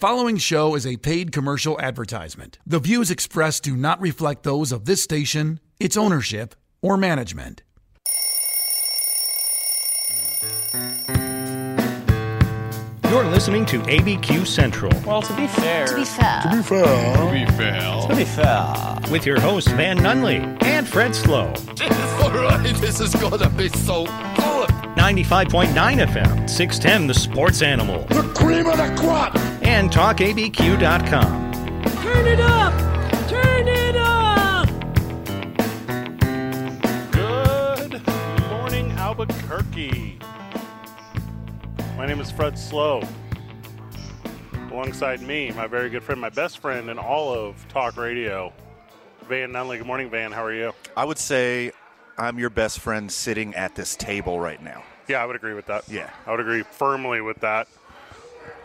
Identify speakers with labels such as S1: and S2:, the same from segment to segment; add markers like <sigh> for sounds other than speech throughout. S1: Following show is a paid commercial advertisement. The views expressed do not reflect those of this station, its ownership, or management.
S2: You're listening to ABQ Central
S3: Well, to be fair,
S4: To be fair.
S3: to be fair,
S2: with your hosts Van Nunley and Fred Slow.
S5: <laughs> Alright, this is gonna be so good.
S2: 95.9 FM, 610 The Sports Animal. The cream of the crop! And TalkABQ.com.
S6: Turn it up! Turn it up!
S7: Good morning, Albuquerque. My name is Fred Slow. Alongside me, my very good friend, my best friend in all of talk radio, Van Nunley. Good morning, Van. How are you?
S8: I would say I'm your best friend sitting at this table right now.
S7: Yeah, I would agree with that.
S8: Yeah.
S7: I would agree firmly with that.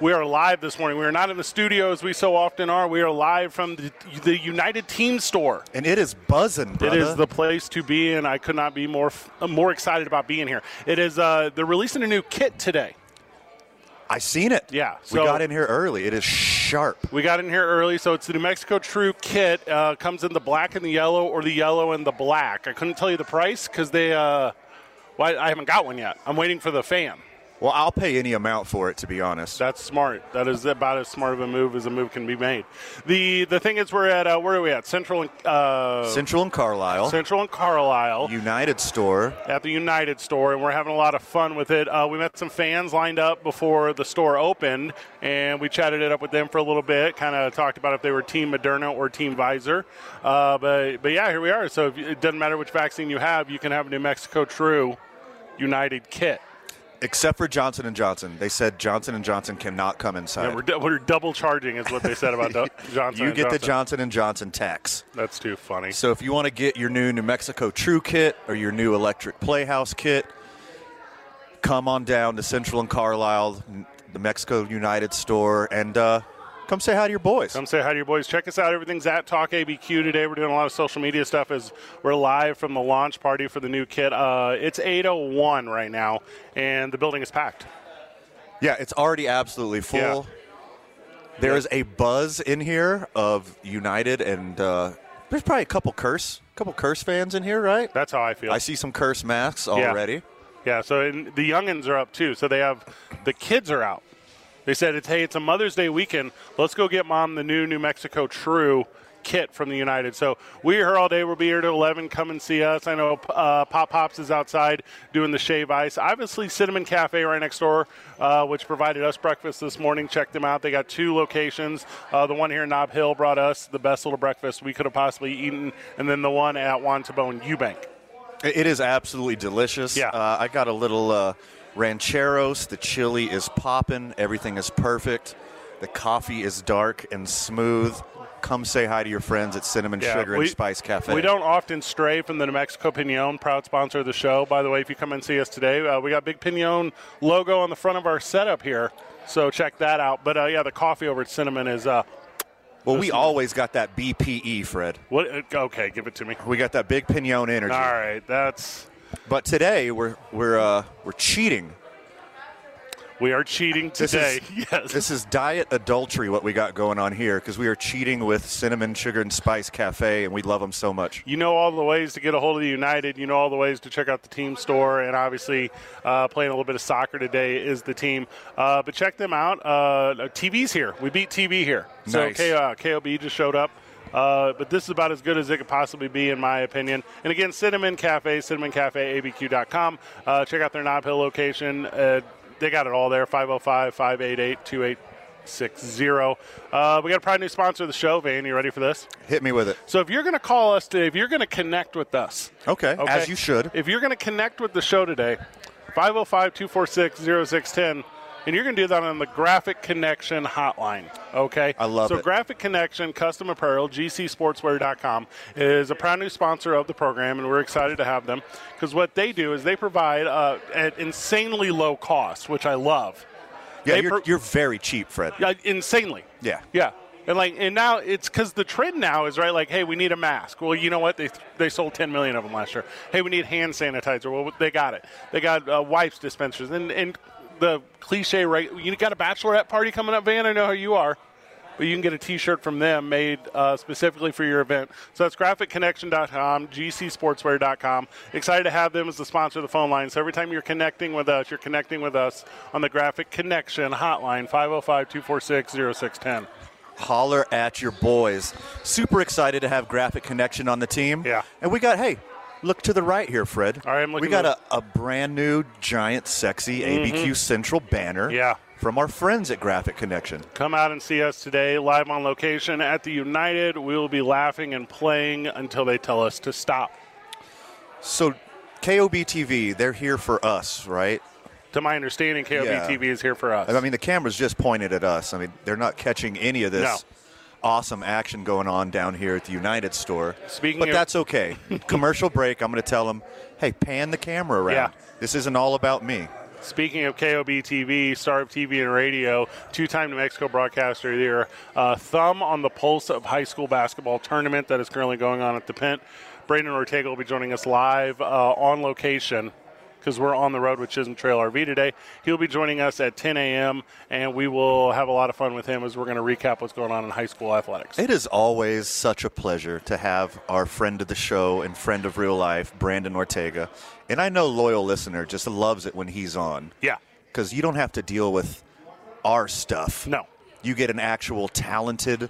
S7: We are live this morning. We are not in the studio as we so often are. We are live from the, the United Team Store.
S8: And it is buzzing, brother.
S7: It is the place to be, and I could not be more f- more excited about being here. It is uh, they're releasing a new kit today.
S8: I seen it.
S7: Yeah,
S8: we
S7: so-
S8: got in here early. It is sharp.
S7: We got in here early, so it's the New Mexico True kit. Uh, comes in the black and the yellow, or the yellow and the black. I couldn't tell you the price because they. Uh, well, I haven't got one yet. I'm waiting for the fan.
S8: Well, I'll pay any amount for it, to be honest.
S7: That's smart. That is about as smart of a move as a move can be made. the The thing is, we're at uh, where are we at? Central and uh,
S8: Central and Carlisle,
S7: Central and Carlisle.
S8: United Store.
S7: at the United store, and we're having a lot of fun with it. Uh, we met some fans lined up before the store opened, and we chatted it up with them for a little bit. Kind of talked about if they were Team Moderna or Team Visor. Uh, but but yeah, here we are. So if, you- it doesn't matter which vaccine you have, you can have a New Mexico True United kit.
S8: Except for Johnson and Johnson, they said Johnson and Johnson cannot come inside.
S7: And we're, du- we're double charging, is what they said
S8: <laughs>
S7: about du- Johnson.
S8: you
S7: and
S8: get the
S7: Johnson.
S8: Johnson and Johnson tax.
S7: That's too funny.
S8: So if you want to get your new New Mexico True kit or your new Electric Playhouse kit, come on down to Central and Carlisle, the Mexico United store, and uh, come say hi to your boys.
S7: Come say hi to your boys. Check us out. Everything's at Talk ABQ today. We're doing a lot of social media stuff as we're live from the launch party for the new kit. Uh, it's 8:01 right now, and the building is packed.
S8: Yeah, it's already absolutely full.
S7: Yeah.
S8: There is a buzz in here of United, and uh, there's probably a couple curse, couple curse fans in here, right?
S7: That's how I feel.
S8: I see some curse masks
S7: Yeah.
S8: already.
S7: Yeah. So and the youngins are up too. So they have the kids are out. They said it's hey, it's a Mother's Day weekend. Let's go get mom the new New Mexico True kit from the United. So we're here all day. We'll be here till eleven. Come and see us. I know uh, Pop Pops is outside doing the shave ice. Obviously, Cinnamon Cafe right next door, uh, which provided us breakfast this morning. Check them out. They got two locations. Uh, the one here in Knob Hill brought us the best little breakfast we could have possibly eaten, and then the one at Wantabone Eubank.
S8: It it is absolutely delicious.
S7: Yeah.
S8: Uh, I got a little uh, rancheros. The chili is popping. Everything is perfect. The coffee is dark and smooth. Come say hi to your friends at Cinnamon Sugar and Spice Cafe.
S7: We don't often stray from the New Mexico Pinon, proud sponsor of the show. By the way, if you come and see us today, uh, we got Big Pinon logo on the front of our setup here, so check that out. But uh, yeah, the coffee over at Cinnamon is uh,
S8: Well, we always got that BPE, Fred.
S7: what? uh, Okay, give it to me.
S8: We got that big pinon energy.
S7: All right, that's
S8: But today we're we're uh, we're cheating.
S7: we are cheating
S8: This
S7: today. <laughs>
S8: <laughs> is
S7: yes,
S8: this is diet adultery. What we got going on here because we are cheating with Cinnamon Sugar and Spice Cafe, and we love them so much.
S7: you know all the ways to get a hold of the United. You know all the ways to check out the team store, and obviously uh, playing a little bit of soccer today is the team. Uh, but check them out. Uh, TV's here. We beat TV here.
S8: Nice.
S7: So K- uh, KOB just showed up. Uh, but this is about as good as it could possibly be, in my opinion. And again, Cinnamon Cafe, cinnamoncafeabq.com. Uh, check out their Knob Hill location. Uh, they got it all there 505 588 2860. Uh, we got a proud new sponsor of the show, Van. You ready for this?
S8: Hit me with it.
S7: So if you're going to call us, today, if you're going to connect with us,
S8: Okay, as you should.
S7: If you're going to connect with the show today, 505-246-0610, and you're going to do that on the Graphic Connection hotline, okay?
S8: I love
S7: so
S8: it.
S7: Graphic Connection Custom Apparel, gcsportswear.com, is a proud new sponsor of the program, and we're excited to have them because what they do is they provide uh, at insanely low cost, which I love.
S8: Yeah,
S7: They
S8: you're,
S7: pro-
S8: you're very cheap, Fred.
S7: Yeah, insanely.
S8: Yeah.
S7: Yeah. And like, and now it's because the trend now is right. Like, hey, we need a mask. Well, you know what? They they sold 10 million of them last year. Hey, we need hand sanitizer. Well, they got it. They got uh, wipes dispensers, and and the cliche, right? You got a bachelorette party coming up, Van. I know how you are. But you can get a T-shirt from them made uh, specifically for your event. So that's GraphicConnection.com, GCSportswear.com. Excited to have them as the sponsor of the phone line. So every time you're connecting with us, you're connecting with us on the Graphic Connection hotline, 505-246-0610.
S8: Holler at your boys. Super excited to have Graphic Connection on the team.
S7: Yeah.
S8: And we got, hey, look to the right here, Fred.
S7: All right, I'm looking
S8: We got
S7: to- Mm-hmm.
S8: a, a brand new, giant, sexy ABQ Central banner
S7: Yeah.
S8: from our friends at Graphic Connection.
S7: Come out and see us today, live on location at the United. We will be laughing and playing until they tell us to stop.
S8: So, KOB TV, they're here for us, right?
S7: To my understanding, KOB
S8: Yeah.
S7: TV is here for us.
S8: I mean, the camera's just pointed at us. I mean, they're not catching any of this
S7: No.
S8: awesome action going on down here at the United Store.
S7: Speaking
S8: but
S7: of- <laughs>
S8: that's okay. Commercial break. I'm going to tell them, hey, pan the camera
S7: Yeah.
S8: around. This isn't all about me.
S7: Speaking of KOB TV, Star of TV and radio, two-time New Mexico broadcaster of the year, uh, thumb on the pulse of high school basketball tournament that is currently going on at the Pent. Brandon Ortega will be joining us live uh, on location because we're on the road with Chisholm Trail RV today. He'll be joining us at 10 a.m. and we will have a lot of fun with him as we're going to recap what's going on in high school athletics.
S8: It is always such a pleasure to have our friend of the show and friend of real life, Brandon Ortega. And I know loyal listener just loves it when he's on
S7: Yeah,
S8: because you don't have to deal with our stuff.
S7: no,
S8: You get an actual talented,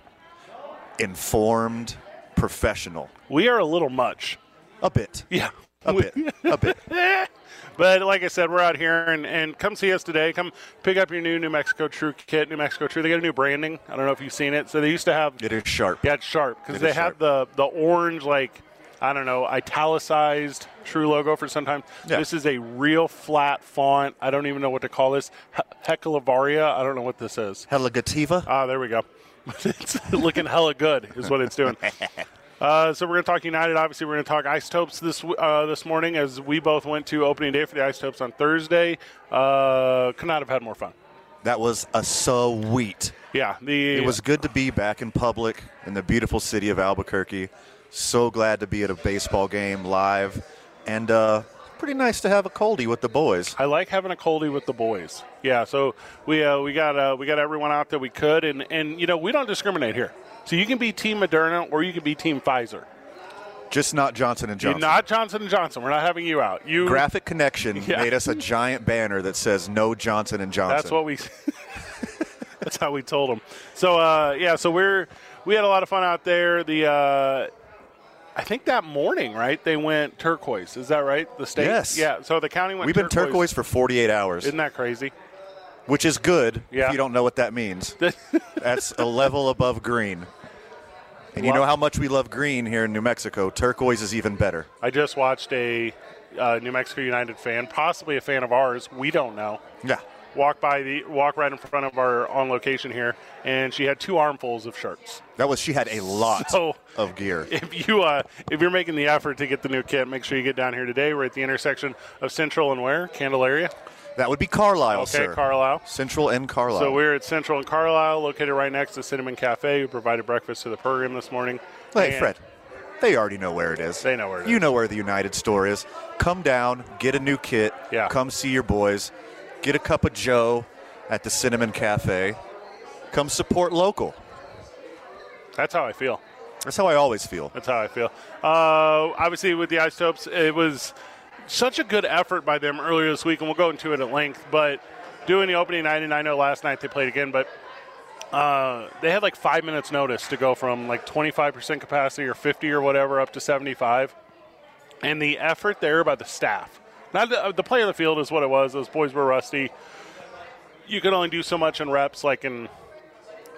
S8: informed professional.
S7: we are a little much.
S8: A bit.
S7: Yeah. <laughs>
S8: A bit. A bit.
S7: But like I said, we're out here and, and come see us today. Come pick up your new New Mexico True kit, New Mexico True. They got a new branding. I don't know if you've seen it. So they used to have
S8: It is sharp.
S7: yeah, it's sharp because
S8: It
S7: they
S8: is
S7: had
S8: sharp.
S7: the the orange like I don't know italicized True logo for some time.
S8: Yeah.
S7: This is a real flat font. I don't even know what to call this. He- Heckelavaria. I don't know what this is.
S8: Hellegativa.
S7: Ah, there we go. <laughs> it's looking hella good, is what it's
S8: <laughs>
S7: doing. Uh, so we're going to talk United. Obviously, we're going to talk Isotopes this w- uh, this morning as we both went to opening day for the Isotopes on Thursday. Uh, could not have had more fun.
S8: That was a sweet.
S7: Yeah, the
S8: It was good to be back in public in the beautiful city of Albuquerque. So glad to be at a baseball game live, and uh, pretty nice to have a coldie with the boys.
S7: I like having a coldie with the boys. Yeah, so we uh, we got uh, we got everyone out that we could, and and you know we don't discriminate here. So you can be Team Moderna or you can be Team Pfizer.
S8: Just not Johnson and
S7: You're
S8: Johnson.
S7: not Johnson and Johnson. We're not having you out. You
S8: Graphic Connection
S7: Yeah.
S8: made us a giant banner that says "No Johnson and Johnson."
S7: That's what we. <laughs> that's how we told them. So uh, yeah, so we're we had a lot of fun out there. The uh, I think that morning, right? They went turquoise. Is that right? The state.
S8: Yes.
S7: Yeah. So the county went.
S8: We've been turquoise for 48 hours,
S7: Isn't that crazy?
S8: which is good.
S7: Yeah.
S8: If you don't know what
S7: <laughs>
S8: that means, that's a level above green. And you
S7: Love-
S8: know how much we love green here in New Mexico. Turquoise is even better.
S7: I just watched a uh, New Mexico United fan, possibly a fan of ours. We don't know.
S8: Yeah.
S7: Walk by the walk right in front of our on location here, and she had two armfuls of shirts.
S8: That was she had a lot
S7: So-
S8: of gear.
S7: if you uh, if you're making the effort to get the new kit, make sure you get down here today. We're at the intersection of Central and where Candelaria.
S8: That would be Carlisle,
S7: Okay,
S8: sir.
S7: Carlisle.
S8: Central and Carlisle.
S7: So we're at Central and Carlisle, located right next to Cinnamon Cafe, who provided breakfast to the program this morning.
S8: hey,
S7: And-
S8: Fred. They already know where it is.
S7: They know where it
S8: You
S7: is.
S8: know where the United Store is. Come down, get a new kit.
S7: Yeah.
S8: Come see your boys. Get a cup of Joe at the Cinnamon Cafe. Come support local.
S7: That's how I feel.
S8: That's how I always feel.
S7: That's how I feel. Uh, obviously, with the Isotopes, it was such a good effort by them earlier this week, and we'll go into it at length. But doing the opening night, and I know last night they played again, but uh, they had like five minutes notice to go from like 25% capacity or 50 or whatever up to 75. And the effort there by the staff. Not the, the play of the field is what it was. Those boys were rusty. You can only do so much in reps, like in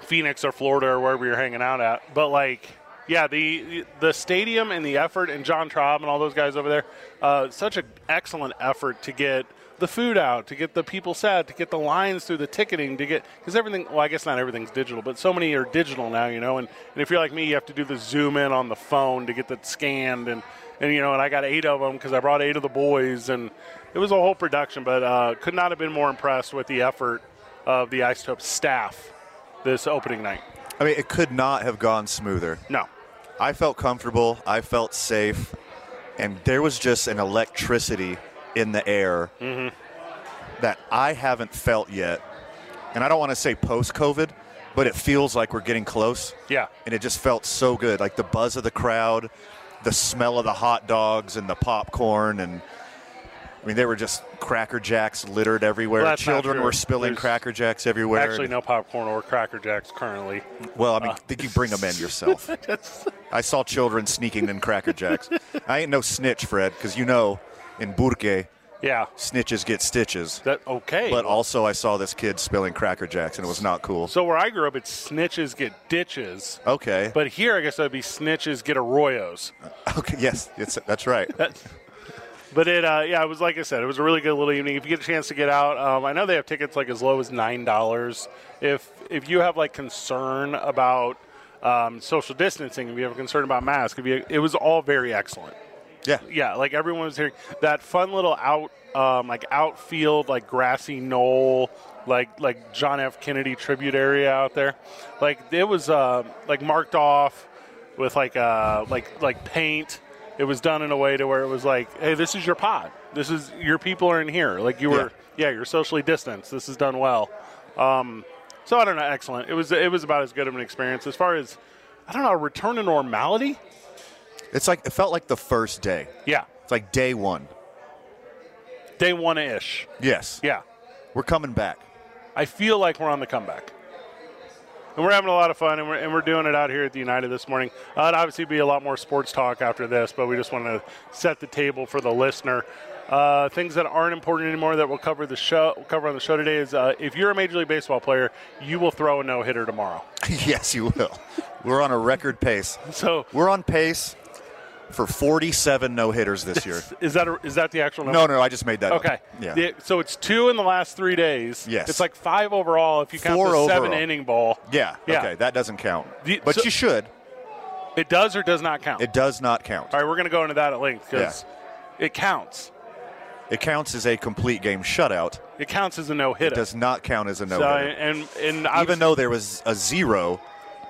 S7: Phoenix or Florida or wherever you're hanging out at. But like, yeah, the the stadium and the effort and John Traub and all those guys over there, uh, such an excellent effort to get the food out, to get the people set, to get the lines through the ticketing, to get because everything. Well, I guess not everything's digital, but so many are digital now, you know. And, and if you're like me, you have to do the zoom in on the phone to get that scanned and. And you know, and I got eight of them because I brought eight of the boys, and it was a whole production. But uh, could not have been more impressed with the effort of the Isotope staff this opening night.
S8: I mean, it could not have gone smoother.
S7: No.
S8: I felt comfortable. I felt
S7: Mm-hmm.
S8: safe, and there was just an electricity in the air that I haven't felt yet, and I don't want to say post COVID, but it feels like we're getting close.
S7: Yeah.
S8: And it just felt so good. Like the buzz of the crowd, the smell of the hot dogs and the popcorn and I mean, there were just Cracker Jacks littered everywhere.
S7: Well, that's not
S8: Children
S7: true.
S8: were spilling
S7: There's
S8: Cracker Jacks everywhere.
S7: Actually, no popcorn or Cracker Jacks currently.
S8: Well, I
S7: Uh.
S8: mean, think you bring them in
S7: <laughs>
S8: yourself. I saw children sneaking in Cracker Jacks. I ain't no snitch, Fred, because you know, in Burke,
S7: Yeah.
S8: snitches get stitches.
S7: That okay.
S8: But also, I saw this kid spilling Cracker Jacks, and it was not cool.
S7: so where I grew up, it's snitches get ditches.
S8: Okay.
S7: But here, I guess that'd be snitches get arroyos.
S8: <laughs> okay. Yes, it's, that's right.
S7: But it, uh, yeah, it was like I said, it was a really good little evening. If you get a chance to get out, um, I know they have tickets like as low as nine dollars. If if you have like concern about um, social distancing, if you have a concern about masks, if you, it was all very excellent.
S8: Yeah.
S7: Yeah, like everyone was hearing that fun little out, um, like outfield, like grassy knoll, like like John F. Kennedy tribute area out there. Like it was uh, like marked off with like uh like like paint. It was done in a way to where it was like, hey, this is your pod. This is your people are in here. Like you were, yeah, you're socially distanced. This is done well. Um, so I don't know. Excellent. It was it was about as good of an experience as far as I don't know return to normality.
S8: It's like it felt like the first day.
S7: Yeah,
S8: It's like day one.
S7: day one ish.
S8: Yes,
S7: Yeah.
S8: we're coming back. <laughs>
S7: I feel like we're on the comeback. And we're having a lot of fun, and we're, and we're doing it out here at the United this morning. Uh, it'd obviously be a lot more sports talk after this, but we just want to set the table for the listener. Uh, things that aren't important anymore that we'll cover the show cover on the show today is uh, if you're a Major League Baseball player, you will throw a no hitter tomorrow.
S8: yes, you will. We're on a record pace.
S7: So
S8: We're on pace for 47 no hitters this
S7: <laughs>
S8: year.
S7: is that a, is that the actual number?
S8: No, no, I just made that up.
S7: Okay.
S8: Yeah.
S7: The- so it's two in the last three days.
S8: Yes.
S7: It's like five overall if you count
S8: Four
S7: the seven
S8: overall.
S7: inning ball.
S8: yeah.
S7: Yeah.
S8: Okay. That doesn't count.
S7: The-
S8: but
S7: so-
S8: you should.
S7: It does or does not count.
S8: It does not count.
S7: All right, we're going to go into that at length because it counts.
S8: It counts as a complete game shutout.
S7: It counts as a no
S8: It
S7: hitter.
S8: does not count as a no
S7: So,
S8: hitter.
S7: and and
S8: Even
S7: obviously-
S8: though there was a zero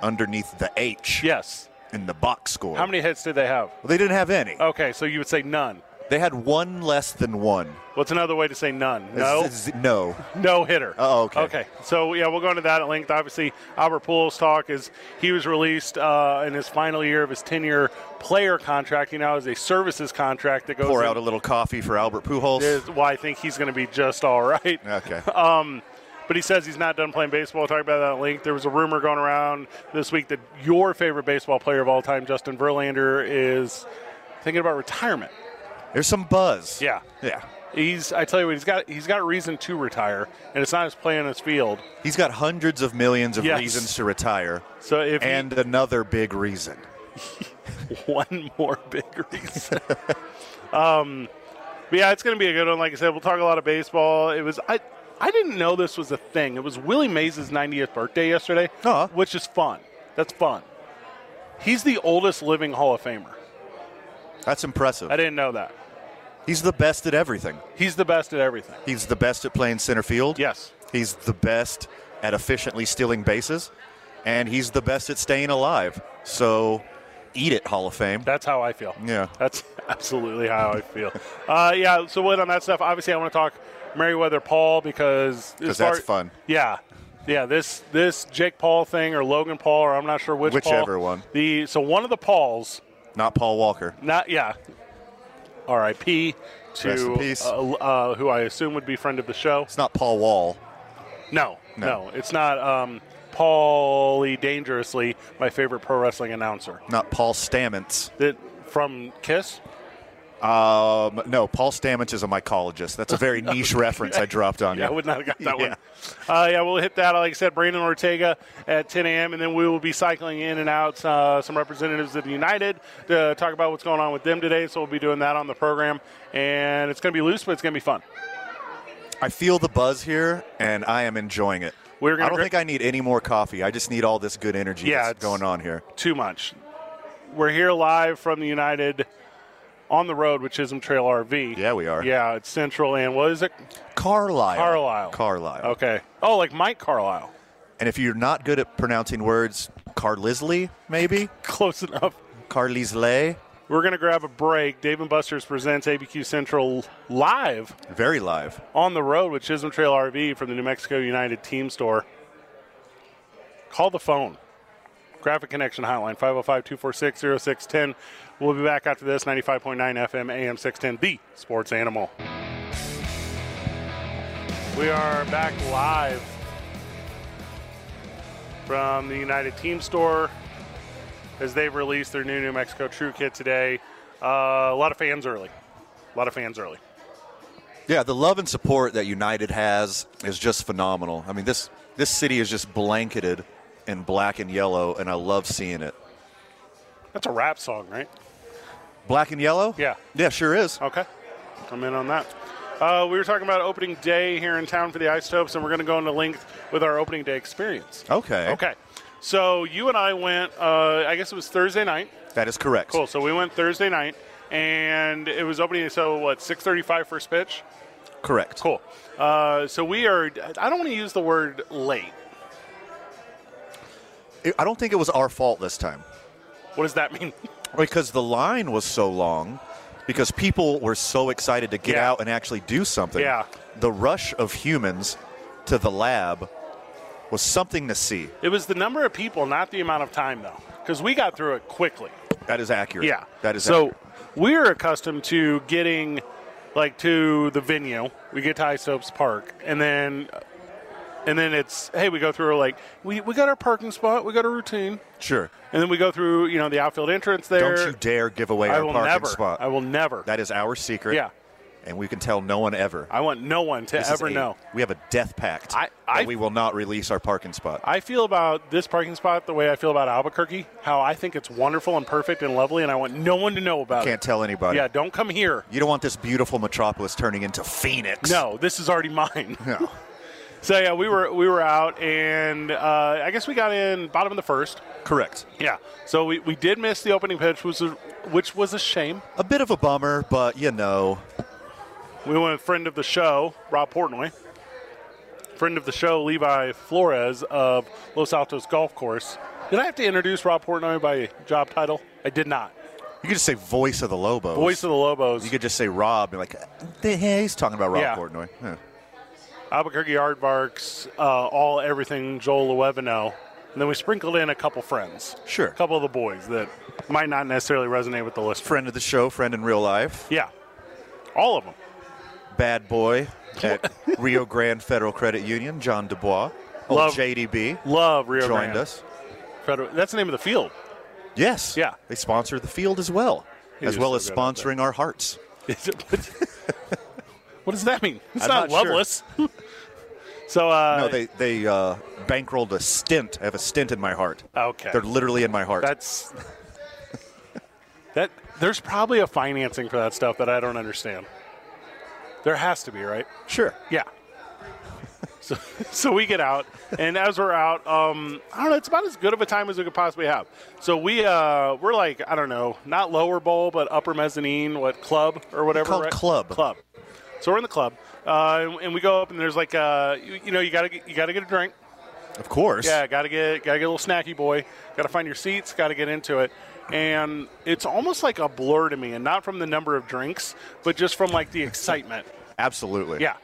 S8: underneath the H
S7: yes,
S8: in the box score.
S7: how many Oh. hits did they have?
S8: Well, they didn't have any.
S7: Okay, so you would say none.
S8: They had one less than one.
S7: What's another way to say none? No,
S8: It's- it's- no.
S7: no hitter.
S8: Oh, okay.
S7: Okay, so yeah, we'll go into that at length. Obviously, Albert Pujols talk is he was released uh, in his final year of his ten-year player contract. He now has a services contract that goes.
S8: Pour
S7: in-
S8: out a little coffee for Albert Pujols.
S7: is why I think he's going to be just all right.
S8: Okay.
S7: <laughs> Uh, But he says he's not done playing baseball. We'll talk about that at length. There was a rumor going around this week that your favorite baseball player of all time, Justin Verlander, is thinking about retirement.
S8: There's some buzz.
S7: Yeah.
S8: Yeah.
S7: He's I tell you what, he's got he's got reason to retire, and it's not his play on his field.
S8: He's got hundreds of millions of
S7: Yes.
S8: reasons to retire,
S7: So if he-
S8: and another big reason.
S7: <laughs> one more big reason. <laughs> um, but yeah, it's going to be a good one. Like I said, we'll talk a lot of baseball. It was I I didn't know this was a thing. It was Willie Mays' 90th birthday yesterday,
S8: Aw.
S7: which is fun. That's fun. He's the oldest living Hall of Famer.
S8: That's impressive.
S7: I didn't know that.
S8: He's the best at everything.
S7: He's the best at everything.
S8: He's the best at playing center field.
S7: Yes.
S8: He's the best at efficiently stealing bases, and he's the best at staying alive. So, eat it, Hall of Fame.
S7: That's how I feel.
S8: Yeah.
S7: That's <laughs> absolutely how I feel. uh, yeah, so what on that stuff? Obviously, I want to talk Meriwether Paul because as
S8: 'Cause
S7: far-
S8: that's fun.
S7: Yeah. Yeah, this this Jake Paul thing or Logan Paul or I'm not sure which Paul.
S8: Whichever one.
S7: The so one of the Pauls,
S8: Not Paul Walker.
S7: not yeah. R.I.P. to
S8: Rest in peace.
S7: Uh, uh, who I assume would be friend of the show.
S8: It's not Paul Wall.
S7: No, no,
S8: No.
S7: it's not. Um, Paulie Dangerously, my favorite pro wrestling announcer.
S8: Not Paul Stamets.
S7: That from Kiss.
S8: Um, no, Paul Stamets is a mycologist. That's
S7: <laughs>
S8: a very niche reference I dropped on
S7: Yeah, I
S8: you.
S7: would not have got that
S8: <laughs> Yeah.
S7: one. Uh, yeah, we'll hit that. Like I said, Brandon Ortega at 10 a.m., and then we will be cycling in and out uh, some representatives of the United to talk about what's going on with them today. So we'll be doing that on the program, and it's going to be loose, but it's going to be fun.
S8: I feel the buzz here, and I am enjoying it.
S7: We're gonna
S8: I don't
S7: gra-
S8: think I need any more coffee. I just need all this good energy
S7: Yeah,
S8: that's
S7: it's-
S8: going on here.
S7: Too much. We're here live from the United on the road with Chisholm Trail RV.
S8: Yeah, we are.
S7: Yeah, it's Central and what is it?
S8: Carlisle.
S7: Carlisle.
S8: Carlisle.
S7: Okay. Oh, like Mike Carlisle. <laughs>
S8: And if you're not good at pronouncing words, Carlisle, maybe?
S7: Close enough.
S8: Carlisle.
S7: We're going to grab a break. Dave and Buster's presents ABQ Central live
S8: Very live.
S7: on the road with Chisholm Trail RV from the New Mexico United Team Store. Call the phone. Graphic Connection Hotline, 505 246 0610. We'll be back after this 95.9 FM AM 610, the sports animal. We are back live from the United Team Store as they've released their new New Mexico True Kit today. Uh, a lot of fans early. A lot of fans early.
S8: Yeah, the love and support that United has is just phenomenal. I mean, this this city is just blanketed in black and yellow, and I love seeing it.
S7: That's a rap song, right?
S8: Black and yellow?
S7: Yeah.
S8: Yeah, sure is.
S7: Okay. I'm in on that. Uh, we were talking about opening day here in town for the Isotopes, and we're going to go into length with our opening day experience.
S8: Okay.
S7: Oh. Okay. So you and I went, uh, I guess it was Thursday night.
S8: That is correct.
S7: Cool. So we went Thursday night, and it was opening, so what, 6.35 first pitch?
S8: Correct.
S7: Cool. Uh, so we are, I don't want to use the word late.
S8: It- I don't think it was our fault this time
S7: What does that <laughs> mean?
S8: because the line was so long because people were so excited to get
S7: Yeah.
S8: out and actually do something.
S7: Yeah.
S8: The rush of humans to the lab was something to see.
S7: It was the number of people, not the amount of time, though, because we got through it quickly.
S8: That is accurate.
S7: Yeah.
S8: That is
S7: so
S8: accurate.
S7: we're accustomed to getting like to the venue. We get to Isopes Park and then and then it's hey, we go through like we, we got our parking spot, we got a routine.
S8: Sure.
S7: And then we go through, you know, the outfield entrance there.
S8: Don't you dare give away
S7: I
S8: our
S7: will
S8: parking
S7: never.
S8: spot.
S7: I will never.
S8: That is our secret.
S7: Yeah.
S8: And we can tell no one ever.
S7: I want no one to
S8: This is
S7: ever
S8: a-
S7: know.
S8: We have a death pact.
S7: I-
S8: that
S7: I-
S8: we will not release our parking spot.
S7: I feel about this parking spot the way I feel about Albuquerque, how I think it's wonderful and perfect and lovely and I want no one to know about
S8: Can't tell
S7: it.
S8: anybody.
S7: Yeah, don't come here.
S8: You don't want this beautiful metropolis turning into Phoenix.
S7: No, this is already mine.
S8: No.
S7: So yeah, we were we were out, and uh, I guess we got in bottom of the first.
S8: Correct.
S7: Yeah. So we, we did miss the opening pitch, which was which was a shame.
S8: A bit of a bummer, but you know,
S7: We went with friend of the show, Rob Portnoy. Friend of the show, Levi Flores of Los Altos Golf Course. Did I have to introduce Rob Portnoy by job title? I did not.
S8: you could just say voice of the Lobos.
S7: Voice of the Lobos.
S8: You could just say Rob and like, hey, he's talking about Rob
S7: Yeah.
S8: Portnoy. Yeah.
S7: Albuquerque Aardvarks, uh, all everything Joel Luevino. And then we sprinkled in a couple friends.
S8: Sure.
S7: A couple of the boys that might not necessarily resonate with the list.
S8: Friend of the show, friend in real life,
S7: Yeah. All of them.
S8: bad boy at Rio Grande Federal Credit Union, John Dubois, old
S7: Love-
S8: JDB,
S7: Love Rio
S8: joined
S7: Grande.
S8: us.
S7: Federal- that's the name of the field.
S8: Yes.
S7: Yeah.
S8: They sponsor the field as well,
S7: He
S8: as
S7: was
S8: well
S7: so
S8: as
S7: good out there.
S8: sponsoring our hearts.
S7: <laughs> what does that mean? It's
S8: I'm
S7: not,
S8: not sure.
S7: Loveless. <laughs> so, uh,
S8: No, they they uh, bankrolled a stint. I have a stint in my heart.
S7: Okay.
S8: They're literally in my heart.
S7: that's. that There's probably a financing for that stuff that I don't understand. There has to be, right?
S8: sure.
S7: Yeah. So, so we get out, and as we're out, um, I don't know. It's about as good of a time as we could possibly have. So we uh, we're like I don't know, not lower bowl, but upper mezzanine, what club or whatever.
S8: called
S7: right?
S8: club.
S7: Club. So we're in the club, uh, and, and we go up, and there's like uh, you, you know you gotta get, you gotta get a drink.
S8: Of course.
S7: Yeah, gotta get gotta get a little snacky boy. Gotta find your seats. Gotta get into it. And it's almost like a blur to me, and not from the number of drinks, but just from like the excitement.
S8: Absolutely.
S7: Yeah.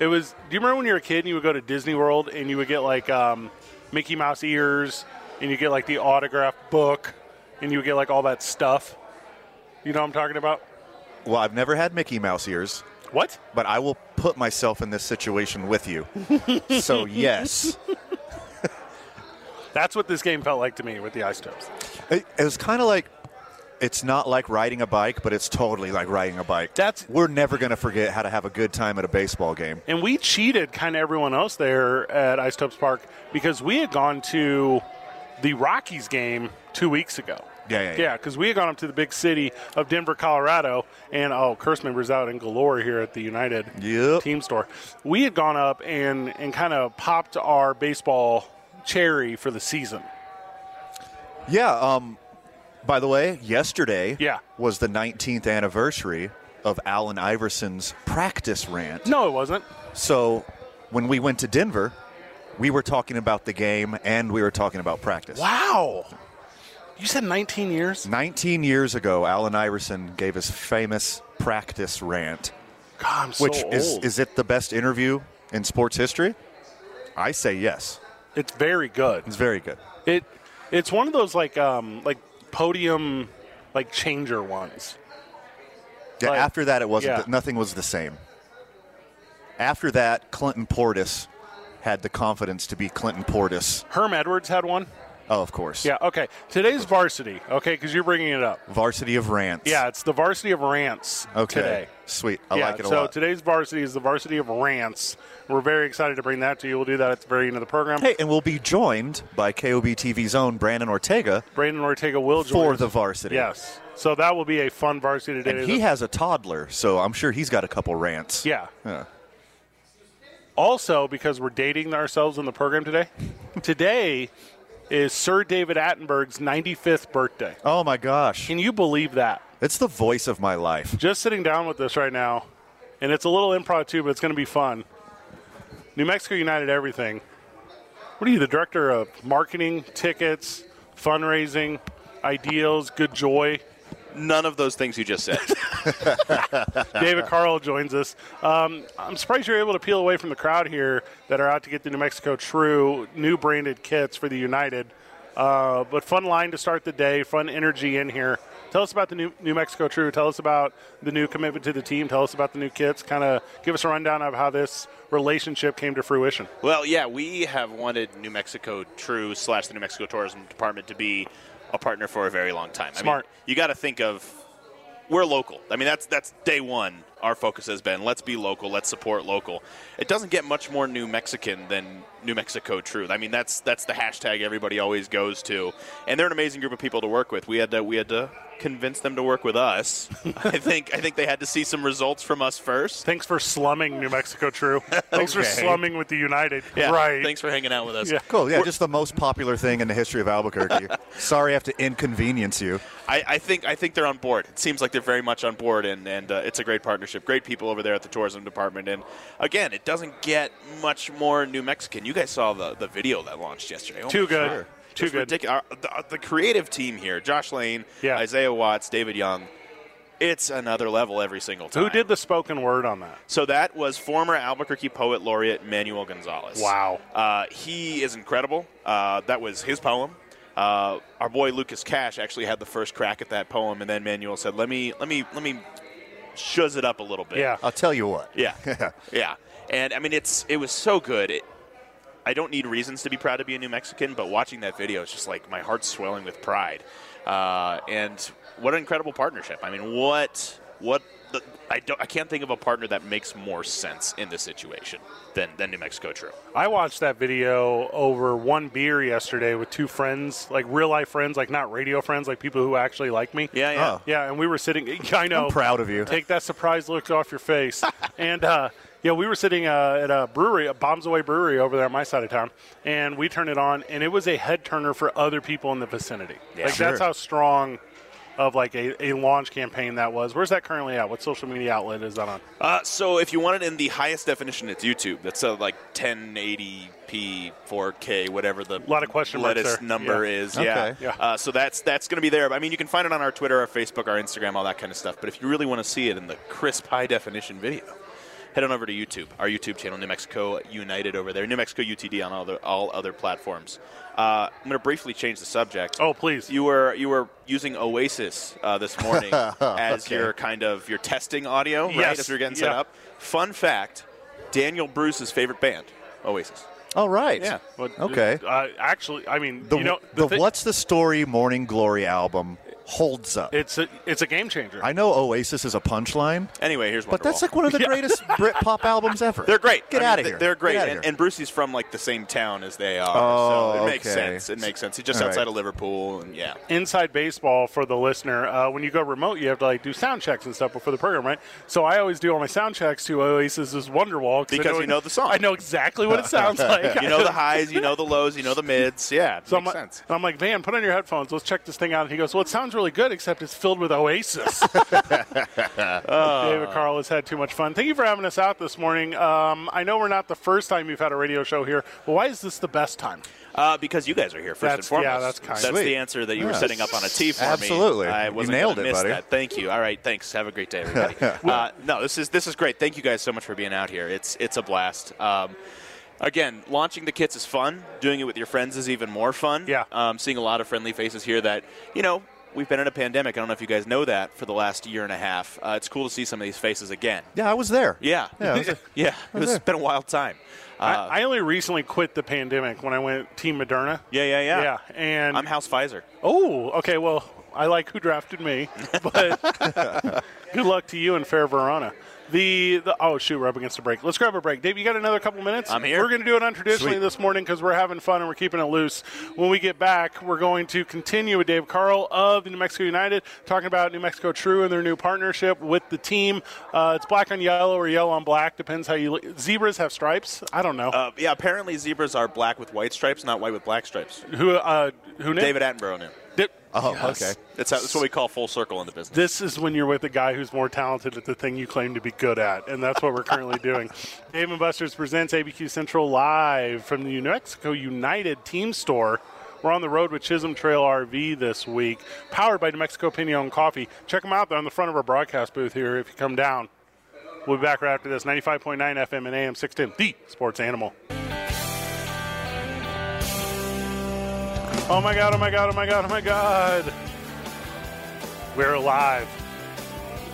S7: It was. Do you remember when you were a kid and you would go to Disney World and you would get like um, Mickey Mouse ears and you get like the autograph book and you would get like all that stuff? You know what I'm talking about?
S8: Well, I've never had Mickey Mouse ears,
S7: What?
S8: but I will put myself in this situation
S7: <laughs>
S8: with you. so yes,
S7: That's what this game felt like to me with the ice tubs.
S8: it, it was kind of like. It's not like riding a bike, but it's totally like riding a bike.
S7: That's-
S8: we're never gonna forget how to have a good time at a baseball game.
S7: And we cheated kind of everyone else there at Ice Tubs Park because we had gone to the Rockies game two weeks ago.
S8: Yeah, yeah, yeah.
S7: Yeah, because we had gone up to the big city of Denver, Colorado, and oh, curse members out in galore here at the United
S8: Yep.
S7: team store. We had gone up and, and kind of popped our baseball cherry for the season.
S8: Yeah. Um, by the way, yesterday
S7: Yeah.
S8: was the 19th anniversary of Allen Iverson's practice rant.
S7: No, it wasn't.
S8: So when we went to Denver, we were talking about the game and we were talking about practice.
S7: Wow. You said 19 years?
S8: 19 years ago, Allen Iverson gave his famous practice rant,
S7: God, I'm so
S8: which is
S7: old.
S8: is it the best interview in sports history? I say yes.
S7: it's very good.
S8: It's very good.
S7: It it's one of those like um like podium like changer ones.
S8: Yeah,
S7: Like,
S8: after that, it wasn't.
S7: yeah.
S8: The, nothing was the same. After that, Clinton Portis had the confidence to be Clinton Portis.
S7: Herm Edwards had one.
S8: Oh, of course.
S7: Yeah. Okay. Today's varsity. Okay, because you're bringing it up.
S8: Varsity of rants.
S7: Yeah, it's the varsity of rants
S8: Okay.
S7: today.
S8: Sweet. I
S7: yeah,
S8: like it a
S7: so
S8: lot.
S7: today's varsity is the varsity of rants. We're very excited to bring that to you. We'll do that at the very end of the program.
S8: hey, and we'll be joined by KOB TV's own Brandon Ortega
S7: Brandon Ortega will join
S8: for
S7: us.
S8: the varsity.
S7: Yes. So that will be a fun varsity today.
S8: And he has a toddler, so I'm sure he's got a couple rants.
S7: yeah.
S8: Yeah.
S7: Also, because we're dating ourselves in the program today, today is Sir David Attenberg's 95th birthday.
S8: Oh my gosh.
S7: Can you believe that?
S8: It's the voice of my life.
S7: Just sitting down with this right now, and it's a little improv too, but it's going to be fun. New Mexico United Everything. What are you, the director of marketing, tickets, fundraising, ideals, good joy?
S4: None of those things you just said.
S7: David Carl joins us. Um, I'm surprised you're able to peel away from the crowd here that are out to get the New Mexico True new branded kits for the United. Uh, but fun line to start the day, fun energy in here. Tell us about the new New Mexico True. Tell us about the new commitment to the team. Tell us about the new kits. Kind of give us a rundown of how this relationship came to fruition.
S4: well, yeah, we have wanted New Mexico True slash the New Mexico Tourism Department to be a partner for a very long time.
S7: Smart.
S4: I mean, you got to think of we're local. I mean, that's that's day one. Our focus has been let's be local, let's support local. It doesn't get much more New Mexican than New Mexico Truth. I mean, that's that's the hashtag everybody always goes to, and they're an amazing group of people to work with. We had to we had to convince them to work with us.
S7: <laughs>
S4: I think I think they had to see some results from us first.
S7: Thanks for slumming, New Mexico
S4: <laughs>
S7: True. Thanks for
S8: Okay.
S7: slumming with the United.
S4: Yeah,
S7: right.
S4: Thanks for hanging out with us.
S7: Yeah.
S8: Cool. Yeah, just the most popular thing in the history
S7: <laughs>
S8: of Albuquerque. Sorry I have to inconvenience you.
S4: I, I think I think they're on board. It seems like they're very much on board, and and uh, it's a great partnership. Great people over there at the tourism department, and again, it doesn't get much more New Mexican. You guys saw the the video that launched yesterday. Oh
S7: Too
S4: my
S7: good.
S4: God.
S7: Too
S4: It's
S7: good.
S4: ridiculous. Our- The, the creative team here: Josh Lane,
S7: Yeah.
S4: Isaiah Watts, David Young. It's another level every single time.
S7: Who did the spoken word on that?
S4: So that was former Albuquerque poet laureate Manuel Gonzalez.
S7: Wow.
S4: Uh, he is incredible. Uh, that was his poem. Uh, our boy Lucas Cash actually had the first crack at that poem, and then Manuel said, "Let me, let me, let me, shuzz it up a little bit."
S7: Yeah.
S8: I'll tell you what.
S4: yeah, <laughs> yeah. And I mean, it's it was so good. It, I don't need reasons to be proud to be a New Mexican, but watching that video, it's just like my heart's swelling with pride. Uh, and what an incredible partnership! I mean, what what the, I don't I can't think of a partner that makes more sense in this situation than than New Mexico True.
S7: I watched that video over one beer yesterday with two friends, like real life friends, like not radio friends, like people who actually like me.
S4: Yeah, yeah.
S8: Oh.
S7: Yeah, and we were sitting. <laughs> I know.
S8: I'm proud of you.
S7: Take that surprise look off your
S4: <laughs>
S7: face. and uh, yeah, we were sitting uh, at a brewery, a Bombs Away Brewery over there on my side of town, and we turned it on, and it was a head turner for other people in the vicinity.
S4: Yeah.
S7: like that's
S8: Sure.
S7: how strong of like a, a launch campaign that was. Where's that currently at? What social media outlet is that on?
S4: Uh, so if you want it in the highest definition, it's YouTube. That's uh, like 1080p, 4K, whatever the
S7: Lot of question marks
S4: latest
S7: there.
S4: number
S7: Yeah.
S4: is.
S8: Okay.
S4: Yeah.
S7: Yeah.
S4: Uh, so that's that's going to be there. I mean, you can find it on our Twitter, our Facebook, our Instagram, all that kind of stuff. But if you really want to see it in the crisp high definition video, head on over to YouTube, our YouTube channel, New Mexico United over there, New Mexico UTD on all the all other platforms. Uh, I'm going to briefly change the subject.
S7: Oh, please.
S4: You were you were using Oasis uh, this
S8: <laughs>
S4: morning as your kind of your testing audio, right?
S7: Yes.
S4: As you're getting set
S7: Yeah.
S4: up. Fun fact: Daniel Bruce's favorite band, Oasis.
S8: All Oh, right.
S4: Yeah.
S7: What-
S8: Okay.
S7: Uh, actually, I mean,
S8: The,
S7: you know,
S8: the,
S7: thi-
S8: What's the Story Morning Glory album holds up.
S7: It's a it's a game changer.
S8: I know Oasis is a punchline,
S4: Anyway, here's
S8: but that's
S4: Wonderwall.
S8: like one of
S4: <laughs>
S8: the greatest Brit pop albums ever.
S4: they're great.
S8: Get
S4: I mean,
S8: out of
S4: they-
S8: here.
S4: They're great,
S8: Get outta
S4: and,
S8: here.
S4: and Brucey's from like the same town as they are.
S8: Oh,
S4: so it makes
S8: okay.
S4: sense. It makes sense. He's just
S8: All
S4: outside
S8: right.
S4: of Liverpool,
S8: <laughs>
S4: and yeah.
S7: inside baseball for the listener. Uh, when you go remote, you have to like do sound checks and stuff before the program, right? So I always do all my sound checks to Oasis's Wonderwall I
S4: Because you know the song.
S7: I know exactly what it sounds
S4: <laughs>
S7: like.
S4: You know
S7: <laughs>
S4: the highs, you know the lows, you know the mids. Yeah, it
S7: So I'm
S4: makes
S7: like,
S4: sense.
S7: and I'm like, Van, put on your headphones. Let's check this thing out. And he goes, Well, it sounds really good, except it's filled with
S4: <laughs>
S7: Oasis. <laughs> David Carl has had too much fun. Thank you for having us out this morning. Um, I know we're not the first time you've had a radio show here, but why is this the best time?
S4: Uh, because you guys are here first and
S7: That's-
S4: foremost.
S7: yeah, that's kind.
S4: That's
S7: Sweet.
S4: the answer that you were
S8: Yeah.
S4: setting up on a tee for
S8: Absolutely.
S4: me. I
S8: You
S4: wasn't
S8: nailed
S4: gonna
S8: it,
S4: miss
S8: buddy.
S4: That. Thank you. All right, thanks. Have a great
S7: <laughs>
S4: day, everybody. uh, no, this is this is great. Thank you guys so much for being out here. It's it's a blast. Um, again, launching the kits is fun. Doing it with your friends is even more fun.
S7: Yeah.
S4: Um, seeing a lot of friendly faces here that you know. We've been in a pandemic. I don't know if you guys know that for the last year and a half. Uh, it's cool to see some of these faces again.
S8: Yeah, I was there.
S4: Yeah.
S8: Yeah, I was there.
S4: <laughs> yeah. It's been a wild time. Uh,
S7: I, I only recently quit the pandemic when I went Team Moderna.
S4: yeah, yeah, yeah.
S7: Yeah, and
S4: I'm House Pfizer.
S7: Oh, okay. Well, I like who drafted me,
S4: <laughs>
S7: but good luck to you and Fair Verona. The, the oh shoot, we're up against a break. Let's grab a break, Dave. You got another couple minutes?
S4: I'm here.
S7: We're going to do it untraditionally this morning because we're having fun and we're keeping it loose. When we get back, we're going to continue with Dave Carl of the New Mexico United talking about New Mexico True and their new partnership with the team. Uh, it's black on yellow or yellow on black, depends how you. Look. Zebras have stripes. I don't know
S4: Uh, yeah, apparently zebras are black with white stripes, not white with black stripes.
S7: who uh, who knew?
S4: David Attenborough knew.
S7: Dip-
S8: Oh, okay.
S4: That's, how, that's what we call full circle in the business.
S7: This is when you're with a guy who's more talented at the thing you claim to be good at, and that's what we're currently doing. Dave and Buster's presents ABQ Central live from the New Mexico United Team Store. We're on the road with Chisholm Trail RV this week, powered by New Mexico Pinion Coffee. Check them out; they're on the front of our broadcast booth here. If you come down, we'll be back right after this. 95.9 FM and AM 610, the Sports Animal. Oh my god! Oh my god! Oh my god! Oh my god! We're live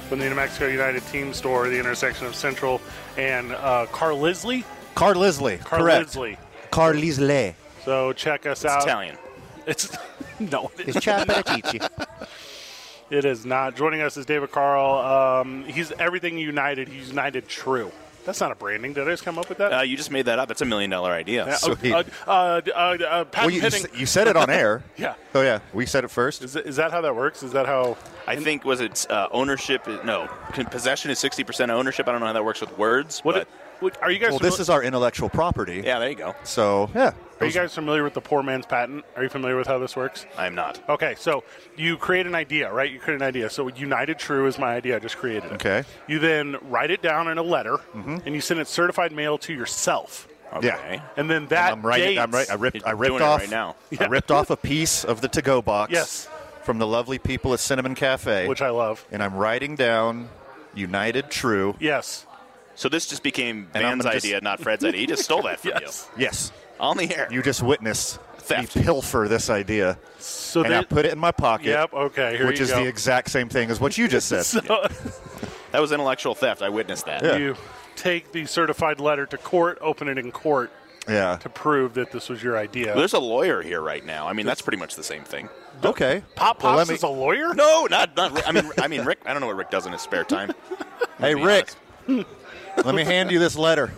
S7: from the New Mexico United Team Store, the intersection of Central and uh, Carlisle.
S8: Carlisle. Correct.
S7: Carlisle.
S8: Carlisle.
S7: So check us
S8: uh,
S7: out.
S4: Italian.
S7: It's <laughs> no, it
S8: <laughs> It's Chad Pettici.
S7: It is not. Joining us is David Carl. Um, he's everything United. He's United True. That's not a branding. Did I just come up with that?
S4: Uh, you just made that up. That's a million dollar idea.
S7: Yeah,
S8: sweet.
S7: Uh, uh, uh, uh, patent
S8: Well, you, you,
S7: pending.
S8: s- you said it on
S4: <laughs>
S8: air.
S7: Yeah.
S8: Oh, yeah. We said it first.
S7: is, that- is that how that works? Is that how?
S4: I think was it uh, ownership? No, con- possession is sixty percent ownership. I don't know how that works with words.
S7: What,
S4: but-
S7: what are you guys?
S8: Uh, Well, this
S7: fami-
S8: is our intellectual property.
S4: yeah, there you go.
S8: So, yeah.
S7: are you guys familiar with the poor man's patent? Are you familiar with how this works?
S4: I'm not.
S8: Oh.
S7: Okay, so you create an idea, right? You create an idea. So United True is my idea. I just created it.
S8: Okay.
S7: You then write it down in a letter, and you send it certified mail to yourself.
S4: Okay.
S7: And then that
S8: I'm right.
S7: dates-
S8: I'm right. I ripped.
S4: You're
S8: I ripped
S4: doing it
S8: off
S4: right now.
S8: I ripped off a piece of the to-go box.
S7: Yes.
S8: From the lovely people at Cinnamon Cafe,
S7: which I love.
S8: and I'm writing down United True.
S7: Yes.
S4: So this just became
S8: And I'm
S4: Van's
S8: gonna just-
S4: idea, not Fred's idea. He just stole
S8: <laughs>
S4: that from
S7: Yes.
S8: Yes.
S4: you on the air.
S8: You just witnessed
S4: Theft.
S8: me pilfer this idea,
S7: So
S8: and I
S7: that.
S8: put it in my pocket.
S7: Yep. Okay. Here
S8: Which
S7: you
S8: is
S7: go.
S8: the exact same thing as what you just said.
S7: <laughs> <laughs> So-
S4: That was intellectual theft. I witnessed that.
S7: <laughs>
S8: Yeah.
S7: you take the certified letter to court, open it in court
S8: yeah.
S7: to prove that this was your idea.
S4: There's a lawyer here right now. I mean, that's pretty much the same
S8: <laughs>
S4: thing.
S8: Okay.
S7: Pop Pops
S8: Well, let me-
S7: is a lawyer?
S4: No, not not. Rick. I mean, I mean, Rick. I don't know what Rick does in his spare time.
S8: Hey,
S4: be
S8: Rick.
S7: <laughs>
S8: let me hand you this letter.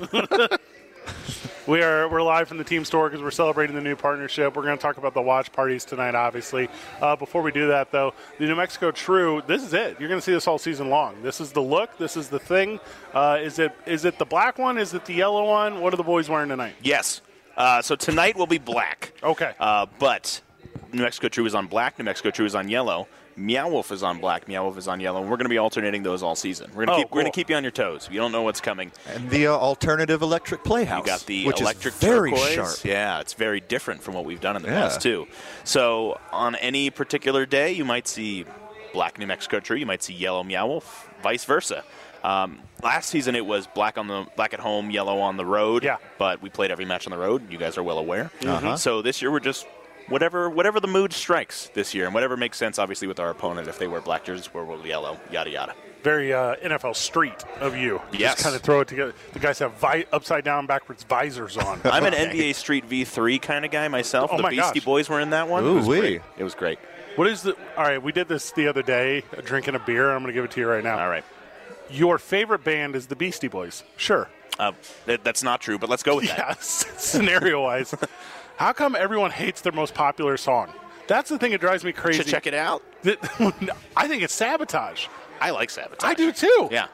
S7: We are we're live from the team store because we're celebrating the new partnership. We're going to talk about the watch parties tonight, obviously. Uh, before we do that, though, the New Mexico True, this is it. You're going to see this all season long. This is the look. This is the thing. Uh, is it is it the black one? Is it the yellow one? What are the boys wearing tonight?
S4: Yes. Uh, so tonight will be black.
S7: Okay.
S4: Uh, but New Mexico True is on black. New Mexico True is on yellow. Meow Wolf is on black. Meow Wolf is on yellow. And we're going to be alternating those all season. We're going to
S7: Oh,
S4: keep. We're going
S7: cool.
S4: to keep you on your toes. You don't know what's coming.
S8: And the uh, alternative electric playhouse.
S4: You got the
S8: which
S4: electric
S8: is very
S4: turquoise.
S8: sharp.
S4: Yeah, it's very different from what we've done in the
S8: Yeah.
S4: past too. So on any particular day, you might see black New Mexico True. You might see yellow Meow Wolf. Vice versa. Um, last season it was black on the black at home, yellow on the road.
S7: Yeah.
S4: But we played every match on the road. You guys are well aware.
S8: Uh-huh.
S4: So this year we're just whatever whatever the mood strikes this year, and whatever makes sense, obviously, with our opponent. If they wear black jerseys, we're wear yellow. Yada yada.
S7: Very uh, NFL street of you.
S4: Yes.
S7: Just kind of throw it together. The guys have vi- upside down, backwards visors on.
S8: <laughs>
S4: I'm an NBA Street V3 kind of guy myself.
S7: Oh
S4: the
S7: my
S4: Beastie
S7: gosh.
S4: Boys were in that one. it
S8: Ooh
S4: was
S8: wee.
S4: great. It was great.
S7: what is the? All right, we did this the other day, drinking a beer. I'm going to give it to you right now.
S4: All right.
S7: Your favorite band is the Beastie Boys. Sure.
S4: Uh, that, that's not true, but let's go with that.
S7: Yeah, <laughs> scenario wise. How come everyone hates their most popular song? That's the thing that drives me crazy.
S4: Should check it out.
S7: That- <laughs> I think it's sabotage.
S4: I like Sabotage.
S7: I do too.
S4: Yeah.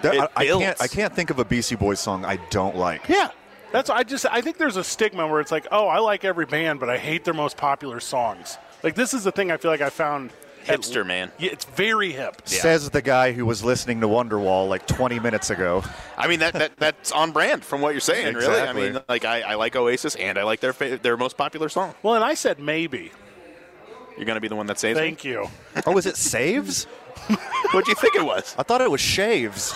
S8: That-
S4: It
S8: I, I
S4: builds.
S8: can't. I can't think of a BC Boys song I don't like.
S7: Yeah. That's I just I think there's a stigma where it's like, oh, I like every band, but I hate their most popular songs. Like this is the thing I feel like I found
S4: Hipster, man.
S7: Yeah, it's very hip.
S8: Says the guy who was listening to Wonderwall like 20 minutes ago.
S4: I mean that, that that's on brand from what you're saying, really. I mean,
S8: Exactly.
S4: like I, I like Oasis and I like their fa- their most popular song.
S7: Well, and I said maybe.
S4: You're gonna be the one that saves me.
S7: Thank you.
S8: Oh, is it saves?
S4: What do you think
S8: <laughs>
S4: it was?
S8: I thought it was
S4: <laughs>
S8: shaves.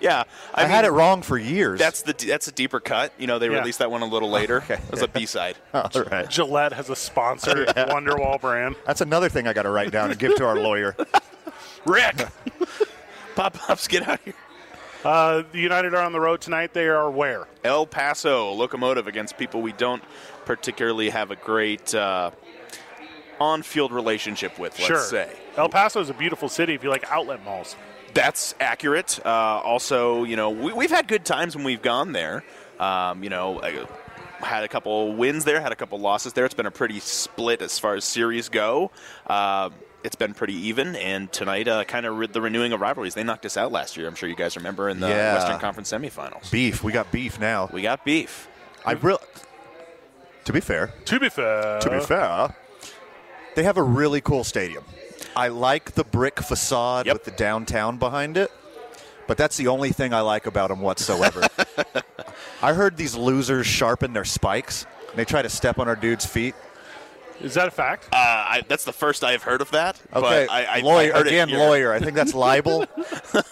S4: Yeah,
S8: I, had it wrong for years.
S4: That's the that's a deeper cut. You know, they
S7: Yeah.
S4: released that one a
S8: <laughs>
S4: little later. It was a B side.
S8: all right.
S7: Gillette has a sponsored
S4: <laughs>
S7: Wonderwall brand.
S8: That's another thing I got to write down and give to our
S4: <laughs>
S8: lawyer.
S4: Rick, <laughs> pop ups, get out of here.
S7: Uh, the United are on the road tonight. They are where?
S4: El Paso Locomotive against people we don't particularly have a great uh, on-field relationship with. Let's
S7: sure.
S4: say
S7: El Paso is a beautiful city if you like outlet malls.
S4: that's accurate. Uh, also, you know, we, we've had good times when we've gone there. Um, you know, I had a couple wins there, had a couple losses there. It's been a pretty split as far as series go. Uh, it's been pretty even, and tonight uh, kind of re- the renewing of rivalries. They knocked us out last year. I'm sure you guys remember in the
S8: Yeah.
S4: Western Conference semifinals.
S8: Beef. We got beef now.
S4: We got beef.
S8: I real. To be fair.
S7: To be fair.
S8: To be
S4: Uh-huh.
S8: fair, they have a really cool stadium. I like the brick facade
S4: Yep.
S8: with the downtown behind it, but that's the only thing I like about them whatsoever.
S4: <laughs>
S8: I heard these losers sharpen their spikes. And they try to step on our dude's feet.
S7: Is that a fact?
S4: Uh, I, that's the first I have heard of that.
S8: Okay,
S4: but I, I,
S8: lawyer
S4: I heard it
S8: again,
S4: here.
S8: lawyer. I think that's
S4: <laughs>
S8: libel.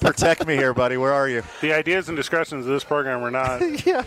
S8: Protect me here, buddy. Where are you?
S7: the ideas and discretions of this program are
S8: <laughs>
S7: not.
S8: Yeah.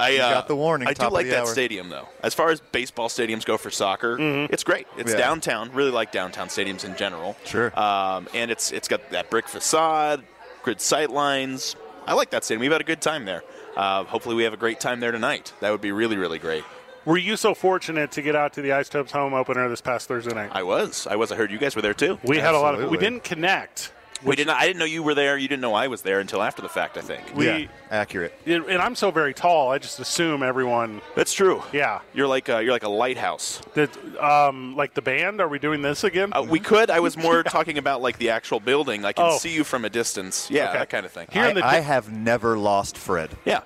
S4: I uh,
S8: got the warning,
S4: I
S8: top
S4: do
S8: of
S4: like
S8: the
S4: that
S8: hour.
S4: stadium though. As far as baseball stadiums go for soccer,
S7: Mm-hmm.
S4: it's great. It's
S8: Yeah.
S4: downtown. Really like downtown stadiums in general.
S8: Sure.
S4: Um, and it's it's got that brick facade, good sight lines. I like that stadium. We've had a good time there. Uh, hopefully, we have a great time there tonight. That would be really really great.
S7: Were you so fortunate to get out to the Isotopes home opener this past Thursday night?
S4: I was. I was. I heard you guys were there too.
S7: we had a lot of. We
S8: Absolutely.
S7: didn't connect.
S4: We didn't. I didn't know you were there. You didn't know I was there until after the fact. I think.
S7: We,
S8: yeah. Accurate.
S7: and- and I'm so very tall. I just assume everyone.
S4: That's true.
S7: Yeah.
S4: You're like a, you're like a lighthouse.
S7: That um, like the band. Are we doing this again?
S4: Uh, we could. I
S7: <laughs>
S4: was more talking about like the actual building. I can
S7: Uh-huh. Oh.
S4: see you from a distance. Yeah, that kind of thing.
S7: Here in the
S8: I have never lost Fred,
S4: yeah,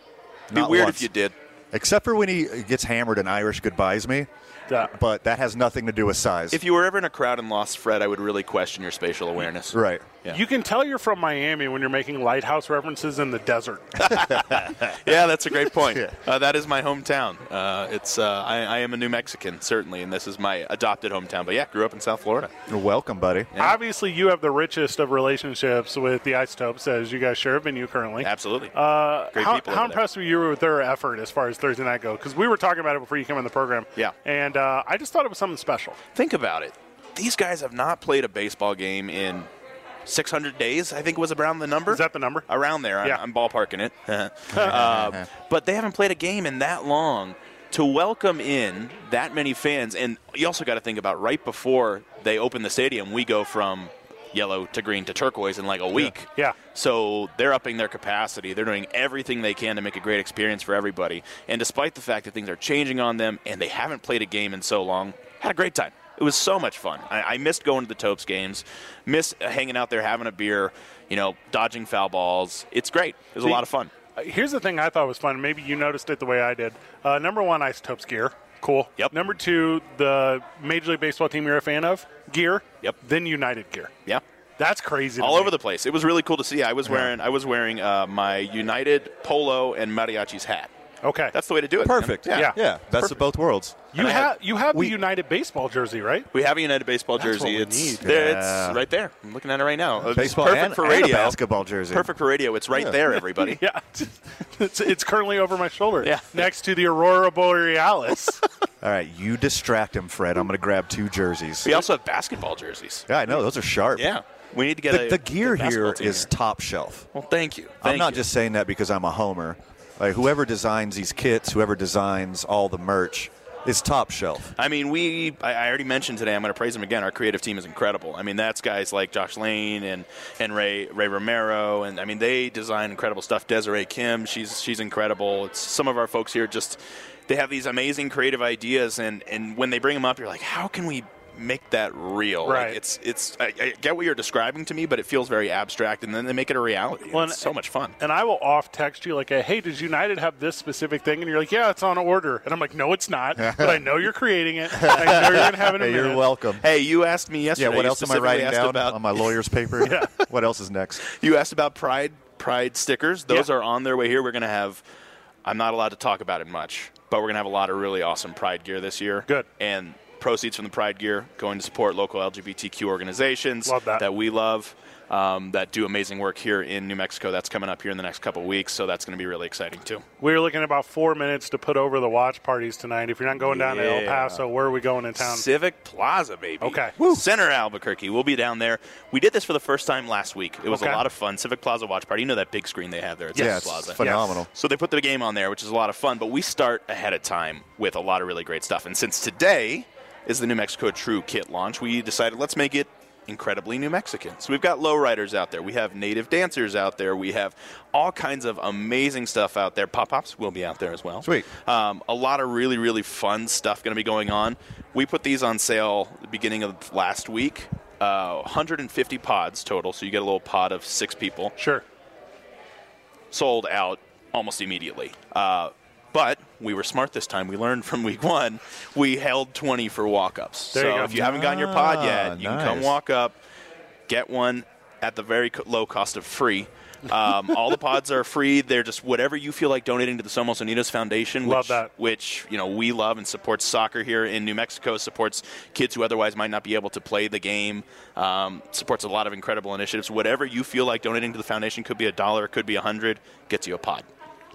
S4: be
S8: Not
S4: weird
S8: once.
S4: if you did.
S8: except for when he gets hammered and Irish goodbyes me.
S7: Yeah.
S8: But that has nothing to do with size.
S4: If you were ever in a crowd and lost Fred, I would really question your spatial awareness.
S8: right.
S4: Yeah.
S7: You can tell you're from Miami when you're making lighthouse references in the desert.
S4: Yeah, that's a
S7: <laughs>
S4: great point.
S8: Yeah.
S4: uh, that is my hometown. Uh, it's uh, I, I am a New Mexican certainly, and this is my adopted hometown. But yeah, grew up in South Florida.
S8: You're welcome, buddy.
S7: Obviously, you have the richest of relationships with the Isotopes, as you guys share have been you currently.
S4: Absolutely.
S7: Uh,
S4: Great
S7: how how
S4: people over there.
S7: impressed were you with their effort as far as Thursday night go? Because we were talking about it before you came on the program.
S4: Yeah.
S7: And uh, I just thought it was something special.
S4: Think about it. These guys have not played a baseball game in 600 days. I think was around the number.
S7: Is that the number?
S4: around there. I'm,
S7: Yeah.
S4: I'm ballparking it. <laughs> Uh, but they haven't played a game in that long to welcome in that many fans. And you also got to think about right before they open the stadium, we go from yellow to green to turquoise in like a week.
S7: Yeah.
S4: So they're upping their capacity. They're doing everything they can to make a great experience for everybody. And despite the fact that things are changing on them and they haven't played a game in so long, had a great time. It was so much fun. I, I missed going to the Topes games, missed hanging out there, having a beer, you know, dodging foul balls. It's great. It was a lot of fun.
S7: Uh, Here's the thing I thought was fun. Maybe you noticed it the way I did. Uh, number one, Isotopes gear. Cool.
S4: Yep.
S7: Number two, the Major League Baseball team you're a fan of gear.
S4: Yep.
S7: Then United gear.
S4: Yeah.
S7: That's crazy. to
S4: All
S7: me.
S4: over the place. It was really cool to see. I was wearing I was wearing uh, my United polo and mariachi's hat.
S7: Okay.
S4: That's the way to do it. man.
S8: Perfect. Yeah.
S7: Yeah.
S8: Yeah. Best of both worlds.
S7: you
S4: and I
S7: have
S4: had-
S7: you have
S8: we-
S7: the United baseball jersey, right?
S4: We have a United baseball
S7: That's what
S4: jersey.
S7: we
S4: it's
S7: need.
S4: there.
S8: Yeah.
S4: It's right there. I'm looking at it right now. It's
S8: Baseball
S4: perfect
S8: and-
S4: for
S8: and a
S4: radio.
S8: basketball jersey.
S4: Perfect for radio. It's right
S8: <laughs> Yeah.
S4: there, everybody.
S7: Yeah. <laughs> it's, it's currently over my shoulder.
S4: Yeah.
S7: Next to the Aurora
S4: <laughs>
S7: Borealis.
S8: All right, you distract him, Fred. I'm going to grab two jerseys.
S4: We also have basketball jerseys.
S8: Yeah, I know. Those are sharp.
S4: Yeah, we need to get
S8: The,
S4: a,
S8: the gear
S4: a
S8: here
S4: basketball team
S8: is top shelf.
S4: Well, thank you. Thank
S8: I'm not
S4: you.
S8: just saying that because I'm a homer. Like, whoever designs these kits, whoever designs all the merch, is top shelf.
S4: I mean, we. I, I already mentioned today. I'm going to praise him again. Our creative team is incredible. I mean, that's guys like Josh Lane and and Ray Ray Romero, and I mean, they design incredible stuff. Desiree Kim, she's she's incredible. It's some of our folks here just they have these amazing creative ideas, and and when they bring them up, you're like, how can we make that real.
S7: Right.
S4: Like it's it's I, I get what you're describing to me, but it feels very abstract, and then they make it a reality.
S7: Well,
S4: it's
S7: and-
S4: so much fun.
S7: And I will off text you like, "Hey, does United have this specific thing?" And you're like, "Yeah, it's on order." And I'm like, "No, it's
S8: <laughs>
S7: not." but I know you're creating it. I know you're gonna have it. In a
S8: Hey, you're
S7: minute.
S8: welcome.
S4: Hey, you asked me yesterday.
S8: yeah, what
S4: you
S8: else am I
S4: specifically
S8: writing
S4: asked
S8: down
S4: about,
S8: on my lawyer's
S4: <laughs>
S8: paper? What else is next?
S4: You asked about Pride Pride stickers. Those
S7: Yeah.
S4: are on their way here. We're gonna have. I'm not allowed to talk about it much, but we're gonna have a lot of really awesome Pride gear this year.
S7: Good.
S4: And proceeds from the Pride gear going to support local LGBTQ organizations
S7: Love that.
S4: we love. Um, that do amazing work here in New Mexico. That's coming up here in the next couple weeks, so that's going to be really exciting too.
S7: We're looking at about four minutes to put over the watch parties tonight. If you're not going down to El
S4: Yeah.
S7: Paso, where are we going in town?
S4: Civic Plaza, baby.
S7: Okay.
S4: Center Albuquerque. We'll be down there. We did this for the first time last week. It was
S7: Okay.
S4: a lot of fun. Civic Plaza watch party. You know that big screen they have there at
S8: yeah,
S4: Civic
S8: it's
S4: Plaza.
S8: phenomenal.
S4: So they put the game on there, which is a lot of fun, but we start ahead of time with a lot of really great stuff. And since today is the New Mexico True kit launch, we decided let's make it incredibly New Mexican. So we've got lowriders out there, we have native dancers out there, we have all kinds of amazing stuff out there. Pop ups will be out there as well.
S8: Sweet.
S4: Um, a lot of really, really fun stuff going to be going on. We put these on sale the beginning of last week. Uh, 150 pods total, so you get a little pod of six people
S7: Sure.
S4: sold out almost immediately. Uh, but we were smart this time. We learned from week one. We held 20 for walk ups.
S7: There you
S4: So
S7: go.
S4: if you haven't gotten your pod yet, you can come
S8: nice.
S4: walk up, get one at the very co- low cost of free. Um, all the pods are free. They're just whatever you feel like donating to the Somos Unidos Foundation,
S7: Love
S4: which,
S7: that.
S4: which you know we love and supports soccer here in New Mexico, supports kids who otherwise might not be able to play the game, um, supports a lot of incredible initiatives. Whatever you feel like donating to the foundation could be a dollar, could be a hundred, gets you a pod.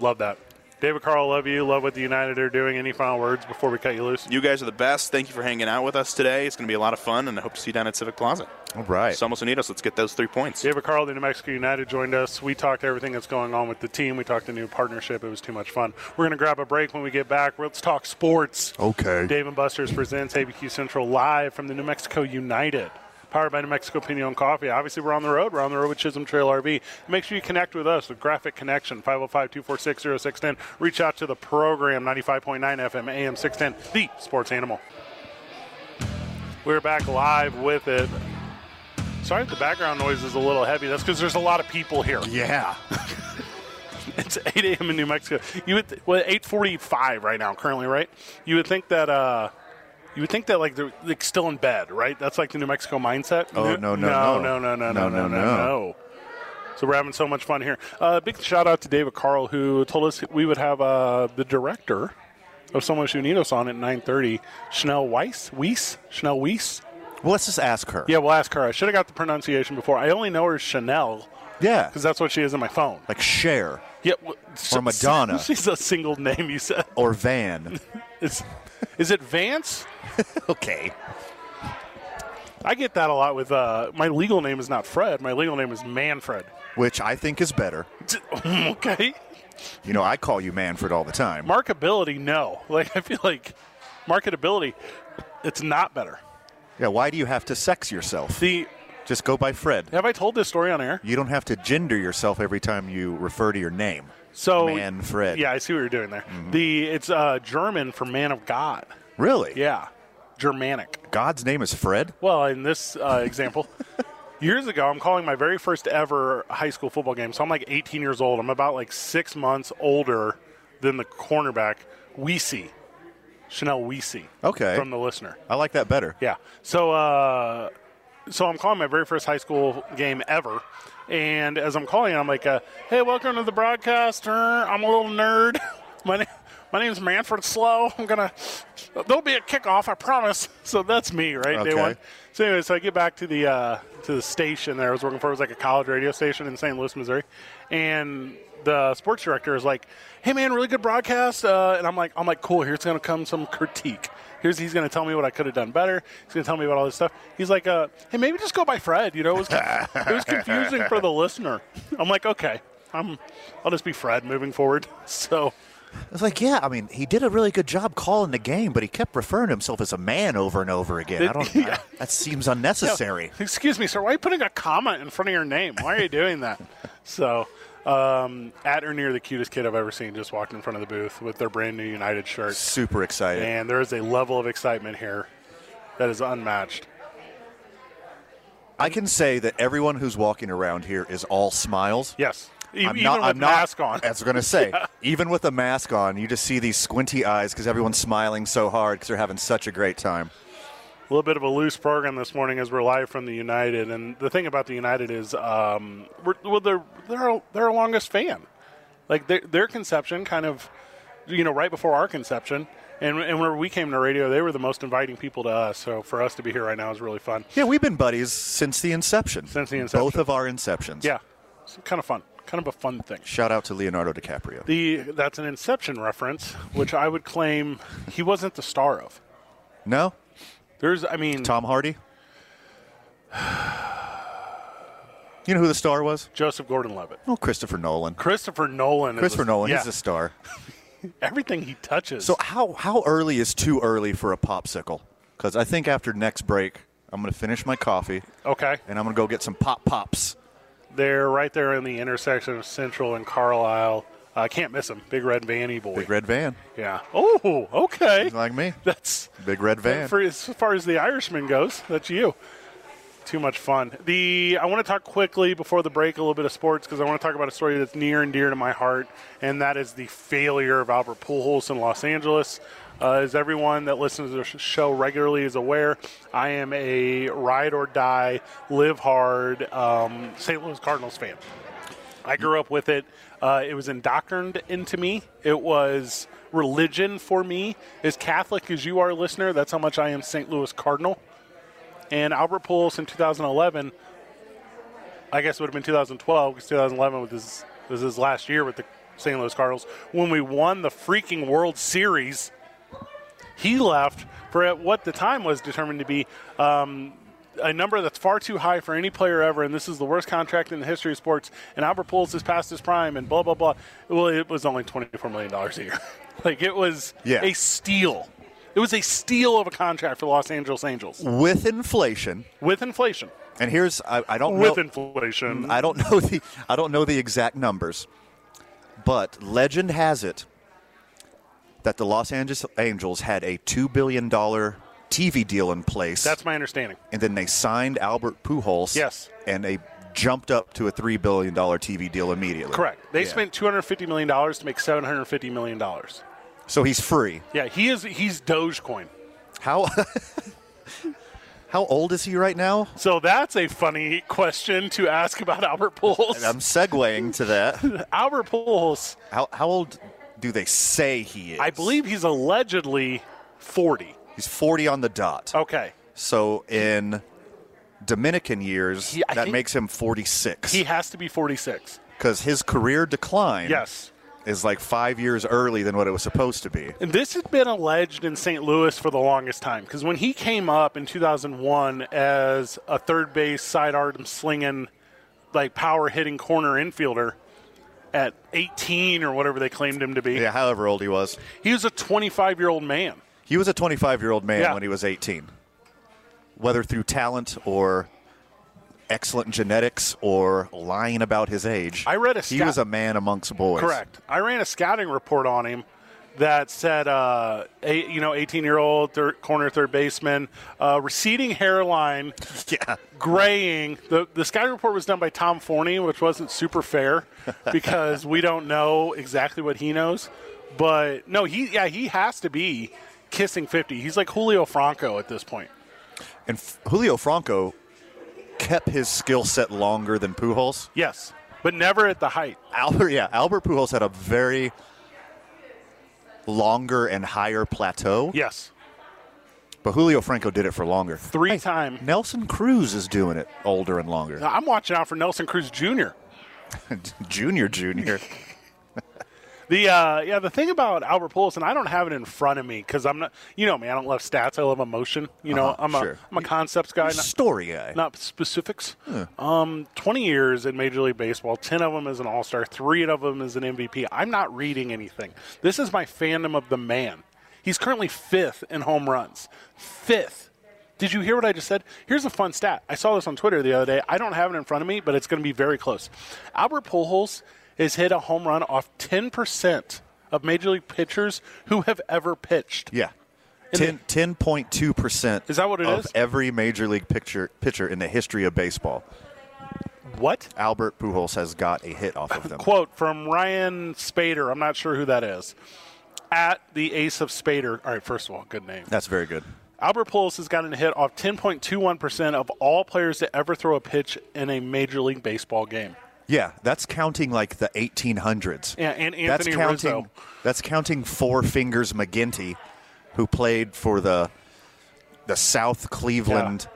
S7: Love that. David Carl, love you. Love what the United are doing. Any final words before we cut you loose?
S4: You guys are the best. Thank you for hanging out with us today. It's going to be a lot of fun, and I hope to see you down at Civic Plaza.
S8: All right.
S4: Somos Unidos, let's get those three points.
S7: David Carl, the New Mexico United, joined us. We talked everything that's going on with the team. We talked the new partnership. It was too much fun. We're going to grab a break when we get back. Let's talk sports.
S8: Okay.
S7: Dave and Buster's presents ABQ Central live from the New Mexico United. Powered by New Mexico Pinion Coffee. Obviously, we're on the road. We're on the road with Chisholm Trail RV. Make sure you connect with us with Graphic Connection, 505 246 0610. Reach out to the program, 95.9 FM, AM 610, the sports animal. We're back live with it. Sorry if the background noise is a little heavy. That's because there's a lot of people here.
S8: Yeah.
S7: <laughs> It's 8 a.m. in New Mexico. You would th- well 8:45 right now currently, right? You would think that uh, you would think that like they're like still in bed, right? That's like the New Mexico mindset.
S8: Oh, no, no,
S7: no, no,
S8: no.
S7: no, no, no, no, no.
S8: no.
S7: no. So we're having so much fun here. Uh, big shout out to David Carl who told us we would have uh, the director of Someone Who Need Us on at 9:30, Chanel Weiss. Weiss. Chanel Weiss.
S8: Well, let's just ask her.
S7: Yeah, we'll ask her. I should have got the pronunciation before. I only know her as Chanel
S8: Yeah.
S7: because that's what she is in my phone.
S8: Like share
S7: Yeah, w- s- <laughs>
S8: Madonna.
S7: She's a single name. You said
S8: or van.
S7: is, is it Vance?
S8: <laughs> okay.
S7: I get that a lot with uh, my legal name is not Fred. My legal name is Manfred.
S8: Which I think is better.
S7: D- <laughs> okay,
S8: You know, I call you Manfred all the time.
S7: markability. No, like I feel like marketability. It's not better.
S8: yeah, why do you have to sex yourself?
S7: The
S8: Just go by Fred.
S7: have I told this story on air?
S8: You don't have to gender yourself every time you refer to your name.
S7: So
S8: Manfred. Mm-hmm.
S7: Yeah, I see what you're doing there. The it's uh, German for man of God.
S8: Really?
S7: Yeah, Germanic.
S8: God's name is Fred?
S7: Well, in this uh, <laughs> example, years ago, I'm calling my very first ever high school football game. So I'm like 18 years old. I'm about like six months older than the cornerback Weesey, Chanel Weesey.
S8: Okay.
S7: From the listener.
S8: I like that better.
S7: Yeah. So, uh, so I'm calling my very first high school game ever. And as I'm calling, I'm like, uh, hey, welcome to the broadcaster. I'm a little nerd. <laughs> My name. My name's Manfred Slow. I'm gonna. There'll be a kickoff, I promise. <laughs> So that's me, right? Day
S8: Okay.
S7: one. So anyway, so I get back to the uh, to the station that I was working for. It was like a college radio station in St. Louis, Missouri, and the sports director is like, "Hey man, really good broadcast," uh, and I'm like, "I'm like, cool. Here's gonna come some critique. Here's he's gonna tell me what I could have done better. He's gonna tell me about all this stuff. He's like, uh, "Hey, maybe just go by Fred. You know, it was it was confusing for the listener." I'm like, "Okay, I'm I'll just be Fred moving forward." <laughs> So.
S8: It's like, yeah, I mean, he did a really good job calling the game, but he kept referring to himself as a man over and over again. I
S7: <laughs>
S8: don't
S7: Yeah.
S8: That seems unnecessary.
S7: <laughs> Excuse me, sir. Why are you putting a comma in front of your name? Why are you doing that?
S8: <laughs>
S7: so, um, at or near the cutest kid I've ever seen just walked in front of the booth with their brand new United shirt,
S8: Super excited.
S7: and there is a level of excitement here that is unmatched.
S8: I can say that everyone who's walking around here is all smiles.
S7: Yes. E-
S8: I'm
S7: even
S8: not,
S7: with
S8: I'm not-
S7: mask
S8: <laughs>
S7: on.
S8: That's what I'm going
S7: <laughs>
S8: to say. Even with a mask on, you just see these squinty eyes because everyone's smiling so hard because they're having such a great time.
S7: A little bit of a loose program this morning as we're live from the United, and the thing about the United is, um, we're, well, they're they're they're our longest fan, like their their conception kind of, you know, right before our conception, and and whenever we came to radio, they were the most inviting people to us. So for us to be here right now is really fun.
S8: Yeah, we've been buddies since the inception. Since
S7: the inception.
S8: Both of our inceptions.
S7: Yeah, it's kind of fun, kind of a fun thing.
S8: Shout out to Leonardo DiCaprio.
S7: The that's an Inception reference, which I would claim he wasn't the star of.
S8: No?
S7: There's, I mean,
S8: Tom Hardy? <sighs> You know who the star was?
S7: Joseph Gordon-Levitt,
S8: Oh, Christopher Nolan.
S7: Christopher Nolan. is
S8: Christopher
S7: a-
S8: Nolan,
S7: yeah,
S8: he's a star.
S7: everything he touches.
S8: So how how early is too early for a popsicle? Because I think after next break, I'm going to finish my coffee
S7: okay.
S8: and I'm going to go get some pop pops.
S7: They're right there in the intersection of Central and Carlisle. I can't miss them. Big Red Vanny Boy.
S8: Big red van,
S7: Yeah. Oh, okay. <laughs>
S8: like me.
S7: That's
S8: Big red van.
S7: for as far as the Irishman goes. That's you. Too much fun. The I want to talk quickly before the break a little bit of sports because I want to talk about a story that's near and dear to my heart, and that is the failure of Albert Pujols in Los Angeles. Uh, as everyone that listens to the sh- show regularly is aware, I am a ride or die, live hard um, St. Louis Cardinals fan. I grew up with it. Uh, it was indoctrined into me. It was religion for me. As Catholic as you are, listener, that's how much I am St. Louis Cardinal. And Albert Pujols in 2011, I guess it would have been 2012 because 2011 was his, was his last year with the St. Louis Cardinals. When we won the freaking World Series, he left for at what the time was determined to be um, a number that's far too high for any player ever, and this is the worst contract in the history of sports. And Albert Pujols is past his prime, and blah blah blah. Well, it was only twenty four million dollars a year. <laughs> like it was
S8: Yeah.
S7: a steal. It was a steal of a contract for the Los Angeles Angels
S8: With inflation,
S7: with inflation.
S8: and here's I, I don't
S7: With
S8: know
S7: inflation,
S8: I don't <laughs> know the I don't know the exact numbers, but legend has it that the Los Angeles Angels had a two billion dollar TV deal in place.
S7: that's my understanding.
S8: and then they signed Albert Pujols.
S7: Yes.
S8: and they jumped up to a three billion dollar TV deal immediately.
S7: Correct. They
S8: Yeah.
S7: spent two hundred fifty million dollars to make seven hundred fifty million dollars.
S8: So he's free.
S7: Yeah, he is. He's Dogecoin.
S8: How <laughs> how old is he right now?
S7: So that's a funny question to ask about Albert Pujols.
S8: I'm segueing to that.
S7: um, Albert Pujols,
S8: How how old do they say he is?
S7: I believe he's allegedly 40.
S8: he's 40 on the dot.
S7: Okay.
S8: So in Dominican years,
S7: He- I
S8: that
S7: think-
S8: makes him 46
S7: He has to be 46.
S8: because his career decline
S7: Yes.
S8: is like five years early than what it was supposed to be.
S7: And this has been alleged in St. Louis for the longest time because when he came up in 2001 as a third base sidearm slinging, like power hitting corner infielder at 18 or whatever they claimed him to be,
S8: Yeah, however old he was,
S7: he was a 25 year old man.
S8: he was a 25 year old man
S7: Yeah.
S8: when he was 18. Whether through talent or excellent genetics or lying about his age,
S7: I read a
S8: he
S7: stat-
S8: was a man amongst boys.
S7: Correct. I ran a scouting report on him that said, uh, eight, you know, 18 year old third, corner third baseman, uh, receding hairline,
S8: <laughs> Yeah.
S7: graying. The, the scouting report was done by Tom Forney, which wasn't super
S8: <laughs>
S7: fair because we don't know exactly what he knows. But no, he yeah he has to be kissing 50. He's like Julio Franco at this point.
S8: And F- Julio Franco kept his skill set longer than Pujols.
S7: Yes, but never at the height.
S8: Albert, yeah, Albert Pujols had a very longer and higher plateau,
S7: Yes,
S8: but Julio Franco did it for longer.
S7: three time.
S8: Nelson Cruz is doing it older and longer.
S7: I'm watching out for Nelson Cruz Jr.
S8: <laughs> junior, junior.
S7: The uh, yeah, the thing about Albert Pujols, and I don't have it in front of me because I'm not, you know me, I don't love stats. I love emotion. You know,
S8: Uh-huh,
S7: I'm a
S8: sure.
S7: am a concepts guy, <laughs> not,
S8: Story guy.
S7: not specifics. Um, 20 years in Major League Baseball, 10 of them as an All Star, three of them as an MVP. I'm not reading anything. This is my fandom of the man. He's currently fifth in home runs. Fifth. Did you hear what I just said? Here's a fun stat. I saw this on Twitter the other day. I don't have it in front of me, but it's going to be very close. Albert Pujols has hit a home run off 10% of Major League pitchers who have ever pitched.
S8: yeah. Ten ten point two percent.
S7: Is that what it
S8: it is? of
S7: is?
S8: every major league picture pitcher in the history of baseball.
S7: What?
S8: Albert Pujols has got a hit
S7: <laughs>
S8: off of them.
S7: Quote from Ryan Spader. I'm not sure who that is. At the ace of Spader. All right, first of all, good name.
S8: That's very good.
S7: Albert Pujols has gotten a hit off 10.21% of all players to ever throw a pitch in a Major League Baseball game.
S8: Yeah, that's counting like the 1800s.
S7: Yeah, and Anthony
S8: that's counting.
S7: Rizzo.
S8: That's counting Four Fingers McGinty, who played for the the South Cleveland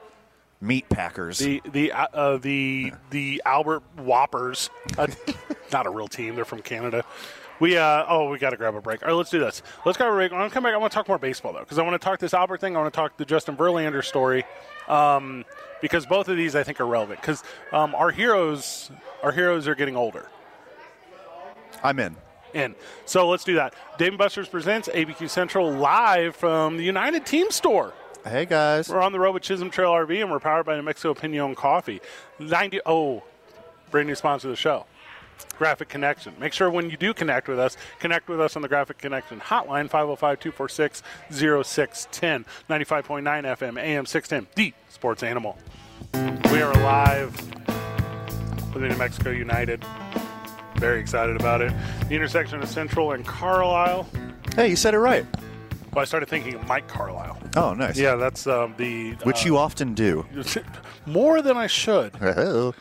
S8: Meat Packers.
S7: The the uh, uh, the the Albert Whoppers, uh, not a real team. They're from Canada. We uh, oh, we got to grab a break. All right, let's do this. Let's grab a break. When I come back, I want to talk more baseball though, because I want to talk this Albert thing. I want to talk the Justin Verlander story, um, because both of these I think are relevant. Because um, our heroes, our heroes are getting older.
S8: I'm in.
S7: in. So let's do that. Dave and Buster's presents ABQ Central live from the United Team Store.
S8: Hey guys,
S7: We're on the road with Chisholm Trail RV, and we're powered by New Mexico Pinion Coffee. Ninety oh, brand new sponsor of the show, Graphic Connection. Make sure when you do connect with us, connect with us on the Graphic Connection hotline 505-246-0610, 95.9 FM, AM 610, the Sports Animal. We are live with the New Mexico United. Very excited about it. The intersection of Central and Carlisle.
S8: Hey, you said it right.
S7: Well, I started thinking of Mike Carlisle.
S8: Oh, nice.
S7: Yeah, that's um, the
S8: Which you often do.
S7: <laughs> more than I should.
S8: Oh.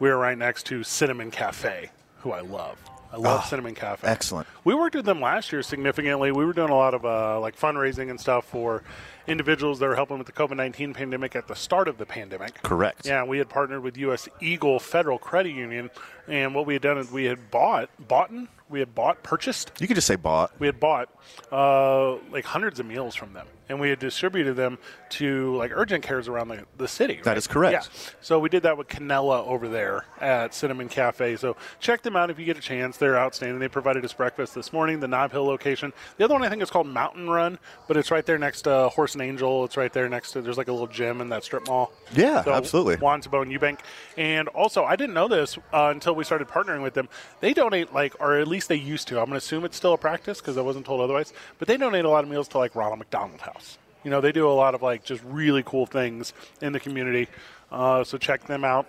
S7: We are right next to Cinnamon Cafe, who I love. I love
S8: Ah,
S7: Cinnamon Cafe.
S8: Excellent.
S7: We worked with them last year significantly. We were doing a lot of uh, like fundraising and stuff for individuals that were helping with the COVID nineteen pandemic at the start of the pandemic.
S8: Correct.
S7: Yeah, we had partnered with U.S. Eagle Federal Credit Union, and what we had done is we had bought, bought, we had bought, purchased
S8: You could just say bought.
S7: we had bought uh, like hundreds of meals from them and we had distributed them to like urgent cares around the, the city
S8: That
S7: right?
S8: is correct.
S7: yeah so we did that with canela over there at cinnamon cafe so check them out if you get a chance they're outstanding they provided us breakfast this morning the knob hill location the other one i think is called mountain run but it's right there next to horse and angel it's right there next to there's like a little gym in that strip mall
S8: Yeah, absolutely.
S7: Juan Tabo and Eubank. And also, I didn't know this uh, until we started partnering with them. They donate, like, or at least they used to. I'm going to assume it's still a practice because I wasn't told otherwise. But they donate a lot of meals to, like, Ronald McDonald House. You know, they do a lot of, like, just really cool things in the community. Uh, so check them out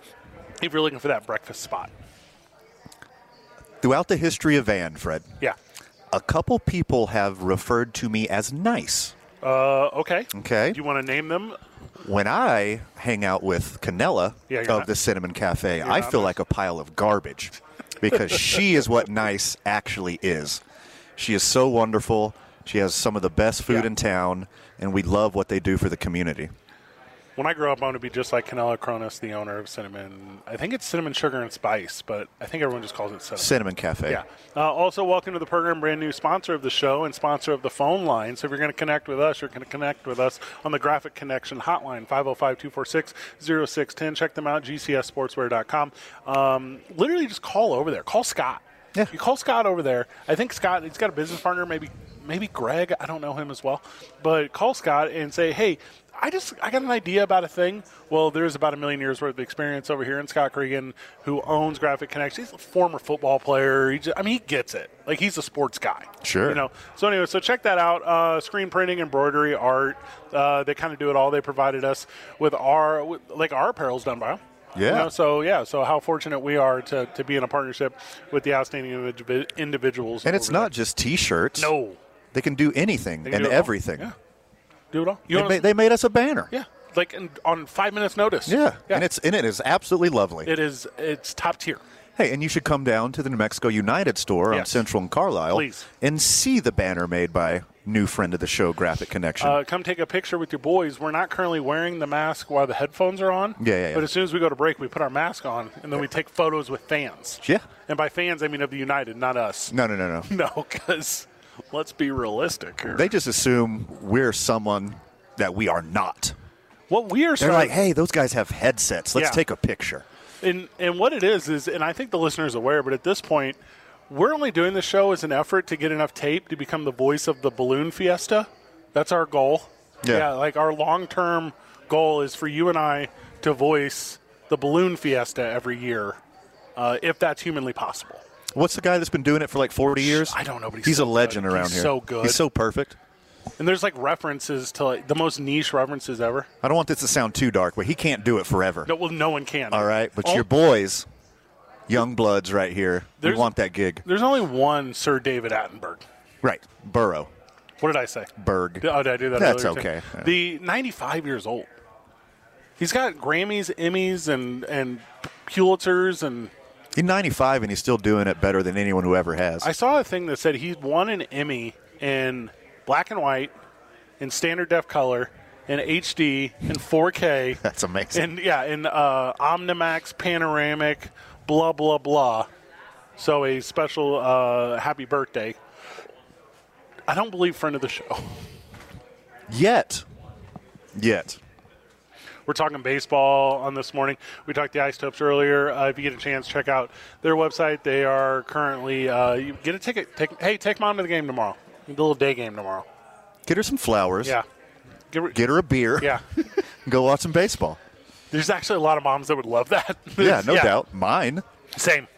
S7: if you're looking for that breakfast spot.
S8: Throughout the history of Van, Fred,
S7: Yeah.
S8: a couple people have referred to me as nice.
S7: Uh, okay.
S8: Okay.
S7: Do you want to name them?
S8: when I hang out with Canella
S7: Yeah,
S8: of
S7: you're not-
S8: the Cinnamon Cafe, I feel like a pile of garbage because she is what nice actually is. She is so wonderful. She has some of the best food in town, and we love what they do for the community.
S7: When I grow up, I want to be just like Canela Cronus, the owner of Cinnamon. I think it's Cinnamon Sugar and Spice, but I think everyone just calls it Cinnamon.
S8: Cinnamon Cafe.
S7: Yeah. Uh, also, welcome to the program, brand new sponsor of the show and sponsor of the phone line. So if you're going to connect with us, you're going to connect with us on the Graphic Connection hotline, 505-246-0610. Check them out, gcsportswear.com. Um, literally just call over there. Call Scott.
S8: Yeah.
S7: You call Scott over there. I think Scott, he's got a business partner, maybe maybe Greg. I don't know him as well. But call Scott and say, hey, I just I got an idea about a thing. Well, there's about a million years worth of experience over here in Scott Cregan, who owns Graphic Connection. He's a former football player. He just, I mean, he gets it. Like he's a sports guy.
S8: Sure.
S7: You know. So anyway, so check that out. Uh, screen printing, embroidery, art. Uh, they kind of do it all. They provided us with our with, like our apparel's done by 'em.
S8: Yeah.
S7: You know, so yeah. So how fortunate we are to, to be in a partnership with the outstanding individ- individuals.
S8: And it's
S7: over
S8: not just t shirts.
S7: there. no.
S8: They can do anything
S7: can
S8: and
S7: do it all.
S8: everything.
S7: Yeah. Do it all. You
S8: They,
S7: know
S8: ma- they made us a banner.
S7: yeah. Like in, on five minutes notice.
S8: Yeah.
S7: yeah.
S8: And, it's, and it is absolutely lovely.
S7: it is it's top tier.
S8: Hey, and you should come down to the New Mexico United store on
S7: Yes.
S8: Central and Carlisle
S7: Please.
S8: and see the banner made by new friend of the show, Graphic Connection.
S7: Uh, come take a picture with your boys. We're not currently wearing the mask while the headphones are on.
S8: Yeah, yeah, yeah.
S7: But as soon as we go to break, we put our mask on and then we take photos with fans.
S8: Yeah.
S7: And by fans, I mean of the United, not us.
S8: no, no, no, no.
S7: <laughs> No, because let's be realistic here.
S8: They just assume we're someone that we are not.
S7: what we are
S8: They're
S7: starting-
S8: like, hey, those guys have headsets. Let's
S7: Yeah.
S8: take a picture.
S7: And and what it is is, and I think the listener's aware, but at this point, we're only doing this show as an effort to get enough tape to become the voice of the balloon fiesta. That's our goal.
S8: Yeah.
S7: like our long term goal is for you and I to voice the balloon fiesta every year, uh, if that's humanly possible.
S8: What's the guy that's been doing it for like 40 years?
S7: I don't know, but he's
S8: he's
S7: so
S8: a legend
S7: good.
S8: around
S7: He's
S8: here.
S7: so good.
S8: He's so perfect.
S7: And there's like references to like the most niche references ever.
S8: I don't want this to sound too dark, but he can't do it forever.
S7: No, well, no one can.
S8: All right, but
S7: Oh,
S8: your boys, young bloods, right here, we
S7: There's-
S8: want that gig.
S7: There's only one Sir David Attenberg.
S8: Right, Burrow,
S7: What did I say?
S8: Berg.
S7: Oh, did I do that?
S8: That's
S7: earlier, too?
S8: okay. Yeah.
S7: The 95 years old. He's got Grammys, Emmys, and and Pulitzers, and
S8: He's 95 and he's still doing it better than anyone who ever has.
S7: I saw a thing that said he won an Emmy in black and white, in standard def color, in HD, in
S8: <laughs>
S7: 4K,
S8: That's amazing.
S7: and yeah, in uh, Omnimax, panoramic, blah blah blah. So a special uh, happy birthday. I don't believe friend of the show.
S8: Yet, yet,
S7: We're talking baseball on this morning. We talked the Ice Topes earlier. Uh, if you get a chance, check out their website. They are currently uh, you get a ticket. Take, hey, take mom to the game tomorrow. The little day game tomorrow.
S8: get her some flowers.
S7: Yeah, Get rid-
S8: Get her a beer.
S7: yeah. <laughs>
S8: Go watch some baseball.
S7: There's actually a lot of moms that would love that.
S8: <laughs> Yeah, no doubt. Mine,
S7: Same.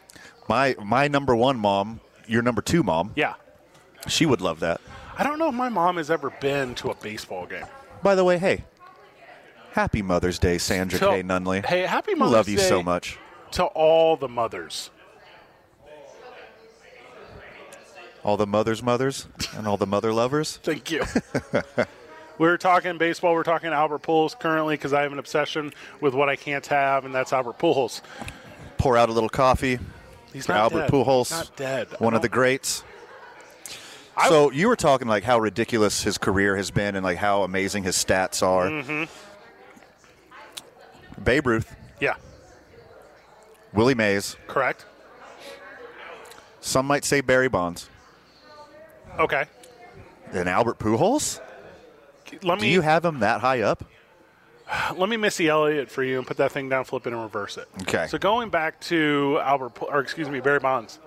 S8: my my number one mom, your number two mom.
S7: Yeah.
S8: She would love that.
S7: I don't know if my mom has ever been to a baseball game.
S8: By the way, hey, happy Mother's Day, Sandra
S7: So-
S8: K. Nunley.
S7: Hey, happy
S8: We
S7: Mother's
S8: love you
S7: Day
S8: so much.
S7: to all the mothers.
S8: All the mothers, mothers, and all the mother lovers.
S7: Thank you. <laughs> we're talking baseball. We're talking Albert Pujols currently because I have an obsession with what I can't have, and that's Albert Pujols.
S8: Pour out a little coffee.
S7: He's
S8: for
S7: not dead.
S8: Albert Pujols,
S7: Not dead.
S8: one of the greats. so you were talking like how ridiculous his career has been and like how amazing his stats are.
S7: Mm-hmm.
S8: Babe Ruth,
S7: Yeah.
S8: Willie Mays,
S7: Correct.
S8: some might say Barry Bonds,
S7: Okay.
S8: and Albert Pujols.
S7: Let
S8: Do
S7: me
S8: you have him that high up?
S7: let me Missy Elliott for you and put that thing down, flip it, and reverse it.
S8: Okay.
S7: So going back to Albert, Pu- or excuse me, Barry Bonds.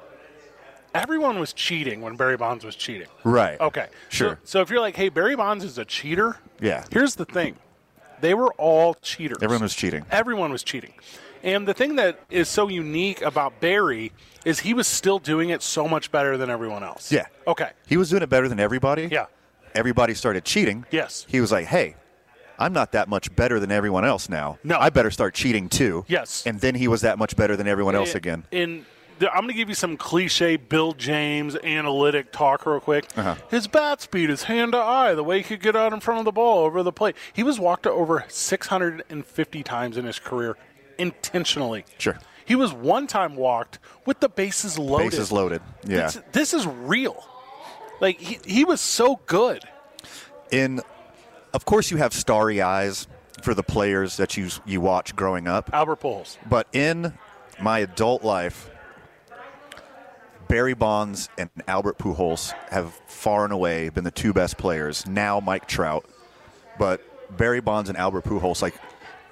S7: Everyone was cheating when Barry Bonds was cheating.
S8: Right.
S7: Okay. So-
S8: Sure.
S7: So, if you're like, hey, Barry Bonds is a cheater.
S8: Yeah.
S7: Here's the thing. They were all cheaters.
S8: Everyone was cheating.
S7: Everyone was cheating. And the thing that is so unique about Barry is he was still doing it so much better than everyone else.
S8: Yeah.
S7: Okay.
S8: He was doing it better than everybody.
S7: Yeah.
S8: Everybody started cheating.
S7: Yes.
S8: He was like, hey, I'm not that much better than everyone else now.
S7: No.
S8: I better start cheating too.
S7: Yes.
S8: And then he was that much better than everyone else again.
S7: In the, I'm going to give you some cliche Bill James analytic talk real quick.
S8: Uh-huh.
S7: His bat speed, his hand to eye, the way he could get out in front of the ball over the plate. He was walked over 650 times in his career intentionally.
S8: Sure.
S7: He was one time walked with the bases loaded.
S8: Bases loaded. Yeah.
S7: This, this is real. Like he, he was so good.
S8: in of course you have starry eyes for the players that you you watch growing up
S7: Albert Pujols.
S8: but in my adult life Barry Bonds and Albert Pujols have far and away been the two best players now Mike Trout but Barry Bonds and Albert Pujols like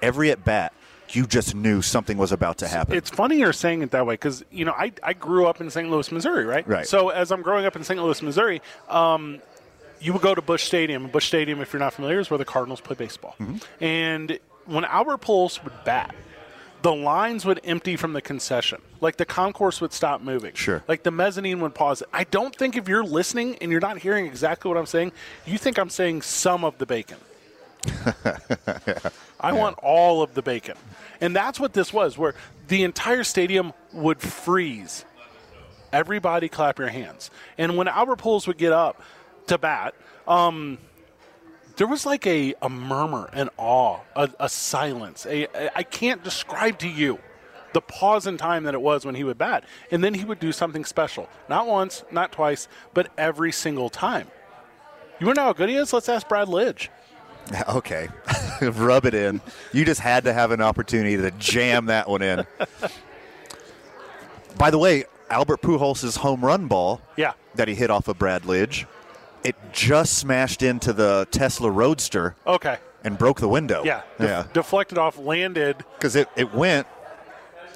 S8: every at bat you just knew something was about to happen
S7: It's funny you're saying it that way because you know I, I grew up in St. Louis, Missouri, right?
S8: Right.
S7: So as I'm growing up in St. Louis, Missouri, um, you would go to Bush Stadium. Bush Stadium, if you're not familiar, is where the Cardinals play baseball. And when Albert Pujols would bat, the lines would empty from the concession. Like the concourse would stop moving.
S8: Sure.
S7: Like the mezzanine would pause. I don't think if you're listening and you're not hearing exactly what I'm saying, you think I'm saying some of the bacon. I want all of the bacon. And that's what this was, where the entire stadium would freeze. Everybody clap your hands. And when Albert Pujols would get up to bat, um, there was like a, a murmur, an awe, a, a silence. I a, I can't describe to you the pause in time that it was when he would bat. And then he would do something special. Not once, not twice, but every single time. You want to know how good he is? Let's ask Brad Lidge.
S8: <laughs> okay rub it in you just had to have an opportunity to jam that one in by the way Albert Pujols' home run ball
S7: Yeah.
S8: that he hit off of Brad Lidge. It just smashed into the Tesla Roadster
S7: Okay.
S8: and broke the window.
S7: Oh. Yeah, def-
S8: Yeah.
S7: deflected off, landed.
S8: Because it, it went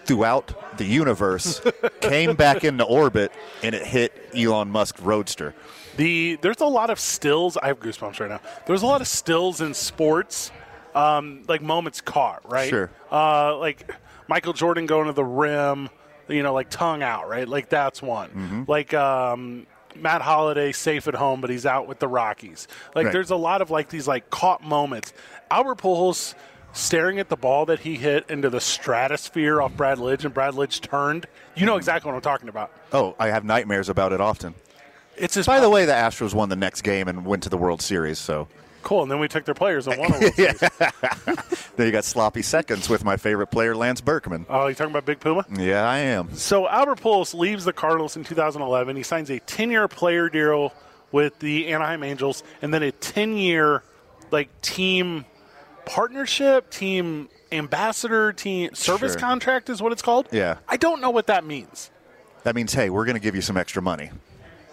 S8: throughout
S7: <laughs>
S8: the universe, came back into orbit, and it hit Elon Musk's Roadster.
S7: The there's a lot of stills. I have goosebumps right now. There's a lot of stills in sports, um, like moments caught, right?
S8: Sure.
S7: Uh, like Michael
S8: Mm-hmm.
S7: Jordan going to the rim, you know, like tongue out, right? Like that's one. Like um, Matt Holiday safe at home, but he's out with the Rockies. Like
S8: Right.
S7: there's a lot of like these like caught moments. Albert Pujols staring at the ball that he hit into the stratosphere off Brad Lidge, and Brad Lidge turned. You
S8: Mm-hmm.
S7: know exactly what I'm talking about.
S8: Oh, I have nightmares about it often.
S7: It's his
S8: By the way, the Astros won the next game and went to the World Series, so
S7: cool. And then we took their players and
S8: <laughs>
S7: won. a World Series.
S8: there you got sloppy seconds with my favorite player, Lance Berkman.
S7: Oh, you talking about Big Puma?
S8: Yeah, I am.
S7: So Albert Pujols leaves the Cardinals in 2011. He signs a 10-year player deal with the Anaheim Angels, and then a 10-year like team partnership, team ambassador, team service
S8: Sure.
S7: contract is what it's called.
S8: Yeah.
S7: I don't know what that means.
S8: That means, hey, we're going to give you some extra money.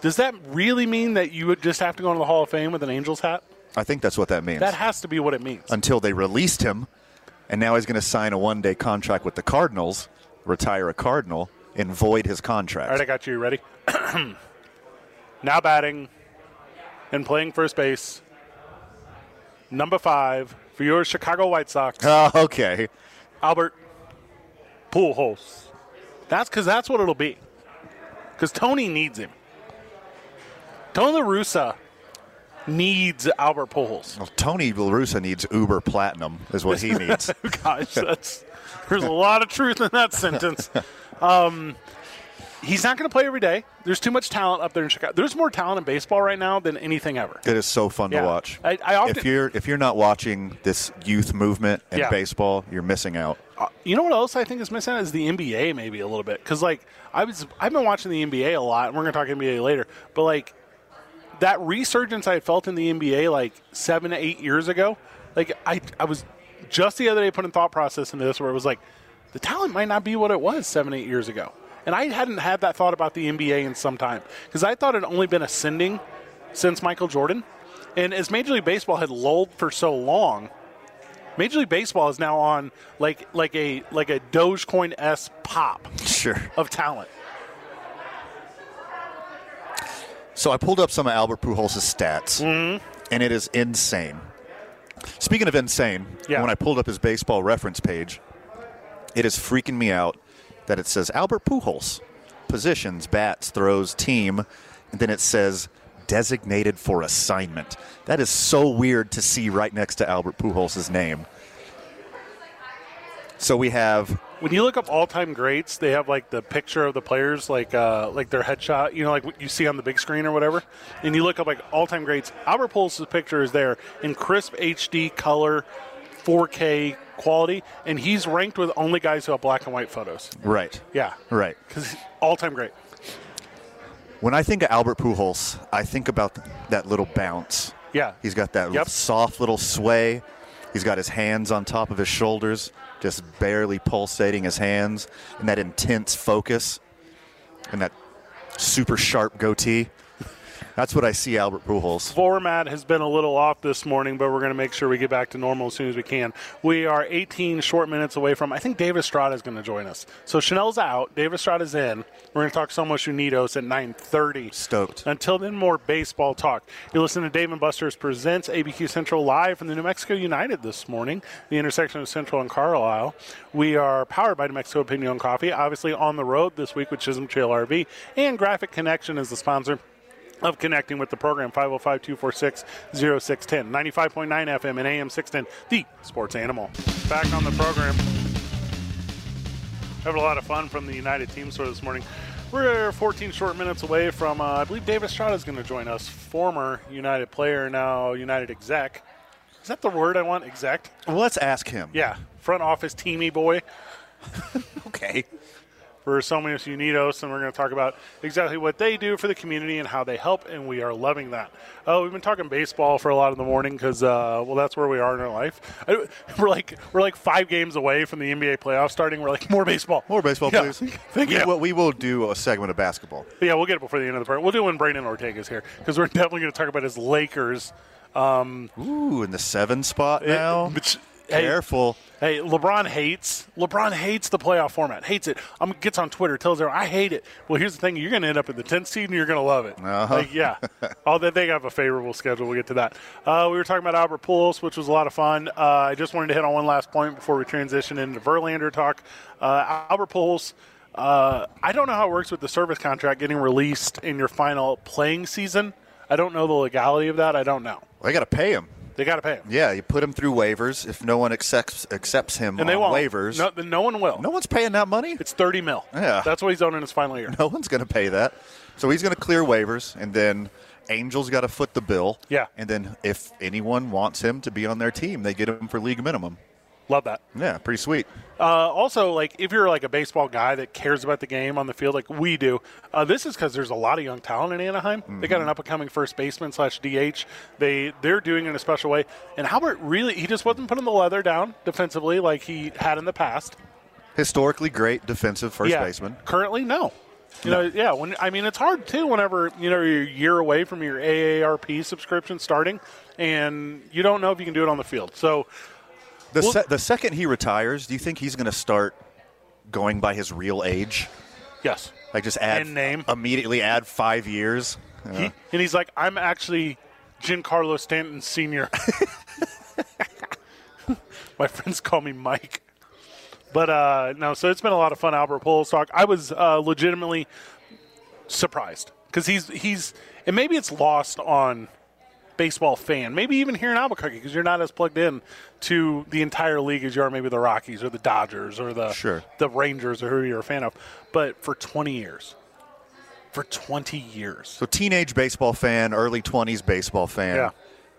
S7: Does that really mean that you would just have to go into the Hall of Fame with an Angels hat?
S8: I think that's what that means.
S7: That has to be what it means.
S8: Until they released him, and now he's going to sign a one day contract with the Cardinals, retire a Cardinal, and void his contract.
S7: All right, I got you. You Ready? <clears throat> now batting and playing first base. Number five for your Chicago White Sox,
S8: Oh, <laughs> okay.
S7: Albert Pujols. That's because that's what it'll be. Because Tony needs him. Tony La Russa needs Albert Pujols.
S8: Well, Tony La Russa needs Uber Platinum, is what
S7: <laughs>
S8: he needs.
S7: Gosh, that's there's a lot of truth in that sentence. Um, he's not going to play every day. There's too much talent up there in Chicago. There's more talent in baseball right now than anything ever.
S8: It is so fun
S7: Yeah.
S8: to watch.
S7: I- I often-
S8: if you're if you're not watching this youth movement in
S7: Yeah.
S8: baseball, you're missing out. <laughs>
S7: Uh, you know what else I think is missing is the NBA maybe a little bit because like I was I've been watching the NBA a lot and we're going to talk NBA later, but like that resurgence I had felt in the NBA like seven to eight years ago, like I I was just the other day putting thought process into this where it was like the talent might not be what it was seven eight years ago, and I hadn't had that thought about the NBA in some time because I thought it had only been ascending since Michael Jordan, and as Major League Baseball had lulled for so long. Major League Baseball is now on like like a like a Dogecoin s pop
S8: Sure.
S7: of talent.
S8: So I pulled up some of Albert Pujols' stats,
S7: Mm-hmm.
S8: and it is insane. Speaking of insane,
S7: Yeah.
S8: when I pulled up his baseball reference page, it is freaking me out that it says Albert Pujols, positions, bats, throws, team, and then it says designated for assignment. That is so weird to see right next to Albert Pujols' name. So we have
S7: When you look up all time greats, they have like the picture of the players, like uh, like their headshot, you know, like what you see on the big screen or whatever. And you look up like all time greats. Albert Pujols' picture is there in crisp HD color, 4K quality, and he's ranked with only guys who have black and white photos.
S8: right,
S7: Yeah,
S8: right.
S7: because all time great.
S8: When I think of Albert Pujols, I think about that little bounce.
S7: Yeah,
S8: He's got that
S7: Yep.
S8: soft little sway. He's got his hands on top of his shoulders, just barely pulsating his hands, and that intense focus, and that super sharp goatee. That's what I see Albert Pujols.
S7: format has been a little off this morning, but we're going to make sure we get back to normal as soon as we can. We are 18 short minutes away from. I think Dave Estrada is going to join us. So Chanel's out, Dave Estrada's in. We're going to talk Somos Unidos at 9:30.
S8: Stoked.
S7: Until then, more baseball talk. You listen to Dave and Buster's presents ABQ Central live from the New Mexico United this morning, the intersection of Central and Carlisle. We are powered by New Mexico Opinion Coffee, obviously on the road this week with Chisholm Trail RV, and Graphic Connection is the sponsor of connecting with the program 505 246 0610 95.9 FM and AM 610 the sports animal back on the program having a lot of fun from the United Team Store this morning we're 14 short minutes away from uh, I believe Dave Estrada is going to join us former United player now United exec is that the word I want exec
S8: Well, let's ask him.
S7: yeah front office teamy boy
S8: Okay.
S7: for Somos Unidos, and we're going to talk about exactly what they do for the community and how they help, and we are loving that. Oh, we've been talking baseball for a lot of the morning because, uh, well, that's where we are in our life. I- <laughs> we're like we're like five games away from the NBA playoffs starting. We're like more baseball,
S8: More baseball,
S7: Yeah.
S8: <laughs> please.
S7: Thank
S8: we,
S7: you.
S8: Will, we will do a segment of basketball.
S7: But yeah, we'll get it before the end of the program. We'll do it when Brandon Ortega's here because we're <laughs> definitely going to talk about his Lakers.
S8: Ooh, in the seven spot now.
S7: Which- <laughs> hey,
S8: Careful.
S7: Hey, LeBron hates LeBron hates the playoff format. Hates it. Um, gets on Twitter, tells everyone, "I hate it." Well, here's the thing: you're going to end up in the 10th seed, and you're going to love it.
S8: Uh-huh.
S7: Like,
S8: <laughs>
S7: yeah. Although they have a favorable schedule, we'll get to that. Uh, we were talking about Albert Pujols, which was a lot of fun. Uh, I just wanted to hit on one last point before we transition into Verlander talk. Uh, Albert Pujols. uh, Uh, I don't know how it works with the service contract getting released in your final playing season. I don't know the legality of that. I don't know.
S8: They got to pay him.
S7: They got to pay him,
S8: Yeah, you put him through waivers. If no one accepts accepts him
S7: and they
S8: on
S7: won't.
S8: waivers,
S7: No, no one will.
S8: no one's paying that money.
S7: It's thirty mil.
S8: Yeah.
S7: that's what he's owed in his final
S8: <laughs>
S7: year.
S8: No one's going to pay that. So he's going to clear waivers, and then Angels got to foot the bill.
S7: Yeah.
S8: And then if anyone wants him to be on their team, they get him for league minimum.
S7: Love that.
S8: Yeah, pretty sweet.
S7: Uh, also, like if you're like a baseball guy that cares about the game on the field, like we do, uh, this is because there's a lot of young talent in Anaheim. They
S8: Mm-hmm.
S7: got an up and coming first baseman slash DH. They they're doing it in a special way. And Halbert really he just wasn't putting the leather down defensively like he had in the past.
S8: Historically great defensive first
S7: yeah.
S8: baseman.
S7: Currently, no. You know, yeah. When I mean, it's hard too. Whenever you know you're a year away from your AARP subscription starting, and you don't know if you can do it on the field. So
S8: The
S7: Well-
S8: se- the second he retires, do you think he's going to start going by his real age?
S7: yes,
S8: Like just add
S7: And name.
S8: immediately add five years. Yeah.
S7: He, and he's like, I'm actually Giancarlo Stanton Sr. <laughs> My friends call me Mike. But uh, no, so it's been a lot of fun Albert Pujols talk. I was uh, legitimately surprised because he's he's and maybe it's lost on baseball fan, maybe even here in Albuquerque because you're not as plugged in to the entire league as you are maybe the Rockies or the Dodgers or the
S8: Sure.
S7: the Rangers or who you're a fan of. But for 20 years, for 20 years,
S8: So teenage baseball fan, early 20s baseball fan,
S7: Yeah.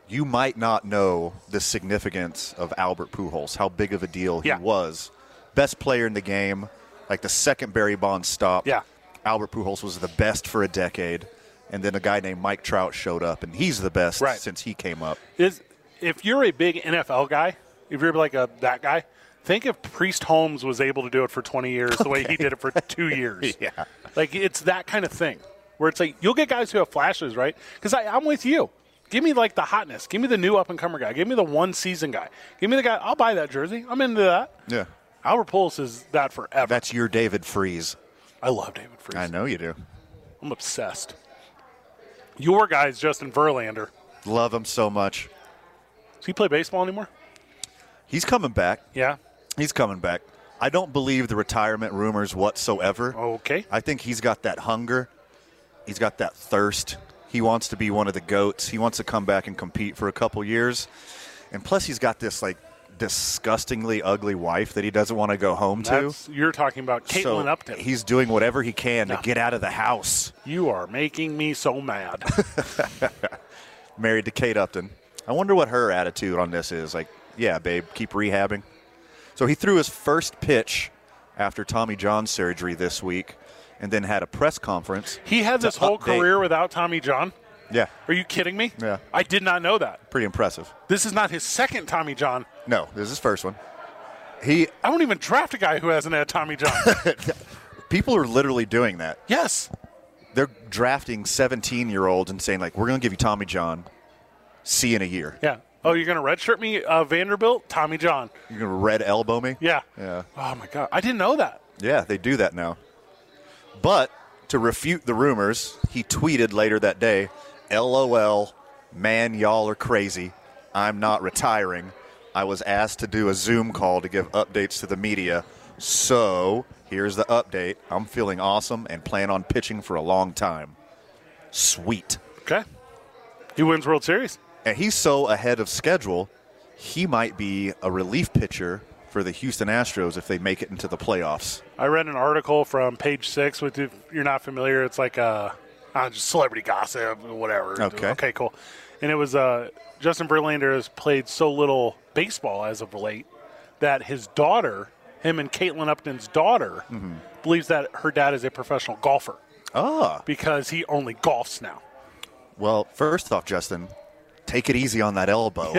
S8: you might not know the significance of Albert Pujols, how big of a deal he
S7: Yeah.
S8: was. Best player in the game, like the second Barry Bonds stop.
S7: Yeah.
S8: Albert Pujols was the best for a decade. And then a guy named Mike Trout showed up, and he's the best
S7: Right.
S8: since he came up.
S7: is if you're a big NFL guy, if you're like a that guy, think if Priest Holmes was able to do it for 20 years the way he did it for two
S8: <laughs>
S7: years. yeah, like it's that kind of thing where it's like you'll get guys who have flashes, right? Because I'm with you. Give me like the hotness. Give me the new up and comer guy. Give me the one season guy. Give me the guy. I'll buy that jersey. I'm into that.
S8: Yeah.
S7: Albert Pulse is that forever.
S8: That's your David Freeze.
S7: I love David Freeze.
S8: I know you do.
S7: I'm obsessed. Your guy's Justin Verlander.
S8: Love him so much.
S7: Does he play baseball anymore?
S8: He's coming back.
S7: Yeah.
S8: He's coming back. I don't believe the retirement rumors whatsoever.
S7: Okay.
S8: I think he's got that hunger. He's got that thirst. He wants to be one of the goats. He wants to come back and compete for a couple years. And plus he's got this like disgustingly ugly wife that he doesn't want to go home to.
S7: That's, you're talking about Caitlin
S8: so
S7: Upton.
S8: He's doing whatever he can
S7: No.
S8: to get out of the house.
S7: You are making me so
S8: <laughs>
S7: mad.
S8: Married to Kate Upton. I wonder what her attitude on this is. Like, yeah, babe, keep rehabbing. So he threw his first pitch after Tommy John surgery this week and then had a press conference.
S7: he had
S8: to
S7: this whole
S8: update-
S7: career without Tommy John.
S8: Yeah,
S7: Are you kidding me?
S8: Yeah.
S7: I did not know that.
S8: pretty impressive.
S7: This is not his second Tommy John.
S8: No, this is his first one. He
S7: I won't even draft a guy who hasn't had Tommy John.
S8: <laughs> people are literally doing that.
S7: yes.
S8: They're drafting 17-year-olds and saying like, "We're going to give you Tommy John. See you in a year.
S7: Yeah. Oh, you're gonna redshirt me, uh, Vanderbilt? Tommy John.
S8: You're going to red elbow me."
S7: Yeah.
S8: Yeah.
S7: Oh my God, I didn't know that.
S8: Yeah, they do that now. But to refute the rumors, he tweeted later that day, LOL, man, y'all are crazy. I'm not retiring. I was asked to do a Zoom call to give updates to the media. So here's the update. I'm feeling awesome and plan on pitching for a long time. Sweet.
S7: Okay. He wins World Series.
S8: And he's so ahead of schedule, he might be a relief pitcher for the Houston Astros if they make it into the playoffs.
S7: I read an article from Page Six, which if you're not familiar, it's like uh, uh, just celebrity gossip, whatever.
S8: Okay.
S7: Okay, cool. And it was uh, Justin Verlander has played so little baseball as of late that his daughter, him and Caitlin Upton's daughter,
S8: Mm-hmm.
S7: believes that her dad is a professional golfer
S8: Ah.
S7: because he only golfs now.
S8: Well, first off, Justin, take it easy on that elbow.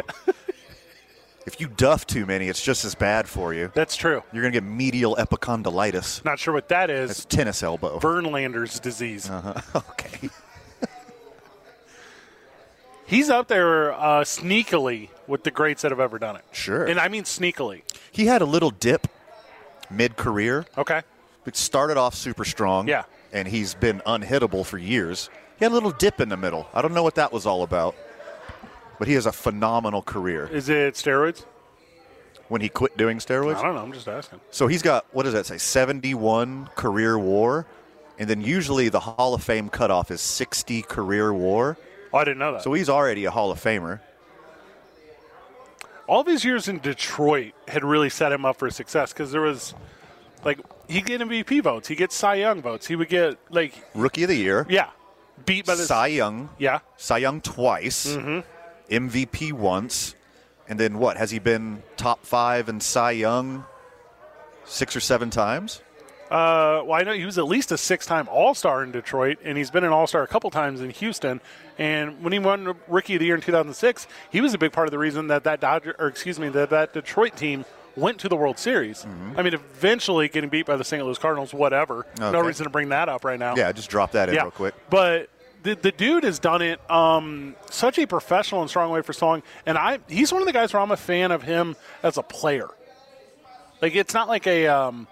S8: <laughs> if you duff too many, it's just as bad for you.
S7: That's true.
S8: You're going to get medial epicondylitis.
S7: Not sure what that is.
S8: That's tennis elbow.
S7: Verlander's disease.
S8: Uh-huh. <laughs> okay.
S7: He's up there uh, sneakily with the greats that have ever done it.
S8: Sure.
S7: And I mean sneakily.
S8: He had a little dip mid career.
S7: Okay.
S8: It started off super strong.
S7: Yeah.
S8: And he's been unhittable for years. He had a little dip in the middle. I don't know what that was all about. But he has a phenomenal career.
S7: Is it steroids?
S8: when he quit doing steroids?
S7: I don't know. I'm just asking.
S8: So he's got what does that say? Seventy-one career WAR, and then usually the Hall of Fame cutoff is sixty career WAR.
S7: Oh, I didn't know that.
S8: So he's already a Hall of Famer.
S7: all of his years in Detroit had really set him up for success because there was like he get MVP votes, he gets Cy Young votes, he would get like
S8: Rookie of the Year,
S7: yeah, beat by the
S8: Cy Young,
S7: yeah.
S8: Cy Young twice,
S7: Mm-hmm.
S8: MVP once, and then what? Has he been top five in Cy Young six or seven times?
S7: Uh, well, I know he was at least a six-time All-Star in Detroit, and he's been an All-Star a couple times in Houston. And when he won Rookie of the Year in 2006, he was a big part of the reason that that Dodger, or excuse me, that that Detroit team went to the World Series. I mean, eventually getting beat by the St. Louis Cardinals, whatever. No
S8: Okay.
S7: reason to bring that up right now.
S8: Yeah, just drop that in
S7: yeah.
S8: real quick.
S7: But the, the dude has done it um, such a professional and strong way for so long. And I he's one of the guys where I'm a fan of him as a player. Like it's not like a um,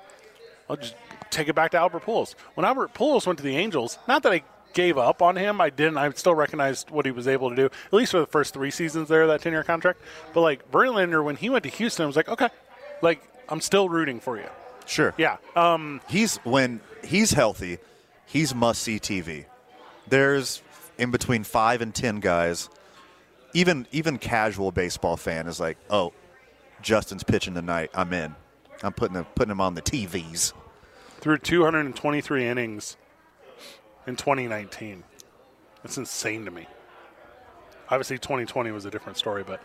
S7: I'll just take it back to Albert Pujols. When Albert Pujols went to the Angels, not that I gave up on him, I didn't. I still recognized what he was able to do, at least for the first three seasons there, that ten year contract. But like Verlander, when he went to Houston, I was like, okay, like I'm still rooting for you.
S8: Sure.
S7: Yeah. Um,
S8: He's when he's healthy, he's must see TV. There's in between five and ten guys, even even casual baseball fan is like, oh, Justin's pitching tonight. I'm in. I'm putting the, putting him on the TVs.
S7: through 223 innings in 2019. That's insane to me. Obviously, 2020 was a different story, but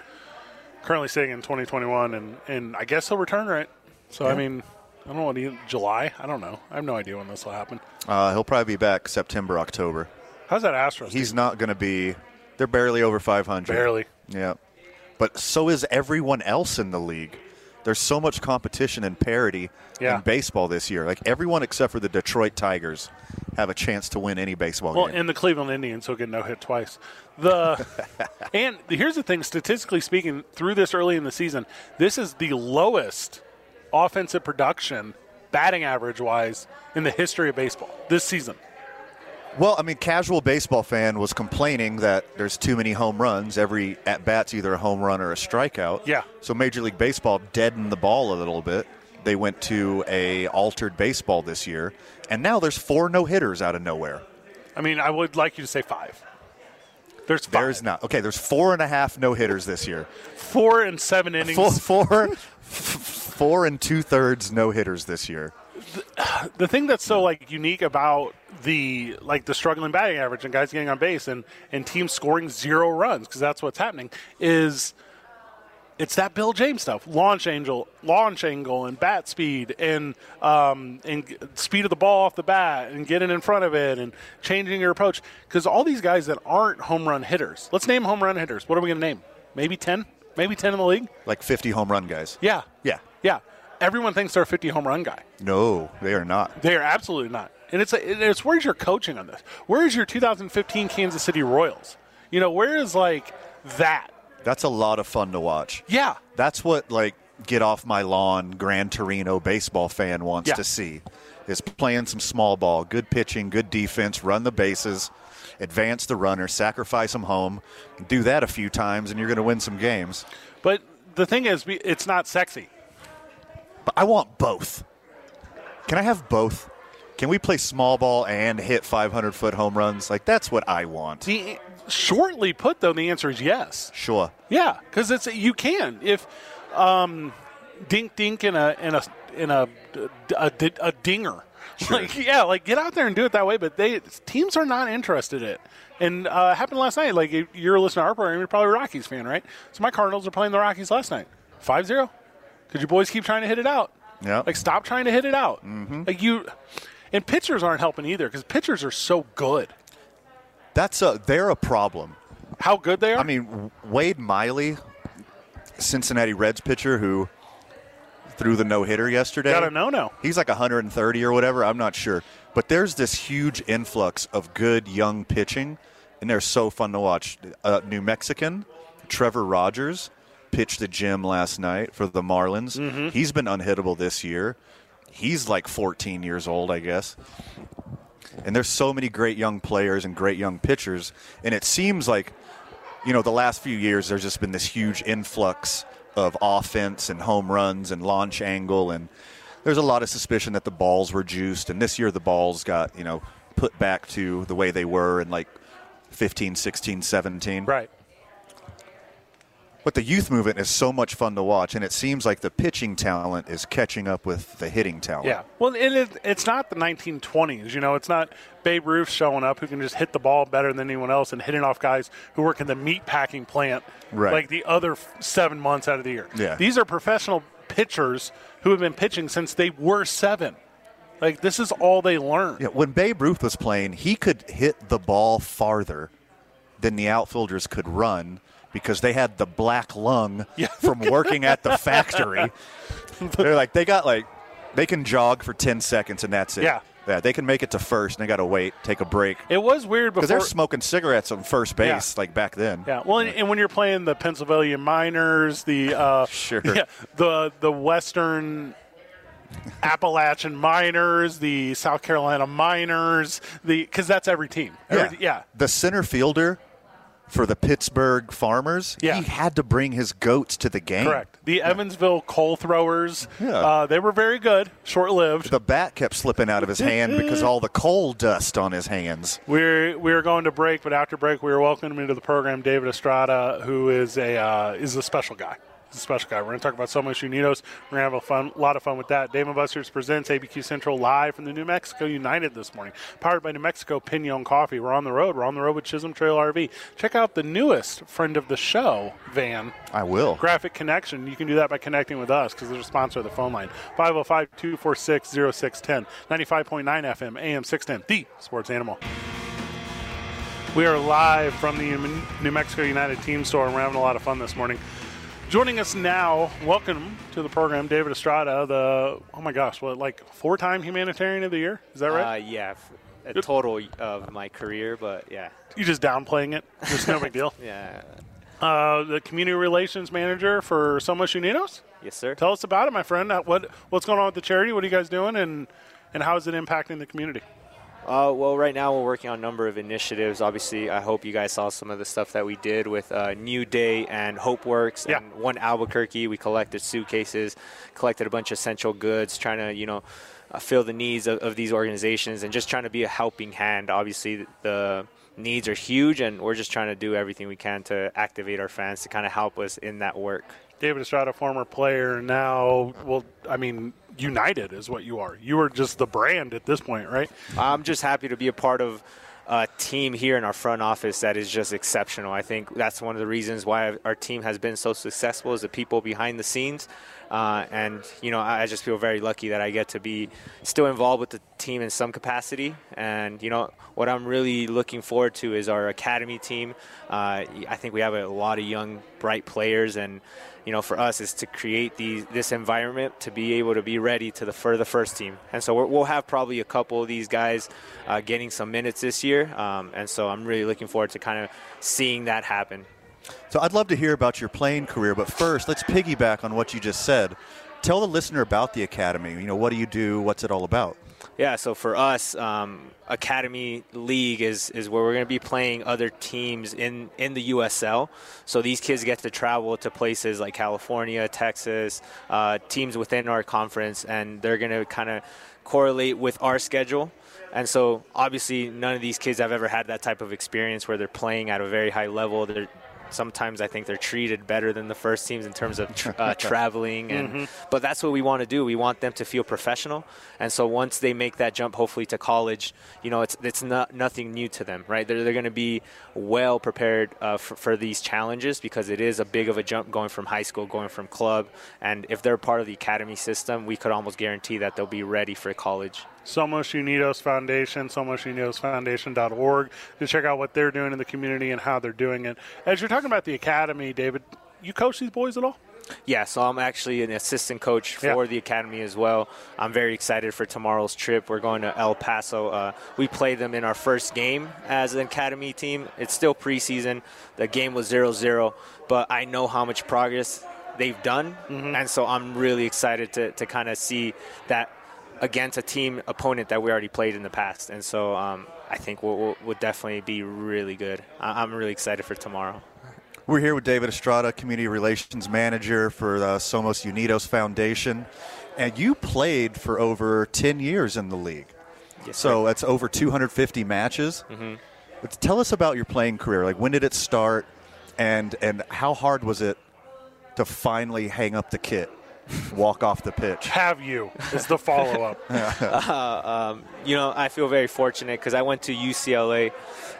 S7: currently sitting in 2021, and, and I guess he'll return, right? So, I mean, I don't know what, he- July? I don't know. I have no idea when this will happen.
S8: Uh, he'll probably be back September October.
S7: How's that Astros?
S8: He's not going to be. They're barely over 500.
S7: Barely.
S8: Yeah. But so is everyone else in the league. There's so much competition and parity
S7: Yeah.
S8: in baseball this year. Like everyone except for the Detroit Tigers have a chance to win any baseball
S7: Well,
S8: game.
S7: and the Cleveland Indians will get no hit twice.
S8: <laughs>
S7: The and here's the thing: statistically speaking, through this early in the season, this is the lowest offensive production, batting average wise, in the history of baseball this season.
S8: Well, I mean, casual baseball fan was complaining that there's too many home runs. Every at bat's either a home run or a strikeout.
S7: Yeah.
S8: So Major League Baseball deadened the ball a little bit. They went to a altered baseball this year, and now there's four no hitters out of nowhere.
S7: I mean, I would like you to say five. There's five.
S8: There's not okay. There's four and a half no hitters this year.
S7: four and seven innings.
S8: Four, four, f- four and two thirds no hitters this year.
S7: the thing that's so like unique about the like the struggling batting average and guys getting on base and and teams scoring zero runs because that's what's happening is it's that Bill James stuff launch angel launch angle and bat speed and um and g- speed of the ball off the bat and getting in front of it and changing your approach because all these guys that aren't home run hitters let's name home run hitters what are we gonna name maybe ten maybe ten in the league
S8: Like 50 home run guys.
S7: yeah
S8: Yeah.
S7: yeah everyone thinks they're a 50 home run guy
S8: No, they are not.
S7: they are absolutely not. And it's and it's where's your coaching on this? Where's your 2015 Kansas City Royals? You know, where is like that?
S8: That's a lot of fun to watch.
S7: Yeah.
S8: That's what like get off my lawn Gran Torino baseball fan wants
S7: Yeah.
S8: to see. Is playing some small ball, good pitching, good defense, run the bases, advance the runner, sacrifice them home. Do that a few times and you're going to win some games.
S7: But the thing is, we- it's not sexy.
S8: But I want both. Can I have both? Can we play small ball and hit 500 foot home runs? Like that's what I want.
S7: The shortly put, though, the answer is yes.
S8: Sure.
S7: Yeah, because it's you can if um, dink dink in a in a in a a, a dinger. Like yeah, like get out there and do it that way. But they teams are not interested in it. And uh, it happened last night. Like if you're listening to our program, you're probably a Rockies fan, right? So my Cardinals are playing the Rockies last night, 5-0. Could you boys keep trying to hit it out?
S8: Yeah.
S7: Like stop trying to hit it out.
S8: Mm-hmm.
S7: Like you, and pitchers aren't helping either because pitchers are so good.
S8: That's a they're a problem.
S7: How good they are.
S8: I mean, Wade Miley, Cincinnati Reds pitcher who threw the no hitter yesterday.
S7: got a no no.
S8: He's like 130 or whatever. I'm not sure. But there's this huge influx of good young pitching, and they're so fun to watch. Uh, New Mexican, Trevor Rogers, pitched the gym last night for the Marlins.
S7: Mm-hmm.
S8: He's been unhittable this year. He's like 14 years old, I guess. And there's so many great young players and great young pitchers. And it seems like, you know, the last few years, there's just been this huge influx of offense and home runs and launch angle and there's a lot of suspicion that the balls were juiced and this year the balls got you know put back to the way they were in like 15 16 17
S7: Right.
S8: but the youth movement is so much fun to watch and it seems like the pitching talent is catching up with the hitting talent
S7: Yeah. Well, it is, it's not the 1920s. You know, it's not Babe Ruth showing up who can just hit the ball better than anyone else and hitting off guys who work in the meat packing plant
S8: Right.
S7: like the other f- seven months out of the year.
S8: Yeah.
S7: These are professional pitchers who have been pitching since they were seven. Like, this is all they learned.
S8: Yeah, when Babe Ruth was playing, he could hit the ball farther than the outfielders could run because they had the
S7: <laughs>
S8: black lung from working at the factory. They're like, they got like, they can jog for 10 seconds and that's it.
S7: Yeah.
S8: Yeah, they can make it to first and they got to wait, take a break.
S7: It was weird
S8: Because
S7: before.
S8: they're smoking cigarettes on first base
S7: Yeah.
S8: like back then.
S7: Yeah, well, and, and when you're playing the Pennsylvania Miners, the uh,
S8: <laughs> Sure.
S7: <laughs> yeah, the the Western Appalachian Miners, the South Carolina Miners, the because that's every team. Every- yeah,
S8: The center fielder for the Pittsburgh Farmers,
S7: Yeah.
S8: he had to bring his goats to the game.
S7: correct. The Evansville Coal Throwers,
S8: Yeah.
S7: uh, they were very good, short lived.
S8: The bat kept slipping out of his hand because all the coal dust on his hands.
S7: We're we were going to break, but after break, we were welcoming into the program David Estrada, who is a uh, is a special guy. He's a special guy. We're going to talk about so much Unidos. We're going to have a fun, lot of fun with that. Damon Busters presents ABQ Central live from the New Mexico United this morning, powered by New Mexico Pinon Coffee. We're on the road. We're on the road with Chisholm Trail RV. Check out the newest friend of the show van
S8: I will.
S7: graphic connection. You can do that by connecting with us because they're a sponsor of the phone line 505 246 0610, 95.9 FM, AM 610, the sports animal. We are live from the New Mexico United Team Store, and we're having a lot of fun this morning. Joining us now, welcome to the program, David Estrada, the, oh my gosh, what, like four time humanitarian of the year? Is that right?
S9: Uh, yeah, f- a total of my career, but yeah,
S7: You're just downplaying it. It's
S9: <laughs>
S7: no big deal.
S9: yeah,
S7: Uh, the community relations manager for Somos Unidos?
S9: yes, sir.
S7: Tell us about it, my friend. Uh, What what's going on with the charity? What are you guys doing, and and how is it impacting the community?
S9: Uh, well, right now we're working on a number of initiatives. Obviously, I hope you guys saw some of the stuff that we did with uh, New Day and Hope Works
S7: Yeah.
S9: and One Albuquerque. We collected suitcases, collected a bunch of essential goods, trying to you know uh, fill the needs of, of these organizations and just trying to be a helping hand. Obviously, the needs are huge, and we're just trying to do everything we can to activate our fans to kind of help us in that work.
S7: David Estrada, former player, now well, I mean, United is what you are. You are just the brand at this point, right?
S9: I'm just happy to be a part of a team here in our front office that is just exceptional. I think that's one of the reasons why our team has been so successful is the people behind the scenes. Uh, and, you know, I I just feel very lucky that I get to be still involved with the team in some capacity. And, you know, what I'm really looking forward to is our academy team. Uh, I think we have a lot of young, bright players. And, you know, for us is to create these this environment to be able to be ready to the for the first team. And so we're, we'll have probably a couple of these guys uh, getting some minutes this year. Um, and so I'm really looking forward to kind of seeing that happen.
S8: So I'd love to hear about your playing career, but first, let's piggyback on what you just said. Tell the listener about the academy. You know, what do you do? What's it all about?
S9: Yeah, so for us, um, Academy League is, is where we're going to be playing other teams in, in the USL. So these kids get to travel to places like California, Texas, uh, teams within our conference, and they're going to kind of correlate with our schedule. And so obviously, none of these kids have ever had that type of experience where they're playing at a very high level. They're sometimes I think they're treated better than the first teams in terms of tr uh, traveling and but that's what we want to do we want them to feel professional and so once they make that jump hopefully to college you know it's it's not nothing new to them right they're, they're going to be well prepared uh, for, for these challenges because it is a big of a jump going from high school going from club and if they're part of the academy system we could almost guarantee that they'll be ready for college
S7: Somos Unidos Foundation, SomosUnidosFoundation.org to check out what they're doing in the community and how they're doing it. As you're talking about the academy, David, you coach these boys at all?
S9: Yeah, so I'm actually an assistant coach for
S7: Yeah.
S9: the academy as well. I'm very excited for tomorrow's trip. We're going to El Paso. Uh, we play them in our first game as an academy team. It's still preseason. The game was 0 0, but I know how much progress they've done. And so I'm really excited to, to kind of see that against a team opponent that we already played in the past. And so um, I think we'll, we'll, we'll definitely be really good. I- I'm really excited for tomorrow.
S8: We're here with David Estrada, Community Relations Manager for the Somos Unidos Foundation. And you played for over 10 years in the league.
S9: Yes,
S8: so that's over 250 matches.
S9: Mhm.
S8: But tell us about your playing career. Like, when did it start? And, and how hard was it to finally hang up the kit, walk off the pitch?
S7: Have you is the follow <laughs> up.
S9: uh, um, you know, I feel very fortunate because I went to UCLA,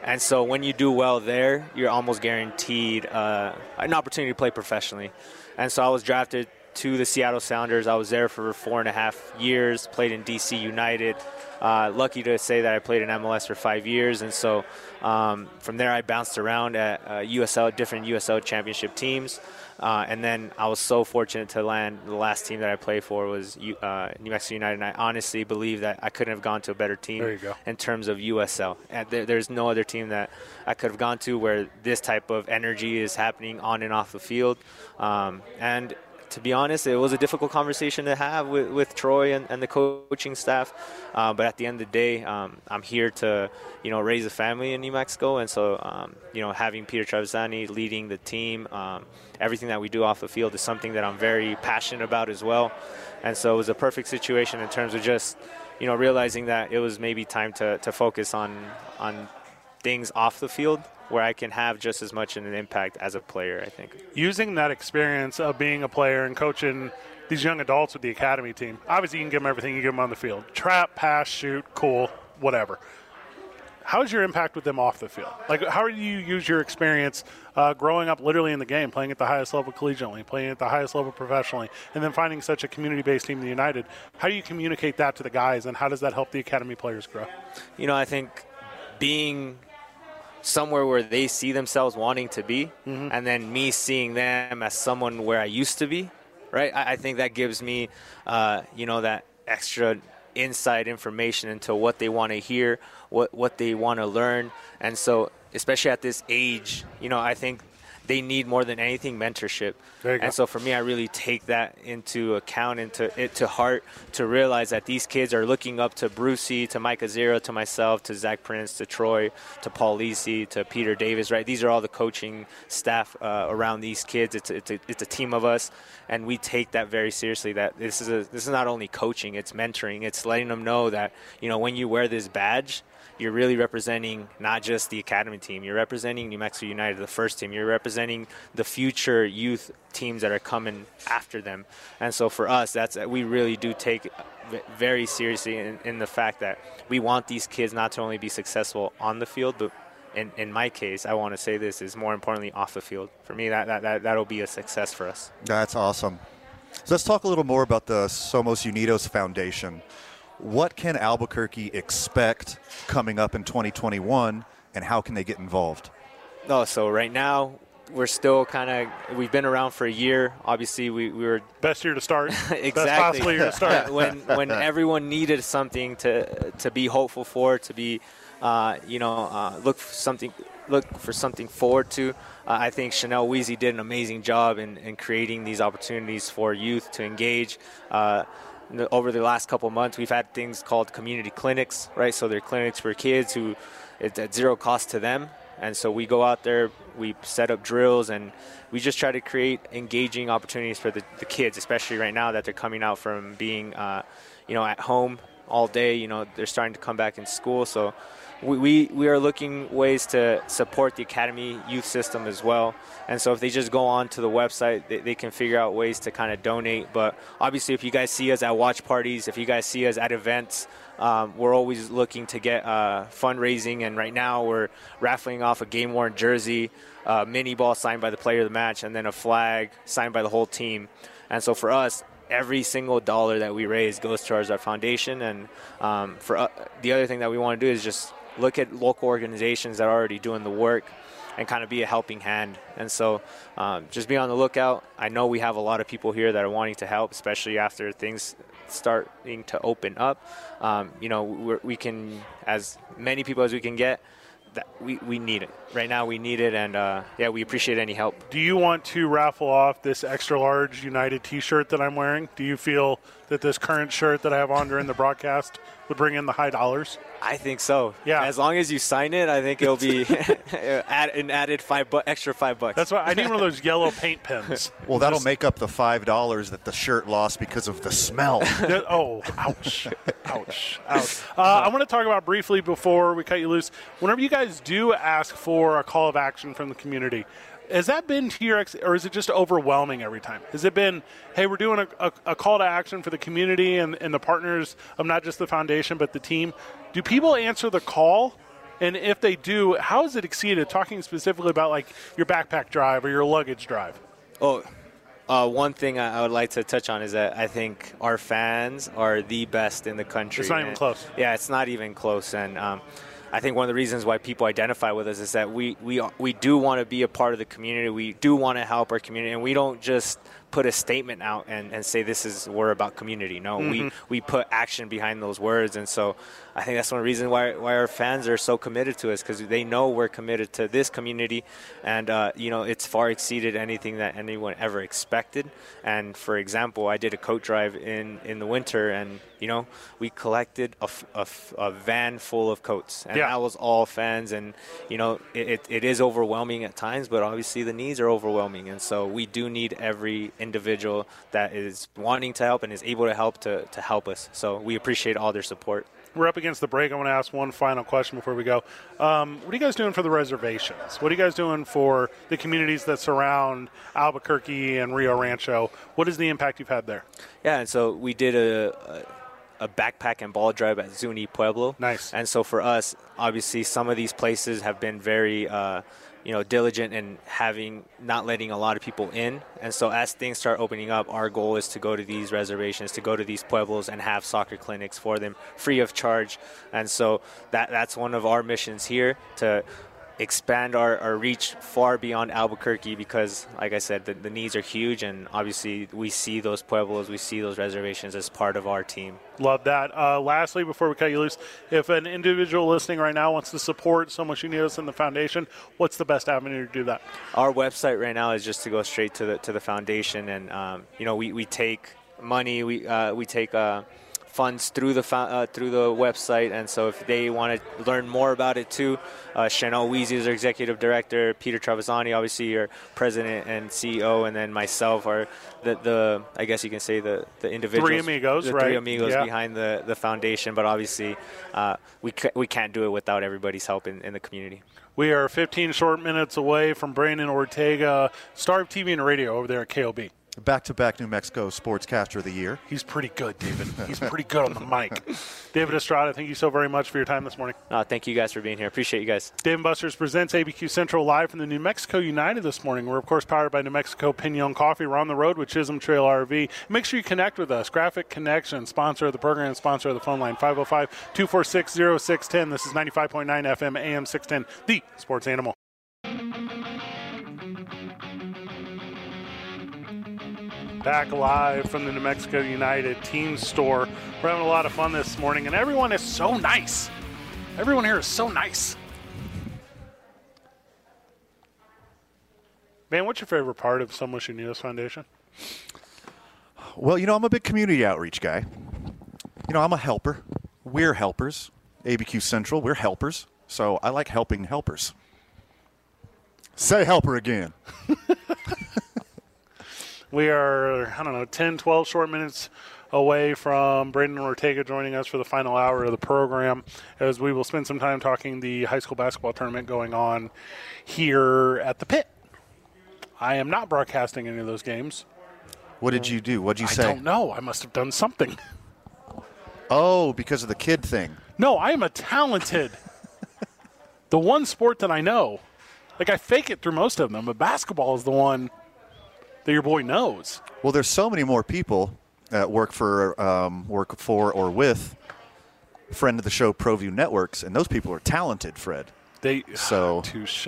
S9: and so when you do well there, you're almost guaranteed uh, an opportunity to play professionally. And so I was drafted to the Seattle Sounders. I was there for four and a half years. Played in DC United. Uh, lucky to say that I played in MLS for five years, and so um, from there I bounced around at uh, USL, different USL championship teams. Uh, and then I was so fortunate to land the last team that I played for was U- uh, New Mexico United. And I honestly believe that I couldn't have gone to a better team
S7: There you go.
S9: in terms of USL. And there, there's no other team that I could have gone to where this type of energy is happening on and off the field. Um, and to be honest, it was a difficult conversation to have with, with Troy and, and the coaching staff. Uh, but at the end of the day, um, I'm here to, you know, raise a family in New Mexico. And so, um, you know, having Peter Trevisani leading the team, um, everything that we do off the field is something that I'm very passionate about as well. And so it was a perfect situation in terms of just, you know, realizing that it was maybe time to, to focus on, on things off the field where I can have just as much an impact as a player, I think.
S7: using that experience of being a player and coaching these young adults with the academy team, obviously you can give them everything you give them on the field trap, pass, shoot, cool, whatever. How's your impact with them off the field? Like, how do you use your experience uh, growing up literally in the game, playing at the highest level collegially, playing at the highest level professionally, and then finding such a community based team, the United? How do you communicate that to the guys, and how does that help the academy players grow?
S9: you know, I think being somewhere where they see themselves wanting to be, and then me seeing them as someone where I used to be, right? I, I think that gives me, uh, you know, that extra inside information into what they want to hear, what what they want to learn, and so especially at this age, you know, I think they need more than anything mentorship.
S7: There you go.
S9: And so for me, I really take that into account, into it to heart, to realize that these kids are looking up to Brucey, to Mike Azera, to myself, to Zach Prince, to Troy, to Paul Lisi, to Peter Davis. Right, these are all the coaching staff uh, around these kids. It's it's a, it's a team of us, and we take that very seriously. That this is a, this is not only coaching, it's mentoring, it's letting them know that you know when you wear this badge you're really representing not just the academy team, you're representing New Mexico United, the first team, you're representing the future youth teams that are coming after them. And so for us, that's we really do take v- very seriously in, in the fact that we want these kids not to only be successful on the field, but in, in my case, I want to say this is more importantly off the field. For me, that, that, that, that'll be a success for us.
S8: <laughs> That's awesome. So let's talk a little more about the Somos Unidos Foundation. What can Albuquerque expect coming up in 2021, and how can they get involved?
S9: No, Oh, so right now we're still kind of we've been around for a year. Obviously, we, we were
S7: best year to
S9: <laughs>
S7: start.
S9: exactly
S7: Best possible year to start.
S9: <laughs> when when everyone needed something to to be hopeful for, to be uh, you know uh, look for something look for something forward to. Uh, I think Chanel Weezy did an amazing job in, in creating these opportunities for youth to engage. Uh, n- over the last couple months, we've had things called community clinics, right? So they're clinics for kids who it's at zero cost to them. And so we go out there, we set up drills, and we just try to create engaging opportunities for the, the kids, especially right now that they're coming out from being, uh, you know, at home all day. You know, they're starting to come back in school. So we, we, we are looking ways to support the academy youth system as well. And so if they just go on to the website, they, they can figure out ways to kind of donate. But obviously, if you guys see us at watch parties, if you guys see us at events, um, we're always looking to get uh, fundraising, and right now we're raffling off a game worn jersey, a mini ball signed by the player of the match, and then a flag signed by the whole team. And so for us, every single dollar that we raise goes towards our foundation. And um, for uh, the other thing that we want to do is just look at local organizations that are already doing the work and kind of be a helping hand. And so um, just be on the lookout. I know we have a lot of people here that are wanting to help, especially after things starting to open up. Um, you know, we're, we can, as many people as we can get, that we, we need it right now. We need it, and uh, yeah, we appreciate any help.
S7: Do you want to raffle off this extra large United T-shirt that I'm wearing? Do you feel that this current shirt that I have on during the broadcast would bring in the high dollars?
S9: I think so. Yeah. As long as you sign it, I think it'll be <laughs> add, an added five bu- extra five bucks.
S7: That's why I need one of those yellow paint pens.
S8: Well, that'll make up the five dollars that the shirt lost because of the <laughs> smell.
S7: Yeah, oh, ouch, ouch, ouch. Uh, I want to talk about briefly before we cut you loose. Whenever you guys do ask for a call of action from the community, has that been to your, ex- or is it just overwhelming every time? Has it been, hey, we're doing a, a, a call to action for the community and, and the partners of not just the foundation, but the team? Do people answer the call? And if they do, how has it exceeded? Talking specifically about like your backpack drive or your luggage drive.
S9: Oh, uh, one thing I, I would like to touch on is that I think our fans are the best in the country.
S7: It's not even
S9: And-
S7: close.
S9: Yeah, it's not even close. And um, I think one of the reasons why people identify with us is that we we we do want to be a part of the community. We do want to help our community, and we don't just put a statement out and, and say this is we're about community. No,
S7: Mhm.
S9: we we put action behind those words, and so I think that's one reason why why our fans are so committed to us because they know we're committed to this community, and uh, you know it's far exceeded anything that anyone ever expected. And for example, I did a coat drive in in the winter, and you know we collected a, f- a f- a van full of coats, and
S7: Yeah.
S9: that was all fans. And you know it, it, it is overwhelming at times, but obviously the needs are overwhelming, and so we do need every individual that is wanting to help and is able to help to, to help us. So we appreciate all their support.
S7: We're up against the break. I want to ask one final question before we go. Um, what are you guys doing for the reservations? What are you guys doing for the communities that surround Albuquerque and Rio Rancho? What is the impact you've had there?
S9: Yeah, and so we did a, a, a backpack and ball drive at Zuni Pueblo. Nice. And so for us, obviously, some of these places have been very, uh, you know, diligent in having not letting a lot of people in. And so as things start opening up, our goal is to go to these reservations, to go to these pueblos, and have soccer clinics for them free of charge. And so that that's one of our missions here to expand our, our reach far beyond Albuquerque because, like I said, the, the needs are huge, and obviously we see those pueblos, we see those reservations as part of our team.
S7: Love that. Uh, lastly, before we cut you loose, if an individual listening right now wants to support so much you need us in the foundation, what's the best avenue to do that?
S9: Our website right now is just to go straight to the to the foundation, and um, you know we, we take money, we uh, we take. Uh, funds through the fo- uh, through the website and so if they want to learn more about it too uh, Chanel Weezy is our executive director Peter Travasani obviously our president and CEO and then myself are the, the I guess you can say the the individuals
S7: amigos,
S9: the
S7: right?
S9: three amigos
S7: Yeah.
S9: behind the, the foundation but obviously uh, we, ca- we can't do it without everybody's help in, in the community
S7: We are 15 short minutes away from Brandon Ortega, star of TV and radio over there at KOB.
S8: Back-to-back New Mexico Sportscaster of the Year.
S7: He's pretty good, David. He's pretty good on the mic. <laughs> David Estrada, thank you so very much for your time this morning.
S9: uh, thank you guys for being here appreciate you guys
S7: Dave and Buster's presents ABQ Central live from the New Mexico United this morning. We're, of course, powered by New Mexico Pinon Coffee. We're on the road with Chisholm Trail RV. Make sure you connect with us. Graphic Connection, sponsor of the program, sponsor of the phone line, 505 246 0610. oh. This is 95.9 FM AM 610, the sports animal. Back live from the New Mexico United team store. We're having a lot of fun this morning, and everyone is so nice. Everyone here is so nice. Man, what's your favorite part of Someone Should Need Us Foundation?
S8: Well, you know, I'm a big community outreach guy. You know, I'm a helper. We're helpers. ABQ Central, we're helpers. So I like helping helpers. Say helper again.
S7: We are, I don't know, 10, 12 short minutes away from Brandon Ortega joining us for the final hour of the program as we will spend some time talking the high school basketball tournament going on here at the pit. I am not broadcasting any of those games.
S8: What did you do? What'd you
S7: I
S8: say?
S7: don't know. I must have done something. <laughs>
S8: Oh, because of the kid thing.
S7: No, I am a talented. <laughs> the one sport that I know, like I fake it through most of them, but basketball is the one that your boy knows.
S8: Well, there's so many more people that work for, um, work for or with friend of the show ProView Networks, and those people are talented, Fred.
S7: They
S8: so
S7: touche,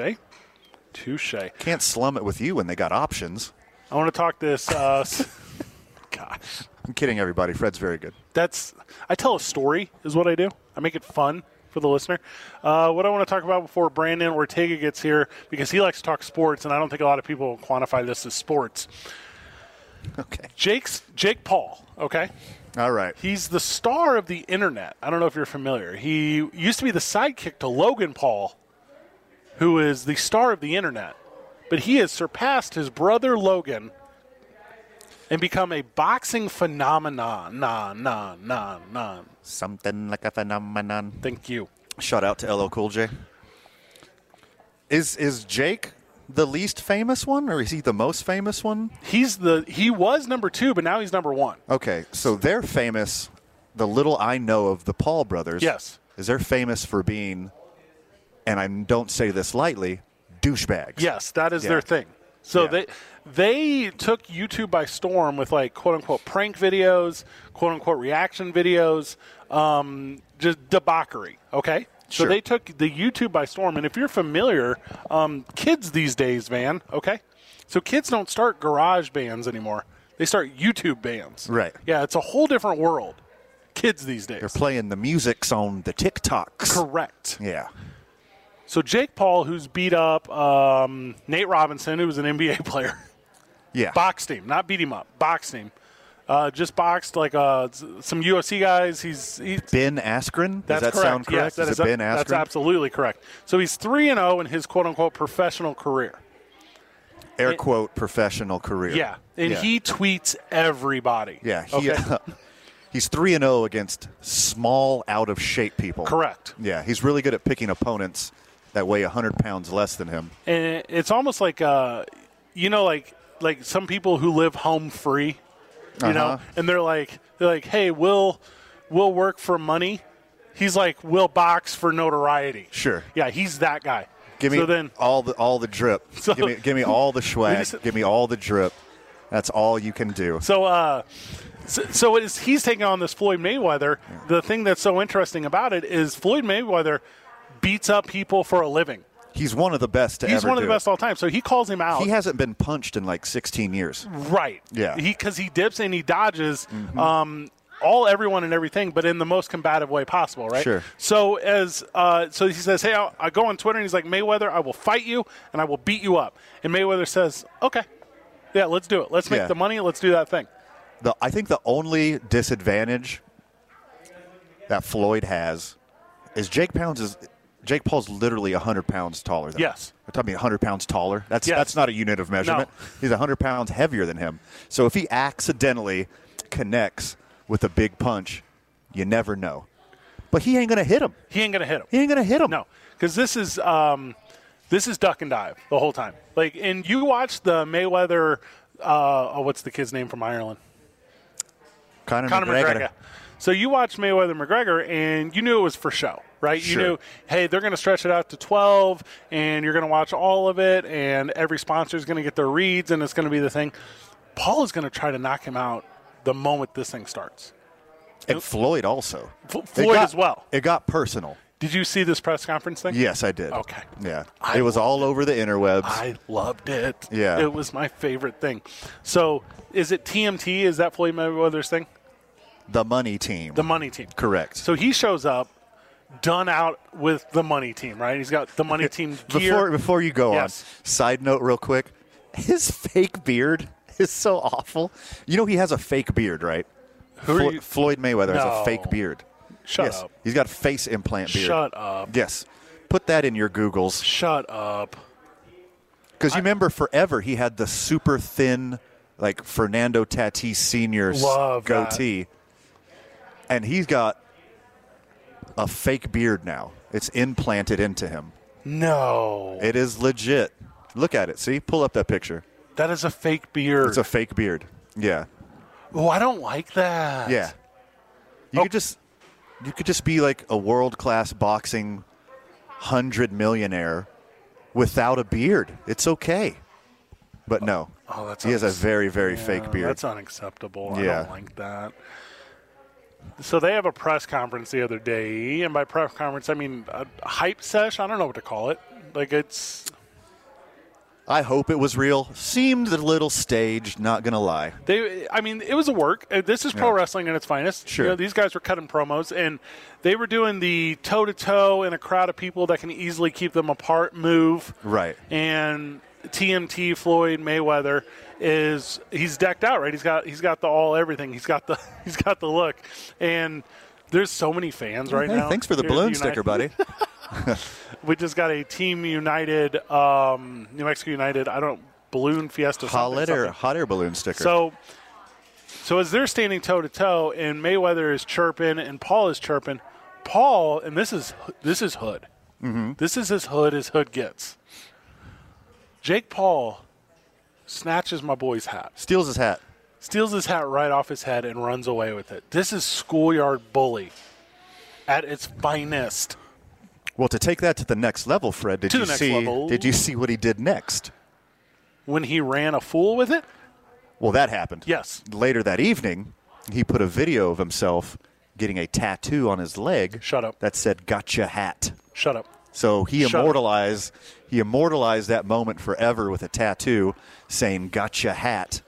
S7: touche.
S8: Can't slum it with you when they got options.
S7: I want to talk this. Uh, s- <laughs> God,
S8: I'm kidding, everybody. Fred's very good. <laughs>
S7: that's I tell a story is what I do. I make it fun. for the listener. Uh, what I want to talk about before Brandon Ortega gets here, because he likes to talk sports, and I don't think a lot of people quantify this as sports.
S8: Okay.
S7: Jake's Jake Paul. Okay.
S8: All right.
S7: He's the star of the internet. I don't know if you're familiar. He used to be the sidekick to Logan Paul, who is the star of the internet, but he has surpassed his brother Logan and become a boxing phenomenon. Nah, nah, nah, nah.
S8: Something like a phenomenon.
S7: Thank you.
S8: Shout out to LL Cool J. Is is Jake the least famous one, or is he the most famous one?
S7: He's the he was number two, but now he's number one.
S8: Okay, so they're famous. The little I know of the Paul brothers,
S7: Yes.
S8: is they're famous for being, and I don't say this lightly, douchebags.
S7: Yes, that is
S8: Yeah.
S7: their thing. So
S8: Yeah.
S7: they they took YouTube by storm with like quote unquote prank videos, quote unquote reaction videos, um, just debauchery. Okay. So
S8: Sure.
S7: they took the YouTube by storm, and if you're familiar, um, kids these days, man. Okay, so kids don't start garage bands anymore; they start YouTube bands.
S8: Right.
S7: Yeah, it's a whole different world. Kids these
S8: they're
S7: days.
S8: playing the musics on the TikToks.
S7: Correct.
S8: Yeah,
S7: So Jake Paul, who's beat up um, Nate Robinson, who was an NBA <laughs> player,
S8: yeah.
S7: boxed him, not beat him up, boxed him. Uh, just boxed like uh, s- some UFC guys. He's, he's
S8: Ben Askren. Does
S7: that's
S8: that
S7: correct.
S8: sound correct?
S7: Yes, that
S8: is,
S7: is
S8: it
S7: a-
S8: Ben Askren?
S7: That's absolutely correct. So he's three and zero in his quote unquote professional career.
S8: Air quote professional career.
S7: Yeah, and
S8: Yeah.
S7: he tweets everybody.
S8: Yeah, he,
S7: okay,
S8: <laughs> he's three and zero against small, out of shape people.
S7: correct.
S8: Yeah, he's really good at picking opponents that weigh hundred pounds less than him.
S7: and it's almost like uh, you know, like like some people who live home free, you know,
S8: Uh-huh.
S7: and they're like they're like, hey, we'll we'll work for money. He's like, we'll box for notoriety.
S8: Sure.
S7: Yeah, he's that guy.
S8: Give me
S7: so then
S8: all the all the drip.
S7: <laughs> So-
S8: give me give me
S7: <laughs>
S8: all the swag.
S7: just-
S8: give me all the drip. That's all you can do.
S7: so uh, so, so it is, he's taking on this Floyd Mayweather. The thing that's so interesting about it is Floyd Mayweather beats up people for a living.
S8: He's one of the best to
S7: He's
S8: ever
S7: one of
S8: do
S7: the best
S8: it.
S7: all time. So he calls him out.
S8: He hasn't been punched in like 16 years.
S7: Right.
S8: Yeah. Mm-hmm.
S7: He because he dips and he dodges um, all everyone and everything, but in the most combative way possible. Right.
S8: Sure.
S7: So as uh, so he says, hey, I'll, I go on Twitter and he's like, Mayweather, I will fight you and I will beat you up. And Mayweather says, okay, yeah, let's do it. Let's make
S8: Yeah.
S7: the money. Let's do that thing.
S8: The, I think the only disadvantage that Floyd has is Jake Pounds is Jake Paul's literally 100 pounds taller than
S7: Yes.
S8: him. We're talking 100 pounds taller. That's
S7: Yes.
S8: that's not a unit of measurement.
S7: No.
S8: He's 100 pounds heavier than him. So if he accidentally connects with a big punch, you never know. But he ain't gonna hit him.
S7: He ain't gonna hit him.
S8: He ain't gonna hit him.
S7: No, because this is um, this is duck and dive the whole time. Like, and you watch the Mayweather. Uh, oh, what's the kid's name from Ireland?
S8: Conor,
S7: Conor
S8: McGregor.
S7: McGregor. So you watched Mayweather McGregor, and you knew it was for show, right?
S8: Sure.
S7: You knew, hey, they're going to stretch it out to 12, and you're going to watch all of it, and every sponsor is going to get their reads, and it's going to be the thing. Paul is going to try to knock him out the moment this thing starts.
S8: and Floyd also.
S7: F-
S8: It
S7: Floyd
S8: got-
S7: as well.
S8: It got personal.
S7: Did you see this press conference thing?
S8: Yes, I did.
S7: Okay.
S8: Yeah,
S7: I
S8: it was all over the interwebs.
S7: I loved it.
S8: Yeah.
S7: It was my favorite thing. So is it TMT? Is that Floyd Mayweather's thing?
S8: the money team.
S7: The money team.
S8: Correct.
S7: So he shows up, done out with the money team, right? He's got the
S8: <laughs>
S7: money team gear.
S8: before before you go
S7: Yes.
S8: on, side note real quick, his fake beard <laughs> is so awful. You know he has a fake beard, right?
S7: Who are
S8: Flo-
S7: you-
S8: Floyd Mayweather has a
S7: No.
S8: fake beard.
S7: Shut
S8: yes,
S7: up.
S8: he's got a face implant beard.
S7: Shut up.
S8: Yes, put that in your Googles
S7: Shut up.
S8: because you remember forever he had the super thin, like Fernando Tatis Senior
S7: Love that.
S8: goatee, and he's got a fake beard now. It's implanted into him.
S7: No.
S8: It is legit. Look at it. See, pull up that picture.
S7: That is a fake beard.
S8: It's a fake beard. Yeah.
S7: oh, I don't like that.
S8: Yeah. You
S7: Oh.
S8: could just you could just be like a world class boxing hundred millionaire without a beard. It's okay. But no.
S7: Oh, that's
S8: he has a
S7: unaccept-
S8: very, very fake
S7: Yeah,
S8: beard.
S7: That's unacceptable. I
S8: Yeah.
S7: don't like that. So they have a press conference the other day, and by press conference I mean a hype sesh. I don't know what to call it. Like it's
S8: I hope it was real. Seemed a little staged, not going to lie.
S7: They, I mean, it was a work. Uh, This is pro
S8: Yeah.
S7: wrestling in its finest.
S8: Sure.
S7: You know, these guys were cutting promos, and they were doing the toe to toe in a crowd of people that can easily keep them apart move.
S8: Right.
S7: And TMT Floyd Mayweather is he's decked out, right? He's got he's got the all everything. He's got the <laughs> he's got the look, and there's so many fans right
S8: Hey,
S7: now.
S8: thanks for the
S7: here at
S8: balloon
S7: United-
S8: sticker,
S7: <laughs>
S8: buddy.
S7: We just got a Team United, um, New Mexico United. I don't balloon fiesta. something,
S8: hot air,
S7: something.
S8: hot air balloon sticker.
S7: So, so as they're standing toe to toe, and Mayweather is chirping, and Paul is chirping. Paul, and this is this is Hood.
S8: Mm-hmm.
S7: This is as Hood as Hood gets. Jake Paul snatches my boy's hat,
S8: steals his hat.
S7: steals his hat right off his head, and runs away with it. This is schoolyard bully at its finest.
S8: Well, to take that to the next level, Fred, did
S7: To
S8: you
S7: the next
S8: see?
S7: level.
S8: Did you see what he did next?
S7: When he ran a fool with it,
S8: Well, that happened.
S7: yes,
S8: Later that evening, he put a video of himself getting a tattoo on his leg
S7: Shut up.
S8: that said "Gotcha Hat."
S7: shut up.
S8: So he
S7: Shut up.
S8: immortalized he immortalized that moment forever with a tattoo saying "Gotcha Hat."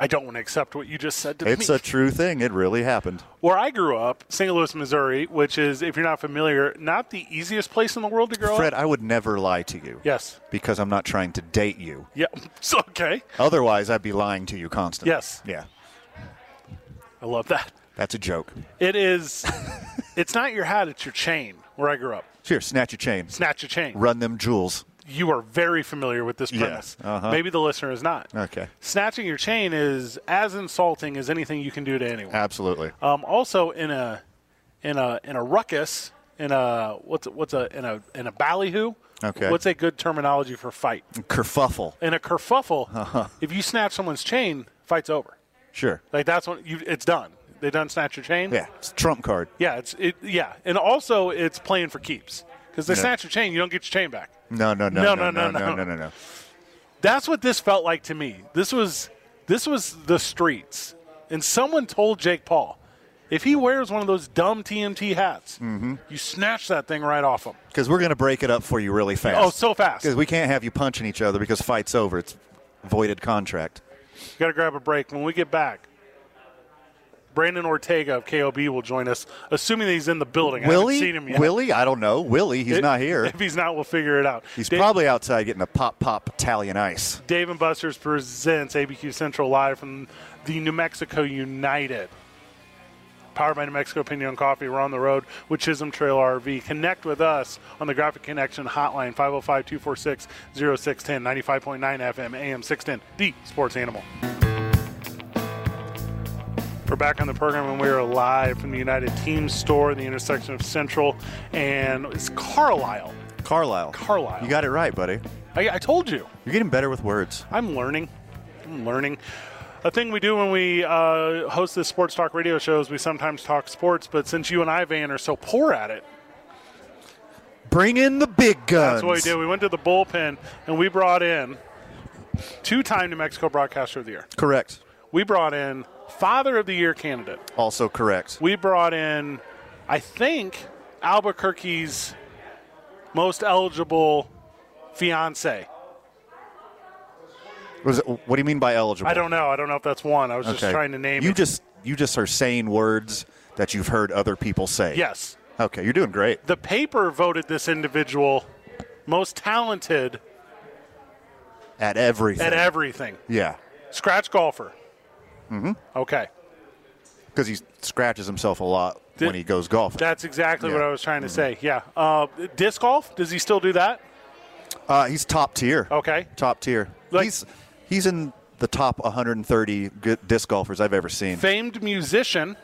S7: I don't want to accept what you just said to me.
S8: It's a true thing. It really happened.
S7: Where I grew up, St. Louis, Missouri, which is, if you're not familiar, not the easiest place in the world to grow
S8: Fred,
S7: up.
S8: I would never lie to you.
S7: Yes.
S8: Because I'm not trying to date you.
S7: Yeah. <laughs> It's okay.
S8: Otherwise, I'd be lying to you constantly.
S7: Yes.
S8: Yeah.
S7: I love that.
S8: That's a joke.
S7: It
S8: <laughs>
S7: is. it's not your hat. It's your chain. Where I grew up,
S8: Here, snatch your chain.
S7: snatch a chain.
S8: Run them jewels.
S7: You are very familiar with this
S8: Yeah,
S7: premise.
S8: uh-huh.
S7: Maybe the listener is not.
S8: Okay.
S7: Snatching your chain is as insulting as anything you can do to anyone.
S8: Absolutely.
S7: Um, also, in a in a in a ruckus, in a what's what's a in a in a ballyhoo.
S8: Okay.
S7: What's a good terminology for fight?
S8: Kerfuffle.
S7: in a kerfuffle,
S8: Uh-huh.
S7: if you snatch someone's chain, fight's over.
S8: Sure.
S7: Like that's when you, it's done. They done snatch your chain.
S8: Yeah. It's trump card.
S7: yeah, it's it, yeah, and also it's playing for keeps because they
S8: Yeah.
S7: snatch your chain, you don't get your chain back.
S8: No, no, no,
S7: No,
S8: no,
S7: no, no,
S8: no,
S7: no.
S8: no, no, no.
S7: That's what this felt like to me. This was this was the streets, and someone told Jake Paul, if he wears one of those dumb TMT hats,
S8: Mm-hmm.
S7: you snatch that thing right off him.
S8: Because we're going to break it up for you really fast.
S7: Oh, so fast.
S8: Because we can't have you punching each other because fight's over. It's voided contract.
S7: Got to grab a break. When we get back, Brandon Ortega of KOB will join us, assuming that he's in the building. I
S8: Willie?
S7: haven't seen him yet.
S8: Willie? I don't know. Willie, he's
S7: If- <laughs>
S8: not here.
S7: If he's not, we'll figure it out.
S8: <laughs> He's
S7: Dave,
S8: probably outside getting a pop pop Italian ice.
S7: Dave and Buster's presents ABQ Central live from the New Mexico United. Powered by New Mexico Pinion Coffee. We're on the road with Chisholm Trail RV. Connect with us on the Graphic Connection hotline 505 246 0610 95.9 FM AM 610, the sports animal. We're back on the program and we are live from the United Team store in the intersection of Central and it's Carlisle.
S8: Carlisle.
S7: Carlisle.
S8: You got it right, buddy.
S7: I, I told you.
S8: You're getting better with words.
S7: I'm learning. I'm learning. A thing we do when we uh, host this sports talk radio show is we sometimes talk sports, but since you and I, Van, are so poor at it,
S8: Bring in the big
S7: that's
S8: guns.
S7: what we did. We went to the bullpen and we brought in two time New Mexico Broadcaster of the Year.
S8: Correct.
S7: We brought in Father of the Year candidate.
S8: Also correct.
S7: We brought in, I think, Albuquerque's most eligible fiance.
S8: Was it, what do you mean by eligible?
S7: I don't know. I don't know if that's one. I was just
S8: Okay.
S7: trying to name
S8: You
S7: it.
S8: just you just are saying words that you've heard other people say.
S7: yes.
S8: Okay, you're doing great.
S7: the paper voted this individual most talented
S8: At everything.
S7: at everything.
S8: Yeah,
S7: Scratch golfer. Mm-hmm. Okay.
S8: because he scratches himself a lot
S7: Did-
S8: when he goes golfing.
S7: That's exactly what
S8: Yeah.
S7: I was trying to say. Yeah. Uh, disc golf? Does he still do that?
S8: uh, he's top tier.
S7: Okay.
S8: Top tier.
S7: Oh. Like-
S8: he's he's in the top 130 good disc golfers I've ever seen.
S7: Famed musician.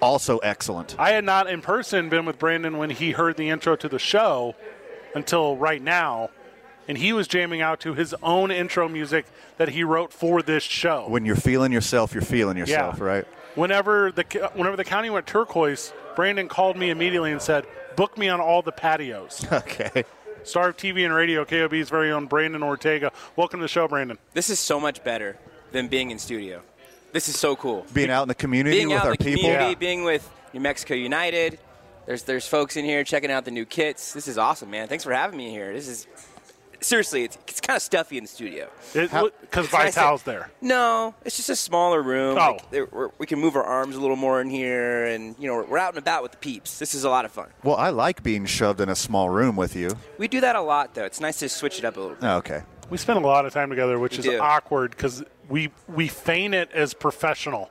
S8: also excellent.
S7: I had not in person been with Brandon when he heard the intro to the show until right now. And he was jamming out to his own intro music that he wrote for this show.
S8: When you're feeling yourself, you're feeling yourself, right? <laughs>
S7: Whenever the whenever the county went turquoise, Brandon called me immediately and said, "Book me on all the patios."
S8: Okay.
S7: Star of TV and radio, KOB's very own Brandon Ortega. Welcome to the show, Brandon.
S9: This is so much better than being in studio. This is so cool.
S8: Being out in the community
S9: Being
S8: with
S9: out in
S8: our
S9: the
S8: people.
S9: community,
S7: Yeah.
S9: being with New Mexico United. There's there's folks in here checking out the new kits. This is awesome, man. Thanks for having me here. This is seriously, it's, it's kind of stuffy in the studio. How-
S7: Because
S9: it's nice that-
S7: Vital's there.
S9: No, it's just a smaller room.
S7: Oh.
S9: Like, there- we're- we can move our arms a little more in here, and you know we're out and about with the peeps. This is a lot of fun.
S8: Well, I like being shoved in a small room with you.
S9: We do that a lot, though. It's nice to switch it up a little. bit.
S8: Oh, okay.
S7: We spend a lot of time together, which
S9: We
S7: is
S9: do.
S7: awkward because we we feign it as professional.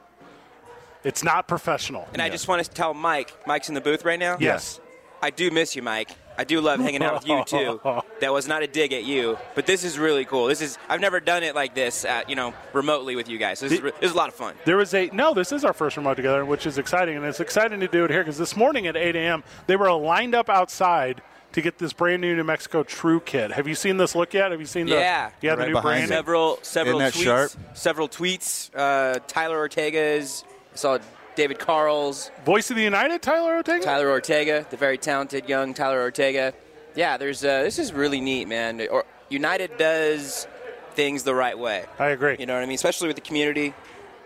S7: It's not professional.
S9: And I just want to tell Mike. Mike's in the booth right now.
S7: Yes.
S9: I do miss you, Mike. I do love hanging out with you too. That was not a dig at you, but this is really cool. This is I've never done it like this, uh, you know, remotely with you guys. This is, re- this is a lot of fun.
S7: There was a no. This is our first remote together, which is exciting, and it's exciting to do it here because this morning at 8 a.m. they were lined up outside to get this brand new New Mexico True kit. Have you seen this look yet? Have you seen the
S9: yeah,
S7: yeah the new brand?
S9: Several several tweets, several tweets. Uh, Tyler Ortega's. I saw David Carl's
S7: Voice of the United, Tyler Ortega.
S9: Tyler Ortega, the very talented young Tyler Ortega. Yeah, there's uh, this is really neat, man. Or, United does things the right way.
S7: I agree.
S9: You know what I mean? Especially with the community.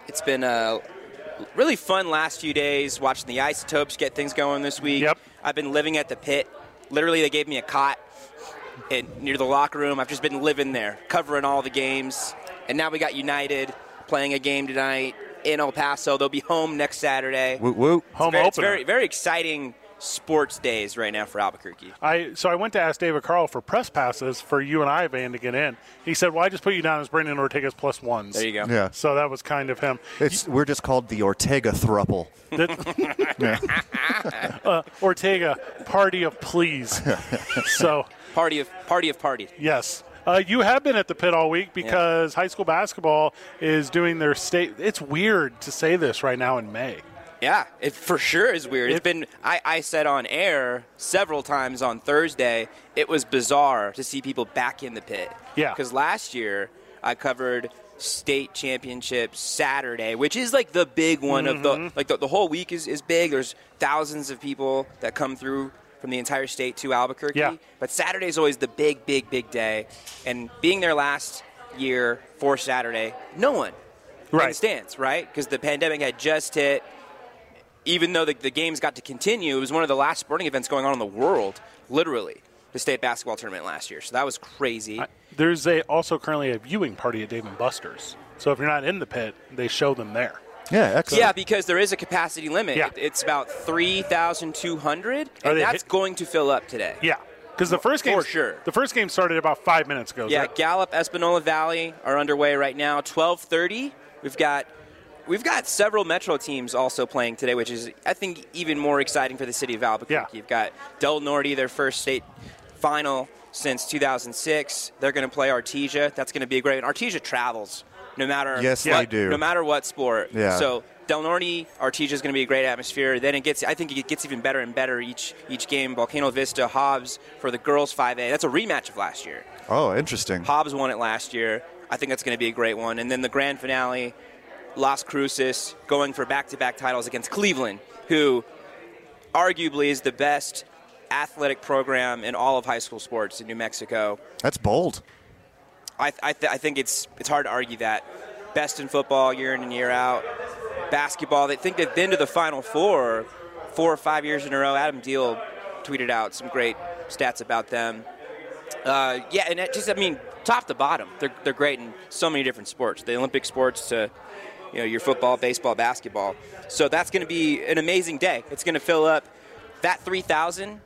S9: It's been uh, really fun last few days watching the Isotopes get things going this week. Yep. I've been living at the pit. Literally, they gave me a cot in, near the locker room. I've just been living there, covering all the games. And now we got United playing a game tonight in El Paso. They'll be home next Saturday.
S8: Woot woot.
S9: It's very, It's very, very exciting sports days right now for Albuquerque.
S7: I so I went to ask David Carl for press passes for you and I Van to get in. He said, "Well, I just put you down as Brandon Ortega's plus ones."
S9: There you go.
S8: Yeah.
S7: So that was kind of him.
S8: It's we're just called the Ortega thruple.
S7: That-
S8: <laughs> Yeah.
S7: uh, Ortega, party of please. so
S9: party of party of party.
S7: Yes. Uh, you have been at the pit all week because high school basketball is doing their state. It's weird to say this right now in May.
S9: Yeah, it for sure is weird. it's been I, I said on air several times on Thursday. It was bizarre to see people back in the pit.
S7: Yeah.
S9: Because last year I covered state championship Saturday, which is like the big one of the
S10: Mhm.
S9: like the, the whole week is, is big. There's thousands of people that come through from the entire state to Albuquerque.
S10: Yeah.
S9: But Saturday is always the big, big, big day. And being there last year for Saturday, no one right. in the stands, right? Because the pandemic had just hit even though the, the games got to continue, it was one of the last sporting events going on in the world, literally, the state basketball tournament last year. So that was crazy.
S7: There's a, also currently a viewing party at Dave and Buster's. So if you're not in the pit, they show them there.
S8: Yeah,
S9: Yeah, because there is a capacity limit.
S7: Yeah.
S9: It- It's about 3,200,
S7: Are
S9: and
S7: they
S9: that's
S7: hit-
S9: going to fill up today.
S7: Yeah, because the first game
S9: For sure.
S7: The first game started about five minutes ago.
S9: Yeah,
S7: Zach.
S9: Gallup, Espanola Valley are underway right now. 12:30. We've got we've got several metro teams also playing today, which is I think even more exciting for the city of Albuquerque. You've got Del Norte, their first state final since 2006. They're going to play Artesia. That's going to be a great. And Artesia travels no matter
S8: Yes, they
S9: what,
S8: do.
S9: No matter what sport.
S8: Yeah.
S9: So Del Norte, Artesia is going to be a great atmosphere. Then it gets, I think it gets even better and better each each game. Volcano Vista, Hobbs for the girls 5A. That's a rematch of last year.
S8: Oh, interesting.
S9: Hobbs won it last year. I think that's going to be a great one. And then the grand finale, Las Cruces going for back-to-back titles against Cleveland, who arguably is the best athletic program in all of high school sports in New Mexico.
S8: That's bold.
S9: I, I, th- I think it's it's hard to argue that best in football year in and year out. Basketball, they think they've been to the Final Four four or five years in a row. Adam Deal tweeted out some great stats about them. Uh, yeah, and it just I mean top to bottom, they're they're great in so many different sports. The Olympic sports to you know your football, baseball, basketball. So that's going to be an amazing day. It's going to fill up that three thousand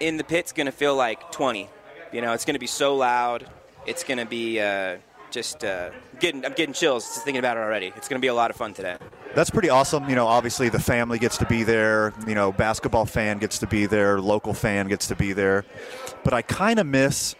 S9: in the pit's going to feel like 20. You know, it's going to be so loud. It's going to be uh, just uh, getting. I'm getting chills just thinking about it already. It's going to be a lot of fun today.
S8: That's pretty awesome. You know, obviously the family gets to be there. You know, basketball fan gets to be there. Local fan gets to be there. But I kind of miss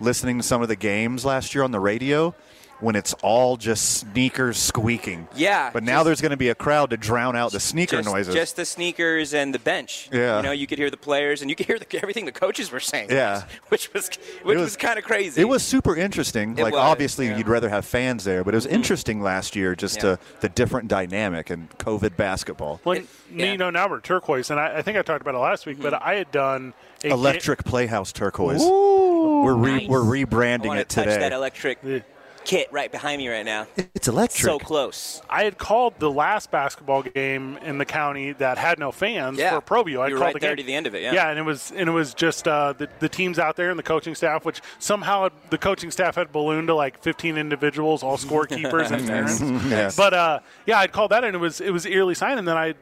S8: listening to some of the games last year on the radio when it's all just sneakers squeaking.
S9: Yeah,
S8: But now
S9: just-
S8: there's going to be a crowd to drown out the sneaker
S9: just,
S8: noises.
S9: Just the sneakers and the bench.
S8: Yeah.
S9: You know, you could hear the players and you could hear the, everything the coaches were saying.
S8: Yeah.
S9: <laughs> Which was which was, kind of crazy.
S8: It was super interesting.
S9: It
S8: like
S9: was,
S8: obviously
S9: yeah. Mm-hmm.
S8: you'd rather have fans there, but it was interesting last year just
S7: Yeah.
S8: to, the different dynamic and COVID basketball.
S7: Well, you know, now we're turquoise, and I, I think I talked about it last week,
S9: Mm-hmm.
S7: but I had done a ga-
S8: Electric Playhouse turquoise.
S7: Ooh,
S8: we're re-
S7: nice.
S8: we're
S9: I
S8: rebranding
S9: wanna
S8: it
S9: touch
S8: today.
S9: that electric kit right behind me right now.
S8: It's electric.
S9: So close.
S7: I had called the last basketball game in the county that had no fans for
S9: Yeah.
S7: Provio. I
S9: You
S7: called
S9: were right
S7: the
S9: there
S7: game.
S9: to the end of it, yeah.
S7: and it was and it was just uh, the the teams out there and the coaching staff, which somehow the coaching staff had ballooned to like 15 individuals, all scorekeepers and
S8: Nice.
S7: parents.
S8: <laughs> Yes.
S7: But uh, yeah, I'd called that, and it was it was eerily silent. And then I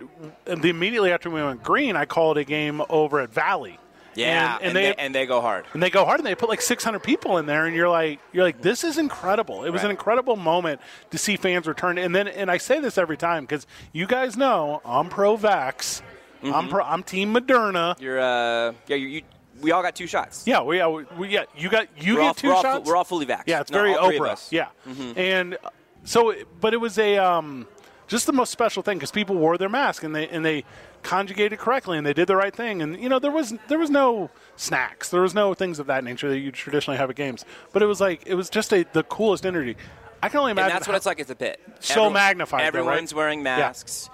S7: and the- immediately after we went green, I called a game over at Valley.
S9: Yeah,
S7: and, and they.
S9: and they go hard.
S7: and they go hard, and they put like 600 people in there, and you're like, you're like, this is incredible. It was an incredible moment to see fans return, and then, and I say this every time because you guys know I'm pro-vax, I'm pro, I'm Team Moderna.
S9: You're uh yeah you, you we all got two shots.
S7: Yeah, we, yeah, we, we yeah, you got you
S9: We're
S7: get
S9: all-
S7: two
S9: we're all fu-
S7: shots.
S9: we're all fully vaxxed.
S7: Yeah, it's
S9: No,
S7: very
S9: all three of
S7: Oprah.
S9: us.
S7: Yeah,
S9: Mhm.
S7: and so, but it was a um, just the most special thing because people wore their mask and they and they conjugated correctly and they did the right thing and you know there was there was no snacks there was no things of that nature that you traditionally have at games but it was like it was just a the coolest energy. I can only
S9: And
S7: imagine
S9: that's what
S7: how-
S9: it's like at the pit.
S7: So magnified, though, right?
S9: Everyone's wearing
S7: Yeah.
S9: masks.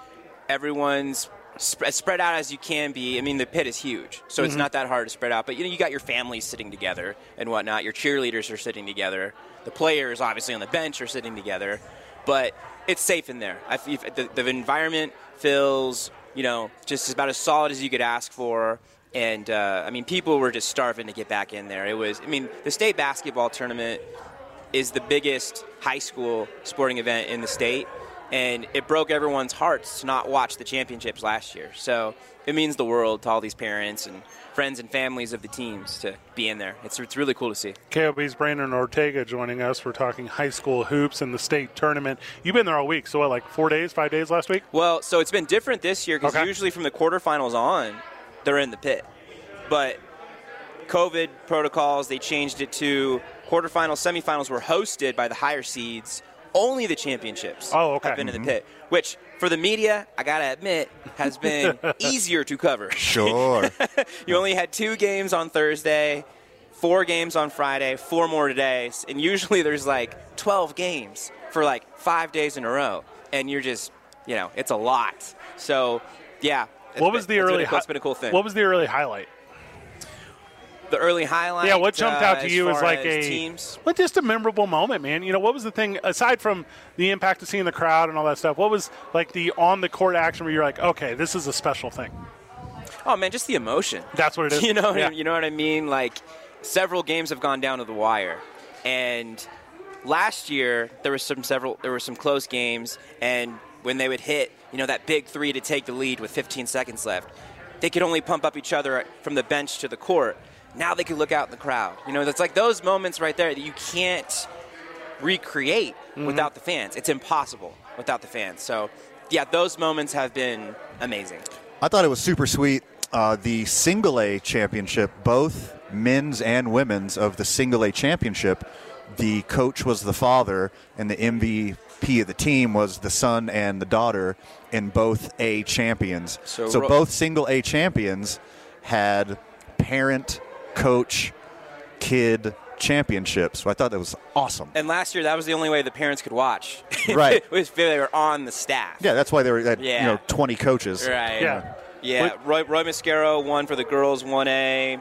S9: Everyone's sp- as spread out as you can be. I mean, the pit is huge, so it's
S7: Mm-hmm.
S10: Mhm.
S9: not that hard to spread out. But you know, you got your families sitting together and whatnot. Your cheerleaders are sitting together. The players, obviously, on the bench are sitting together. But it's safe in there. I f- if- the, the environment feels, you know, just about as solid as you could ask for. And uh, I mean, people were just starving to get back in there. It was, I mean, the state basketball tournament is the biggest high school sporting event in the state, and it broke everyone's hearts to not watch the championships last year. So it means the world to all these parents and friends and families of the teams to be in there. It's, it's really cool to see.
S7: KOB's Brandon Ortega joining us. We're talking high school hoops and the state tournament. You've been there all week, so what, like four days, five days last week?
S9: Well, so it's been different this year because
S7: Okay.
S9: usually from the quarterfinals on, they're in the pit. But COVID protocols, they changed it to quarterfinals, semifinals were hosted by the higher seeds. Only the championships
S7: Oh, okay.
S9: have been in
S7: Mhm.
S9: the pit, which for the media, I gotta admit, has
S7: <laughs>
S9: been easier to cover.
S8: Sure.
S9: you only had two games on Thursday, four games on Friday, four more today, and usually there's like 12 games for like five days in a row, and you're just, you know, it's a lot. So, yeah. it's
S7: What was
S9: been-
S7: the
S9: it's been
S7: early?
S9: a cool-
S7: hi-
S9: It's been a cool thing.
S7: What was the early highlight?
S9: the early highlight?
S7: yeah, what jumped
S9: uh,
S7: out to
S9: as
S7: you as
S9: far
S7: like
S9: as
S7: a
S9: teams?
S7: what just a memorable moment, man. You know, what was the thing aside from the impact of seeing the crowd and all that stuff? What was like the on the court action where you're like, okay, this is a special thing.
S9: Oh man, just the emotion.
S7: That's
S9: <laughs>
S7: what it is.
S9: You know,
S7: Yeah.
S9: you know what I mean. Like several games have gone down to the wire, and last year there was some several there were some close games, and when they would hit, you know, that big three to take the lead with 15 seconds left, they could only pump up each other from the bench to the court. Now they could look out in the crowd. You know, that's like those moments right there that you can't recreate
S7: Mm-hmm.
S11: Mhm.
S9: without the fans. It's impossible without the fans. So, yeah, those moments have been amazing.
S8: I thought it was super sweet. Uh, the single A championship, both men's and women's of the single A championship, the coach was the father, and the MVP of the team was the son and the daughter, and both A champions.
S12: So
S8: So,
S12: Ro-
S8: both single A champions had parent, coach, kid championships. So I thought that was awesome.
S9: And last year, that was the only way the parents could watch. <laughs>
S8: Right.
S9: was if they were on the staff.
S8: Yeah, that's why there were that,
S9: Yeah.
S8: you know twenty coaches.
S9: Right.
S8: You know.
S9: Yeah. Roy, Roy Mascaro won for the girls 1A,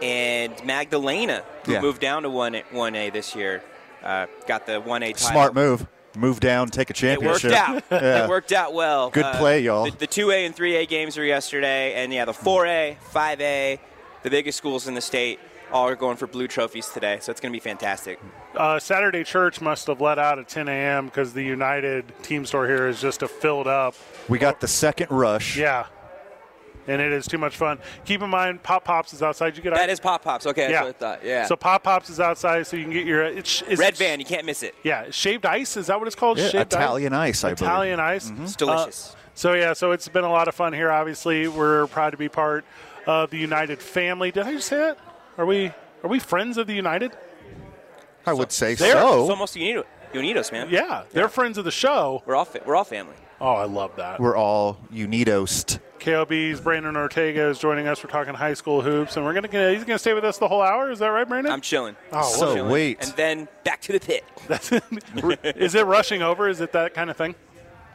S9: and Magdalena, who
S8: Yeah.
S9: moved down to 1A, 1A this year, uh, got the 1A title.
S8: Smart move. Move down, take a
S9: It worked
S8: championship.
S9: out.
S8: <laughs> Yeah.
S9: It worked out well. Uh,
S8: Good play, y'all.
S9: The, the 2A and 3A games were yesterday, and yeah, the 4A, 5A, the biggest schools in the state, all are going for blue trophies today, so it's going to be fantastic.
S7: Uh, Saturday church must have let out at 10 a.m. because the United team store here is just a filled up.
S8: We got the second rush.
S7: Yeah. And it is too much fun. Keep in mind, Pop Pops is outside. You get
S9: That is Pop Pops. Okay, that's
S7: yeah.
S9: what I thought. Yeah.
S7: So Pop Pops is outside, so you can get your it's, it's
S9: Red Van, you can't miss it.
S7: Yeah, shaved ice is that what it's called?
S8: Yeah,
S7: shaved
S8: Italian ice, I believe.
S7: Oh, Italian ice.
S9: It's delicious.
S7: Uh, so yeah, so it's been a lot of fun here. Obviously, we're proud to be part of the United family. Did I just say that? Are we are we friends of the United?
S8: I would say
S7: There.
S8: so.
S9: It's almost Unidos, Unidos man.
S7: Yeah, they're friends of the show.
S9: We're all fa- we're all family.
S7: Oh, I love that.
S8: We're all unidos.
S7: KOB's Brandon Ortega is joining us. We're talking high school hoops, and we're gonna he's gonna stay with us the whole hour. Is that right, Brandon?
S9: I'm chilling.
S7: Oh,
S8: So
S7: chilling.
S8: wait.
S9: And then back to the pit.
S7: <laughs> is it rushing over? Is it that kind of thing?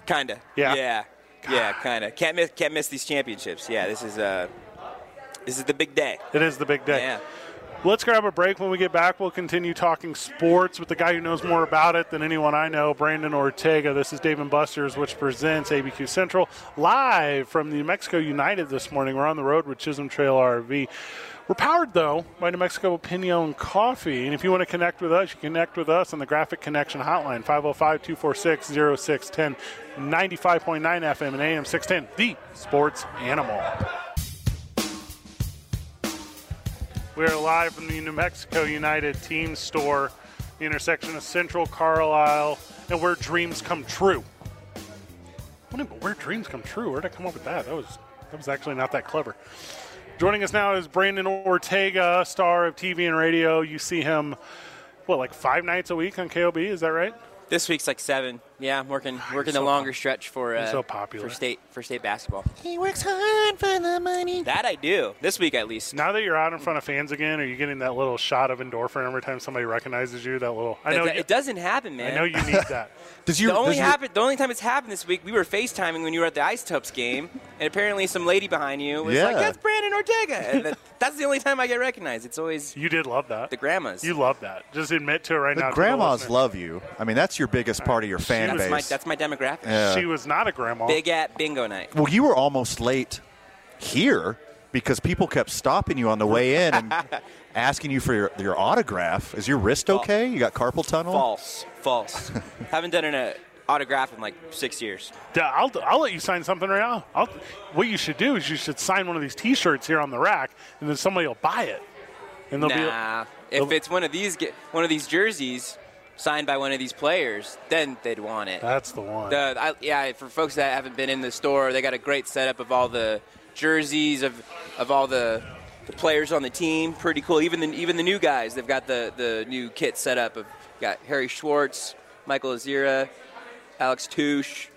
S9: Kinda.
S7: Yeah.
S9: Yeah. Yeah. Kinda. Can't miss. Can't miss these championships. Yeah. This is uh, this is the big day.
S7: It is the big day.
S9: Yeah.
S7: Let's grab a break. When we get back, we'll continue talking sports with the guy who knows more about it than anyone I know, Brandon Ortega. This is Dave and Buster's, which presents ABQ Central live from New Mexico United this morning. We're on the road with Chisholm Trail RV. We're powered, though, by New Mexico Pinion Coffee. And if you want to connect with us, you connect with us on the Graphic Connection Hotline, 505 246 0610, 95.9 FM and AM 610, the sports animal. We are live from the New Mexico United Team Store, the intersection of Central Carlisle, and where dreams come true. What if- Where dreams come true? Where did I come up with that? That was that was actually not that clever. Joining us now is Brandon Ortega, star of TV and radio. You see him, what, like five nights a week on KOB? Is that right?
S9: This week's like seven. Yeah, I'm working working
S7: Ah, so
S9: a longer stretch for
S7: you're
S9: uh,
S7: so popular.
S9: for state for state basketball.
S6: He works hard for the money.
S9: That I do this week at least.
S7: Now that you're out in front of fans again, are you getting that little shot of endorphin every time somebody recognizes you? That little. I
S9: That-
S7: know.
S9: that-
S7: you-
S9: it doesn't happen, man.
S7: I know you need
S9: <laughs>
S7: that. Does you-
S9: the only
S7: does you-
S9: happen, the only time it's happened this week, we were FaceTiming when you were at the Ice Tubs game, and apparently some lady behind you was like,
S7: Yeah.
S9: "That's Brandon Ortega." And that, <laughs> that's the only time I get recognized. It's always
S7: you did love that
S9: the grandmas.
S7: You love that. Just admit to it right now. to
S8: The grandmas
S7: listener.
S8: love you. I mean, that's your biggest part of your fan
S9: that's
S8: base.
S9: my that's my demographic.
S8: Yeah. She
S7: was not a grandma.
S9: Big at bingo night.
S8: Well, you were almost late here because people kept stopping you on the way in and asking you for your, your autograph. Is your wrist okay? You got carpal tunnel?
S9: False,
S7: <laughs>
S9: false. Haven't done an uh, autograph in like six years.
S7: Yeah, I'll, I'll let you sign something right now. I'll, what you should do is you should sign one of these T-shirts here on the rack, and then somebody will buy it. And they'll
S9: nah, if it's one of these ge- one of these jerseys signed by one of these players, then they'd want it.
S7: be. That's the one.
S9: The, I, yeah, for folks that haven't been in the store, they got a great setup of all the jerseys of of all the, the players on the team. Pretty cool. Even the even the new guys, they've got the the new kit set up. Of got Harry Schwartz, Michael Azira, Alex Touche,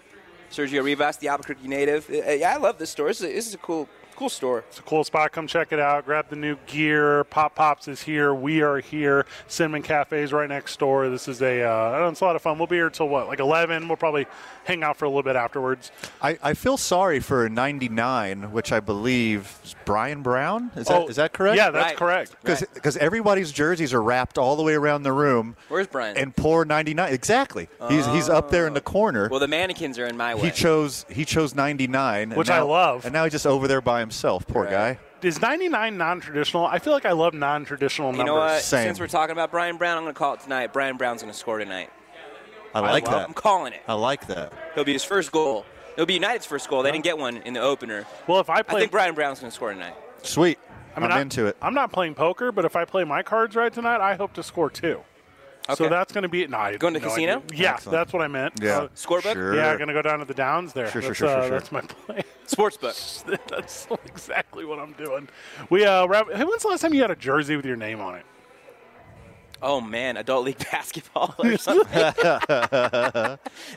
S9: Sergio Rivas, the Albuquerque native. Uh, Yeah, I love this store. This is, this is a cool cool store.
S7: It's a cool spot. Come check it out. Grab the new gear. Pop Pops is here. We are here. Cinnamon Cafe is right next door. This is a uh, it's a lot of fun. We'll be here till what, like eleven. We'll probably hang out for a little bit afterwards.
S8: I, I feel sorry for 99, which I believe is Brian Brown. Is,
S7: Oh,
S8: that, is that correct?
S7: yeah, that's Right. correct.
S8: Because everybody's jerseys are wrapped all the way around the room.
S9: Where's Brian? Oh.
S8: And poor 99. Exactly. he's, he's up there in the corner.
S9: Well, the mannequins are in my way.
S8: he chose he chose 99, and
S7: Which I
S8: now-
S7: love.
S8: And now he's just over there by himself. Poor guy.
S7: Is ninety nine non traditional? I feel like I love non traditional
S9: You
S7: numbers.
S9: know what? Since we're talking about Brian Brown, I'm going to call it tonight. Brian Brown's going to score tonight.
S8: I like
S9: love-
S8: that.
S9: I'm calling it.
S8: I like that.
S9: It'll be his first goal. It'll be United's first goal. They didn't get one in the opener.
S7: Well, if I
S9: I
S7: play,
S9: think Brian Brown's going to score tonight.
S8: Sweet.
S7: I mean,
S8: I'm
S7: I-
S8: into it.
S7: I'm not playing poker, but if I play my cards right tonight, I hope to score two. So
S9: Okay.
S7: that's going to be no. I
S9: Going to
S7: no
S9: casino?
S7: idea. Yeah,
S9: Excellent.
S7: that's what I meant.
S9: Yeah. Scorebook? Sure.
S7: uh, Yeah, going to go down to the downs there.
S9: Sure, sure,
S7: That's,
S9: sure, sure,
S7: uh,
S9: sure.
S7: That's my <laughs> plan.
S9: Sportsbook.
S7: that's exactly what I'm doing. We uh, wrap, hey, when's the last time you had a jersey with your name on it?
S9: Oh man, adult league <laughs> basketball
S7: <laughs>
S9: or something. <laughs>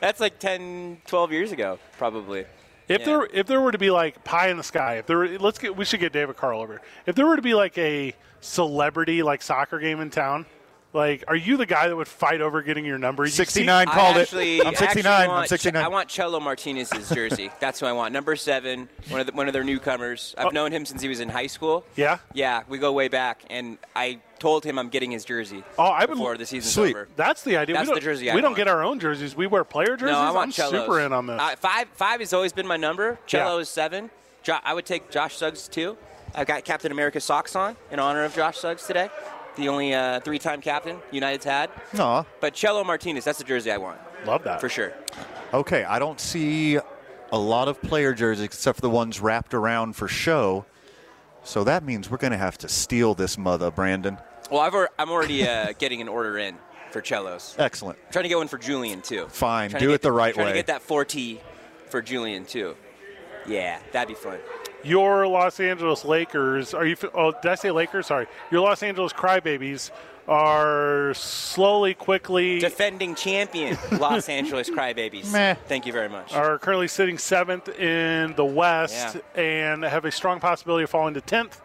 S9: That's like 10, 12 years ago, probably.
S7: If
S9: Yeah.
S7: there if there were to be like pie in the sky, if there were, let's get we should get David Carl over. here. If there were to be like a celebrity like soccer game in town, like are you the guy that would fight over getting your number? You see-
S9: I actually- actually want- I want Cello
S7: <laughs>
S9: Martinez's jersey. That's who I want. Number seven, one of the, one of their newcomers. I've known him since he was in high school.
S7: Oh. Yeah?
S9: yeah, we go way back, and I told him I'm getting his jersey.
S7: Oh, I would
S9: before the season's over.
S7: That's the idea.
S9: That's
S7: we
S9: the
S7: don't,
S9: jersey I
S7: We don't
S9: want.
S7: get our own jerseys. We wear player jerseys.
S9: No, I want
S7: am
S9: cellos.
S7: super in on this.
S9: Uh, five, five has always been my number. Cello
S7: Yeah.
S9: is seven. Jo- I would take Josh Suggs too. I've got Captain America socks on in honor of Josh Suggs today. The only uh, three-time captain United's had.
S8: No.
S9: But Cello Martinez, that's the jersey I want.
S7: Love that.
S9: For sure.
S8: Okay, I don't see a lot of player jerseys except for the ones wrapped around for show. So that means we're going to have to steal this mother, Brandon.
S9: Well, I've, al- I'm already uh, <laughs> getting an order in for Cellos.
S8: Excellent.
S9: Trying to get one for Julian too.
S8: Fine,
S9: Trying
S8: do
S9: to get
S8: it the right
S9: trying
S8: way.
S9: to get that 4T for Julian too. Yeah, that'd be fun.
S7: Your Los Angeles Lakers are you? f- Oh, did I say Lakers? Sorry. Your Los Angeles Crybabies are slowly, quickly
S9: defending champion Los Angeles Crybabies.
S7: Meh.
S9: Thank you very much.
S7: Are currently sitting seventh in the West and have a strong possibility of falling to tenth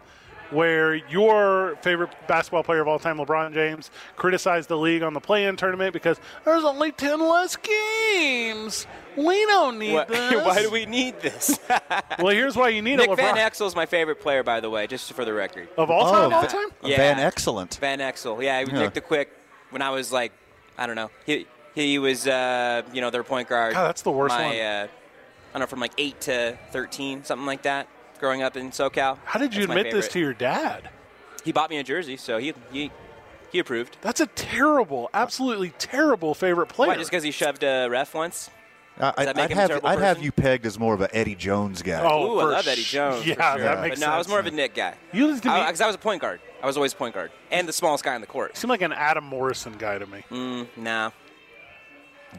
S7: where your favorite basketball player of all time, LeBron James, criticized the league on the play-in tournament because there's only ten less games. We don't need
S9: Why-
S7: this.
S9: <laughs> Why do we need this?
S7: well, here's why <laughs> you need it,
S9: Nick
S7: LeBron.
S9: Van Exel's my favorite player, by the way, just for the record.
S7: Of
S8: Oh.
S7: all time? Of all
S9: Va-
S7: time?
S9: Yeah.
S8: Van Excellent.
S9: Van Exel. Yeah, he was
S8: Yeah.
S9: Nick the Quick when I was like, I don't know. He he was, uh, you know, their point guard.
S7: God, that's the worst
S9: my,
S7: one.
S9: Uh, I don't know, from like 8 to 13, something like that, growing up in SoCal.
S7: How did you
S9: That's my
S7: admit this
S9: favorite.
S7: to your dad?
S9: He bought me a jersey, so he he, he approved.
S7: That's a terrible, absolutely terrible favorite player.
S9: Why, just because he shoved a ref once?
S8: I,
S9: Does that make
S8: I'd,
S9: him a
S8: have,
S9: terrible
S8: I'd have
S9: person?
S8: you pegged as more of an Eddie Jones guy.
S9: Ooh, I love Eddie Jones. for
S7: Oh, yeah,
S9: sure.
S7: that makes
S9: But no, I was
S7: sense.
S9: more of a Nick guy.
S7: You used to be-
S9: Because I, was a point guard. I was always point guard. And the smallest guy on the court.
S7: seemed like an Adam Morrison guy to me.
S9: Mm, nah.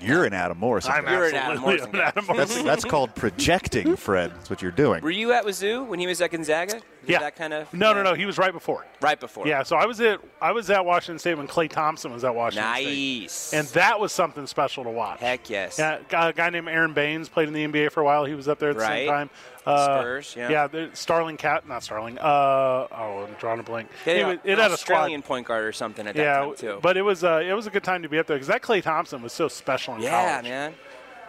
S8: You're an Adam Morrison.
S9: I'm
S8: guy.
S9: You're an Adam absolutely Morrison an guy. Adam
S8: That's,
S9: Morrison.
S8: that's
S7: <laughs>
S8: called projecting, Fred. That's what you're doing.
S9: Were you at Wazoo when he was at Gonzaga? Was
S7: Yeah.
S9: That kind of.
S7: No, no, no. He was right before.
S9: Right before.
S7: Yeah, so I was at I was at Washington State when Clay Thompson was at Washington State.
S9: Nice.
S7: And that was something special to watch.
S9: Heck yes.
S7: Yeah, a guy named Aaron Baines played in the NBA for a while. He was up there at the
S9: Right.
S7: same time. Uh,
S9: Spurs, yeah.
S7: Yeah, the- Starling Cat, not Starling. Uh, oh, I'm drawing a blank.
S9: They had
S7: Anyway, had
S9: an
S7: a squad.
S9: Australian point guard or something at that
S7: yeah,
S9: time, too.
S7: but it was uh, it was a good time to be up there because that Clay Thompson was so special in
S9: yeah,
S7: college.
S9: man.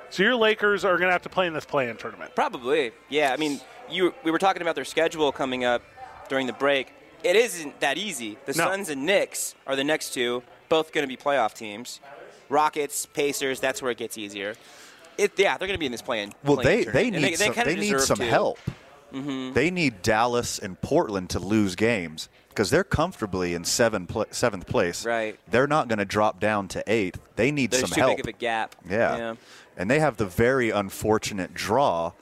S7: So your Lakers are going to have to play in this play-in tournament.
S9: Probably. Yeah, I mean, you we were talking about their schedule coming up during the break. It isn't that easy. The
S7: No.
S9: Suns and Knicks are the next two, both going to be playoff teams. Rockets, Pacers, that's where it gets easier. It, yeah, they're going to be in this play-in.
S8: Well,
S9: play-in
S8: they, they
S9: tournament, and
S8: need some,
S9: kinda
S8: they need
S9: deserve
S8: some
S9: to.
S8: help.
S9: Mhm.
S8: They need Dallas and Portland to lose games because they're comfortably in seven pla seventh place.
S9: Right.
S8: They're not going to drop down to eighth. They need
S9: There's
S8: some
S9: too
S8: help.
S9: big of a gap.
S8: Yeah. And they have the very unfortunate draw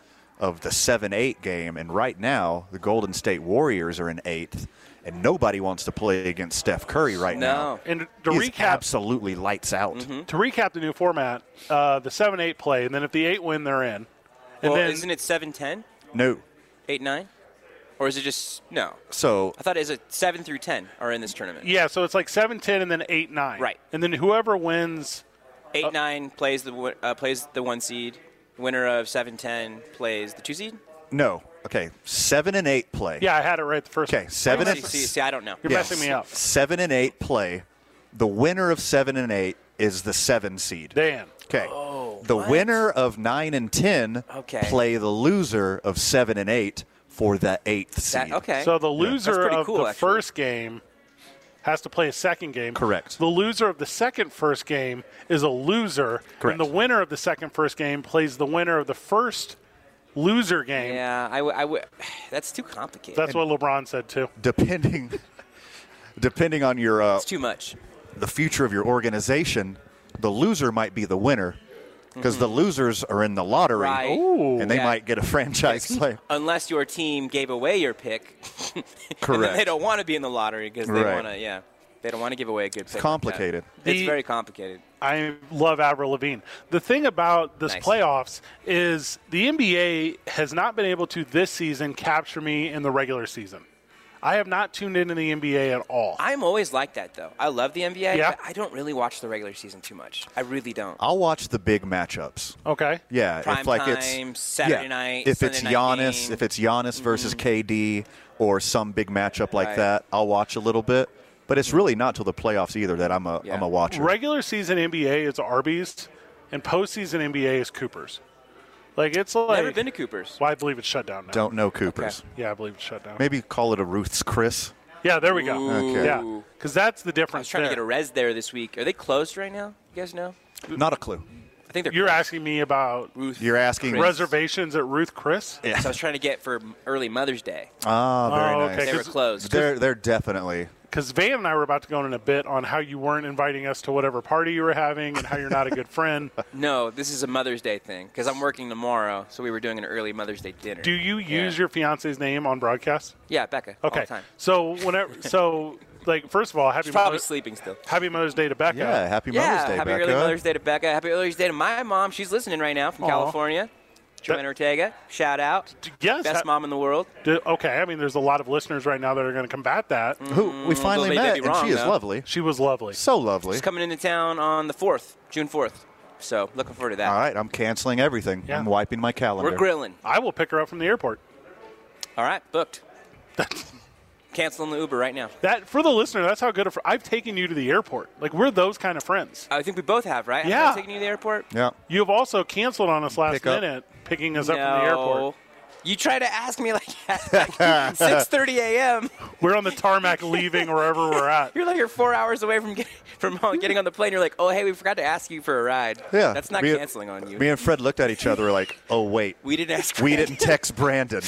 S8: of the 7 8 game. And right now, the Golden State Warriors are in eighth, and nobody wants to play against Steph Curry right now.
S7: And to
S8: He is
S7: recap,
S8: absolutely lights out.
S7: to recap the new format, uh, the seven-eight play, and then if the eight win, they're in. And
S9: Well,
S7: then
S9: isn't it 7-10,
S8: No.
S9: 8-9? Or is it just – no.
S8: So
S9: I thought it was a 7 through 10 are in this tournament.
S7: yeah, so it's like seven ten and then eight nine. Right. And then whoever wins,
S9: Eight nine plays the wi- uh, plays the one seed. Winner of seven ten plays the two seed.
S8: No. Okay. 7 and 8 play.
S7: yeah, I had it right the first.
S8: Okay.
S7: time.
S8: 7 and
S9: See, see, I don't know.
S7: You're messing me up.
S8: Seven and eight play. The winner of seven and eight is the seven seed.
S7: Dan.
S8: Okay. the winner of nine and ten
S9: Oh, Okay.
S8: play the loser of seven and eight for the eighth seed.
S9: That- okay.
S7: So the
S9: Yeah. That's
S7: loser
S9: pretty
S7: of
S9: cool,
S7: the
S9: actually.
S7: first game has to play a second game.
S8: Correct.
S7: The loser of the second first game is a loser. And
S8: Correct.
S7: the winner of the second first game plays the winner of the first loser game.
S9: Yeah, I, w- I w- <sighs> that's too complicated.
S7: That's what LeBron said too.
S8: Depending, <laughs> depending on your uh,
S9: It's too much.
S8: the future of your organization, the loser might be the winner because the losers are in the lottery
S9: Mm-hmm. Right. Ooh.
S8: and they
S9: Yeah.
S8: might get a franchise player.
S9: Unless your team gave away your pick, <laughs> And then
S8: Correct.
S9: they don't want to be in the lottery because they
S8: Right.
S9: want to. Yeah, they don't want to give away a good pick. like that.
S8: complicated.
S9: it's
S7: The-
S9: very complicated.
S7: I love Avril Levine. The thing about this playoffs is the NBA has not been able to this season capture me in the regular season. I have not tuned into the NBA at all.
S9: I'm always like that though. I love the NBA.
S7: Yeah.
S9: but I don't really watch the regular season too much. I really don't.
S8: I'll watch the big matchups.
S7: Okay.
S8: Yeah,
S9: Prime
S8: if like
S9: time,
S8: it's
S9: Saturday
S8: yeah,
S9: night,
S8: If
S9: Sunday
S8: it's
S9: night
S8: Giannis,
S9: game. Mm-hmm.
S8: if it's Giannis versus KD or some big matchup like
S7: Right.
S8: that, I'll watch a little bit. But it's really not till the playoffs either that I'm a am a watcher.
S7: Regular season NBA is Arby's, and postseason NBA is Cooper's. Like it's like
S9: Never been to Cooper's.
S7: Well, I believe it's shut down now.
S8: Don't know Cooper's.
S7: Yeah, I believe it's shut down.
S8: Maybe call it a Ruth's Chris.
S7: Yeah, there we go.
S8: Ooh. Okay.
S7: Yeah, because that's the difference.
S9: I was trying
S7: there.
S9: to get a res there this week. Are they closed right now? You guys know?
S8: Not a clue.
S9: I think they're.
S7: You're asking me about
S9: Ruth.
S8: You're asking- Chris.
S7: reservations at Ruth Chris.
S8: Yeah.
S9: So I was trying to get for early Mother's Day.
S8: Ah, very
S7: Oh,
S8: nice.
S7: okay,
S9: They were 'cause- closed.
S8: They're they're definitely
S7: Because Van and I were about to go in a bit on how you weren't inviting us to whatever party you were having and how you're not a good
S9: <laughs>
S7: friend.
S9: No, this is a Mother's Day thing because I'm working tomorrow, so we were doing an early Mother's Day dinner.
S7: Do you use your fiance's name on broadcast?
S9: Yeah, Becca. all
S7: Okay.
S9: the time.
S7: So whenever, so like first of all, happy
S9: She's probably
S7: Mother-
S9: sleeping still.
S7: Happy Mother's Day to Becca.
S8: Yeah, happy
S9: yeah, happy early Mother's Day to Becca. Happy early Mother's Day to my mom. She's listening right now from
S7: Aw.
S9: California. Joanne Ortega. Shout out.
S7: Yes.
S9: Best
S7: ha-
S9: mom in the world.
S7: Do- okay, I mean, there's a lot of listeners right now that are going to combat that.
S9: Mm.
S8: Who we finally
S9: they may
S8: met,
S9: be
S8: and
S9: wrong,
S8: she is
S9: though.
S8: lovely.
S7: She was lovely.
S8: So lovely.
S9: She's coming into town on the 4th, June 4th. So looking forward to that.
S8: All right, I'm canceling everything.
S9: Yeah.
S8: I'm wiping my calendar.
S9: We're grilling.
S7: I will pick her up from the airport.
S9: All right, booked. canceling the Uber right now.
S7: That for the listener, that's how good a fr- I've taken you to the airport. Like we're those kind of friends.
S9: I think we both have, right? Have I
S7: Yeah.
S9: taken you to the airport?
S8: Yeah.
S7: You have also canceled on us last
S9: Pick up.
S7: minute, picking us up from the
S9: No.
S7: airport.
S9: You try to ask me like <laughs> at 6:30 a.m.
S7: We're on the tarmac leaving wherever we're at.
S9: You're like you're four hours away from getting from home, getting on the plane. You're like, oh hey, we forgot to ask you for a ride.
S8: Yeah.
S9: that's not
S8: Me-
S9: canceling on you.
S8: Me and Fred looked at each other like, oh, wait.
S9: We didn't ask
S8: We
S9: Fred.
S8: didn't text
S9: <laughs>
S8: Brandon.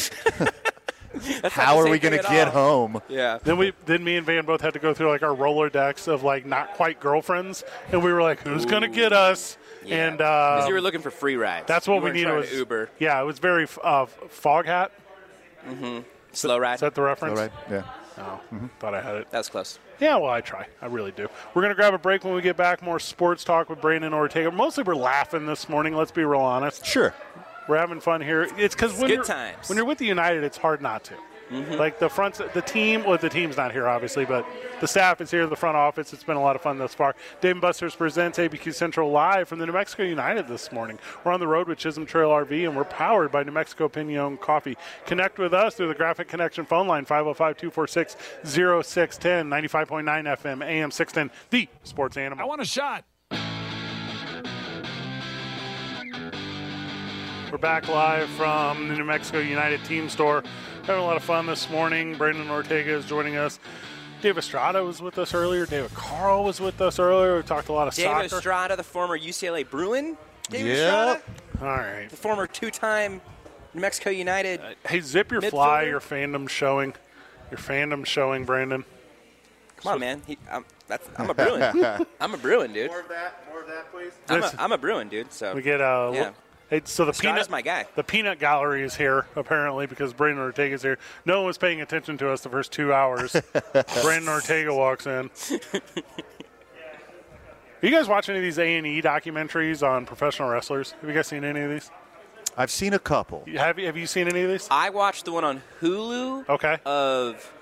S9: That's
S8: How
S7: not
S8: are
S7: the
S8: we
S7: same
S8: going to
S7: thing at
S8: get
S7: all.
S8: home?
S9: Yeah.
S7: Then we, then me and Van both had to go through like our Rolodex of like not quite girlfriends, and we were like, who's gonna get us? And uh,
S9: Because you were looking for free rides.
S7: that's
S9: You
S7: what we
S9: weren't
S7: needed
S9: trying
S7: was
S9: to Uber.
S7: Yeah, it was very f- uh, f- fog hat.
S9: Mm-hmm. Slow ride.
S7: Is that the reference?
S8: All right. Yeah.
S7: Oh, thought I had it.
S9: That was close.
S7: Yeah, well, I try. I really do. We're going to grab a break when we get back. More sports talk with Brandon Ortega. Mostly we're laughing this morning, let's be real honest.
S8: Sure.
S7: We're having fun here. It's because
S9: It's
S7: when,
S9: good
S7: you're-
S9: times. Mm-hmm.
S7: when you're with the United, it's hard not to. Like the front, the team, well, the team's not here, obviously, but the staff is here, the front office. It's been a lot of fun thus far. Dave and Buster's presents ABQ Central live from the New Mexico United this morning. We're on the road with Chisholm Trail RV, and we're powered by New Mexico Pinon Coffee. Connect with us through the Graphic Connection phone line, 505 246 0610, 95.9 FM, AM 610, the sports animal. I want
S1: a shot.
S7: We're back live from the New Mexico United Team Store. Having a lot of fun this morning. Brandon Ortega is joining us. Dave Estrada was with us earlier. David Carl was with us earlier. We talked a lot of
S9: Dave
S7: soccer.
S9: Estrada, the former UCLA Bruin. Dave
S7: Yep.
S9: Estrada,
S7: All right.
S9: the former two-time New Mexico United.
S7: Hey, zip your fly.
S9: Midfielder.
S7: Your fandom showing. Your fandom showing, Brandon.
S9: Come on, man. He, I'm, that's, I'm
S7: <laughs>
S9: a Bruin. I'm a Bruin, dude. More of that. More of that, please. I'm a,
S7: Listen.
S9: I'm a Bruin, dude. So
S7: We get uh,
S9: yeah.
S7: hey, so the
S9: Estrada's
S7: peanut
S9: my guy.
S7: The peanut gallery is here apparently because Brandon Ortega is here. No one was paying attention to us the first two
S9: <laughs>
S7: hours. Brandon Ortega walks in. Are you guys watching any of these A and E documentaries on professional wrestlers? Have you guys seen any of these?
S8: I've seen a couple.
S7: Have you, have you seen any of these?
S9: I watched the one on Hulu.
S7: Okay.
S9: Of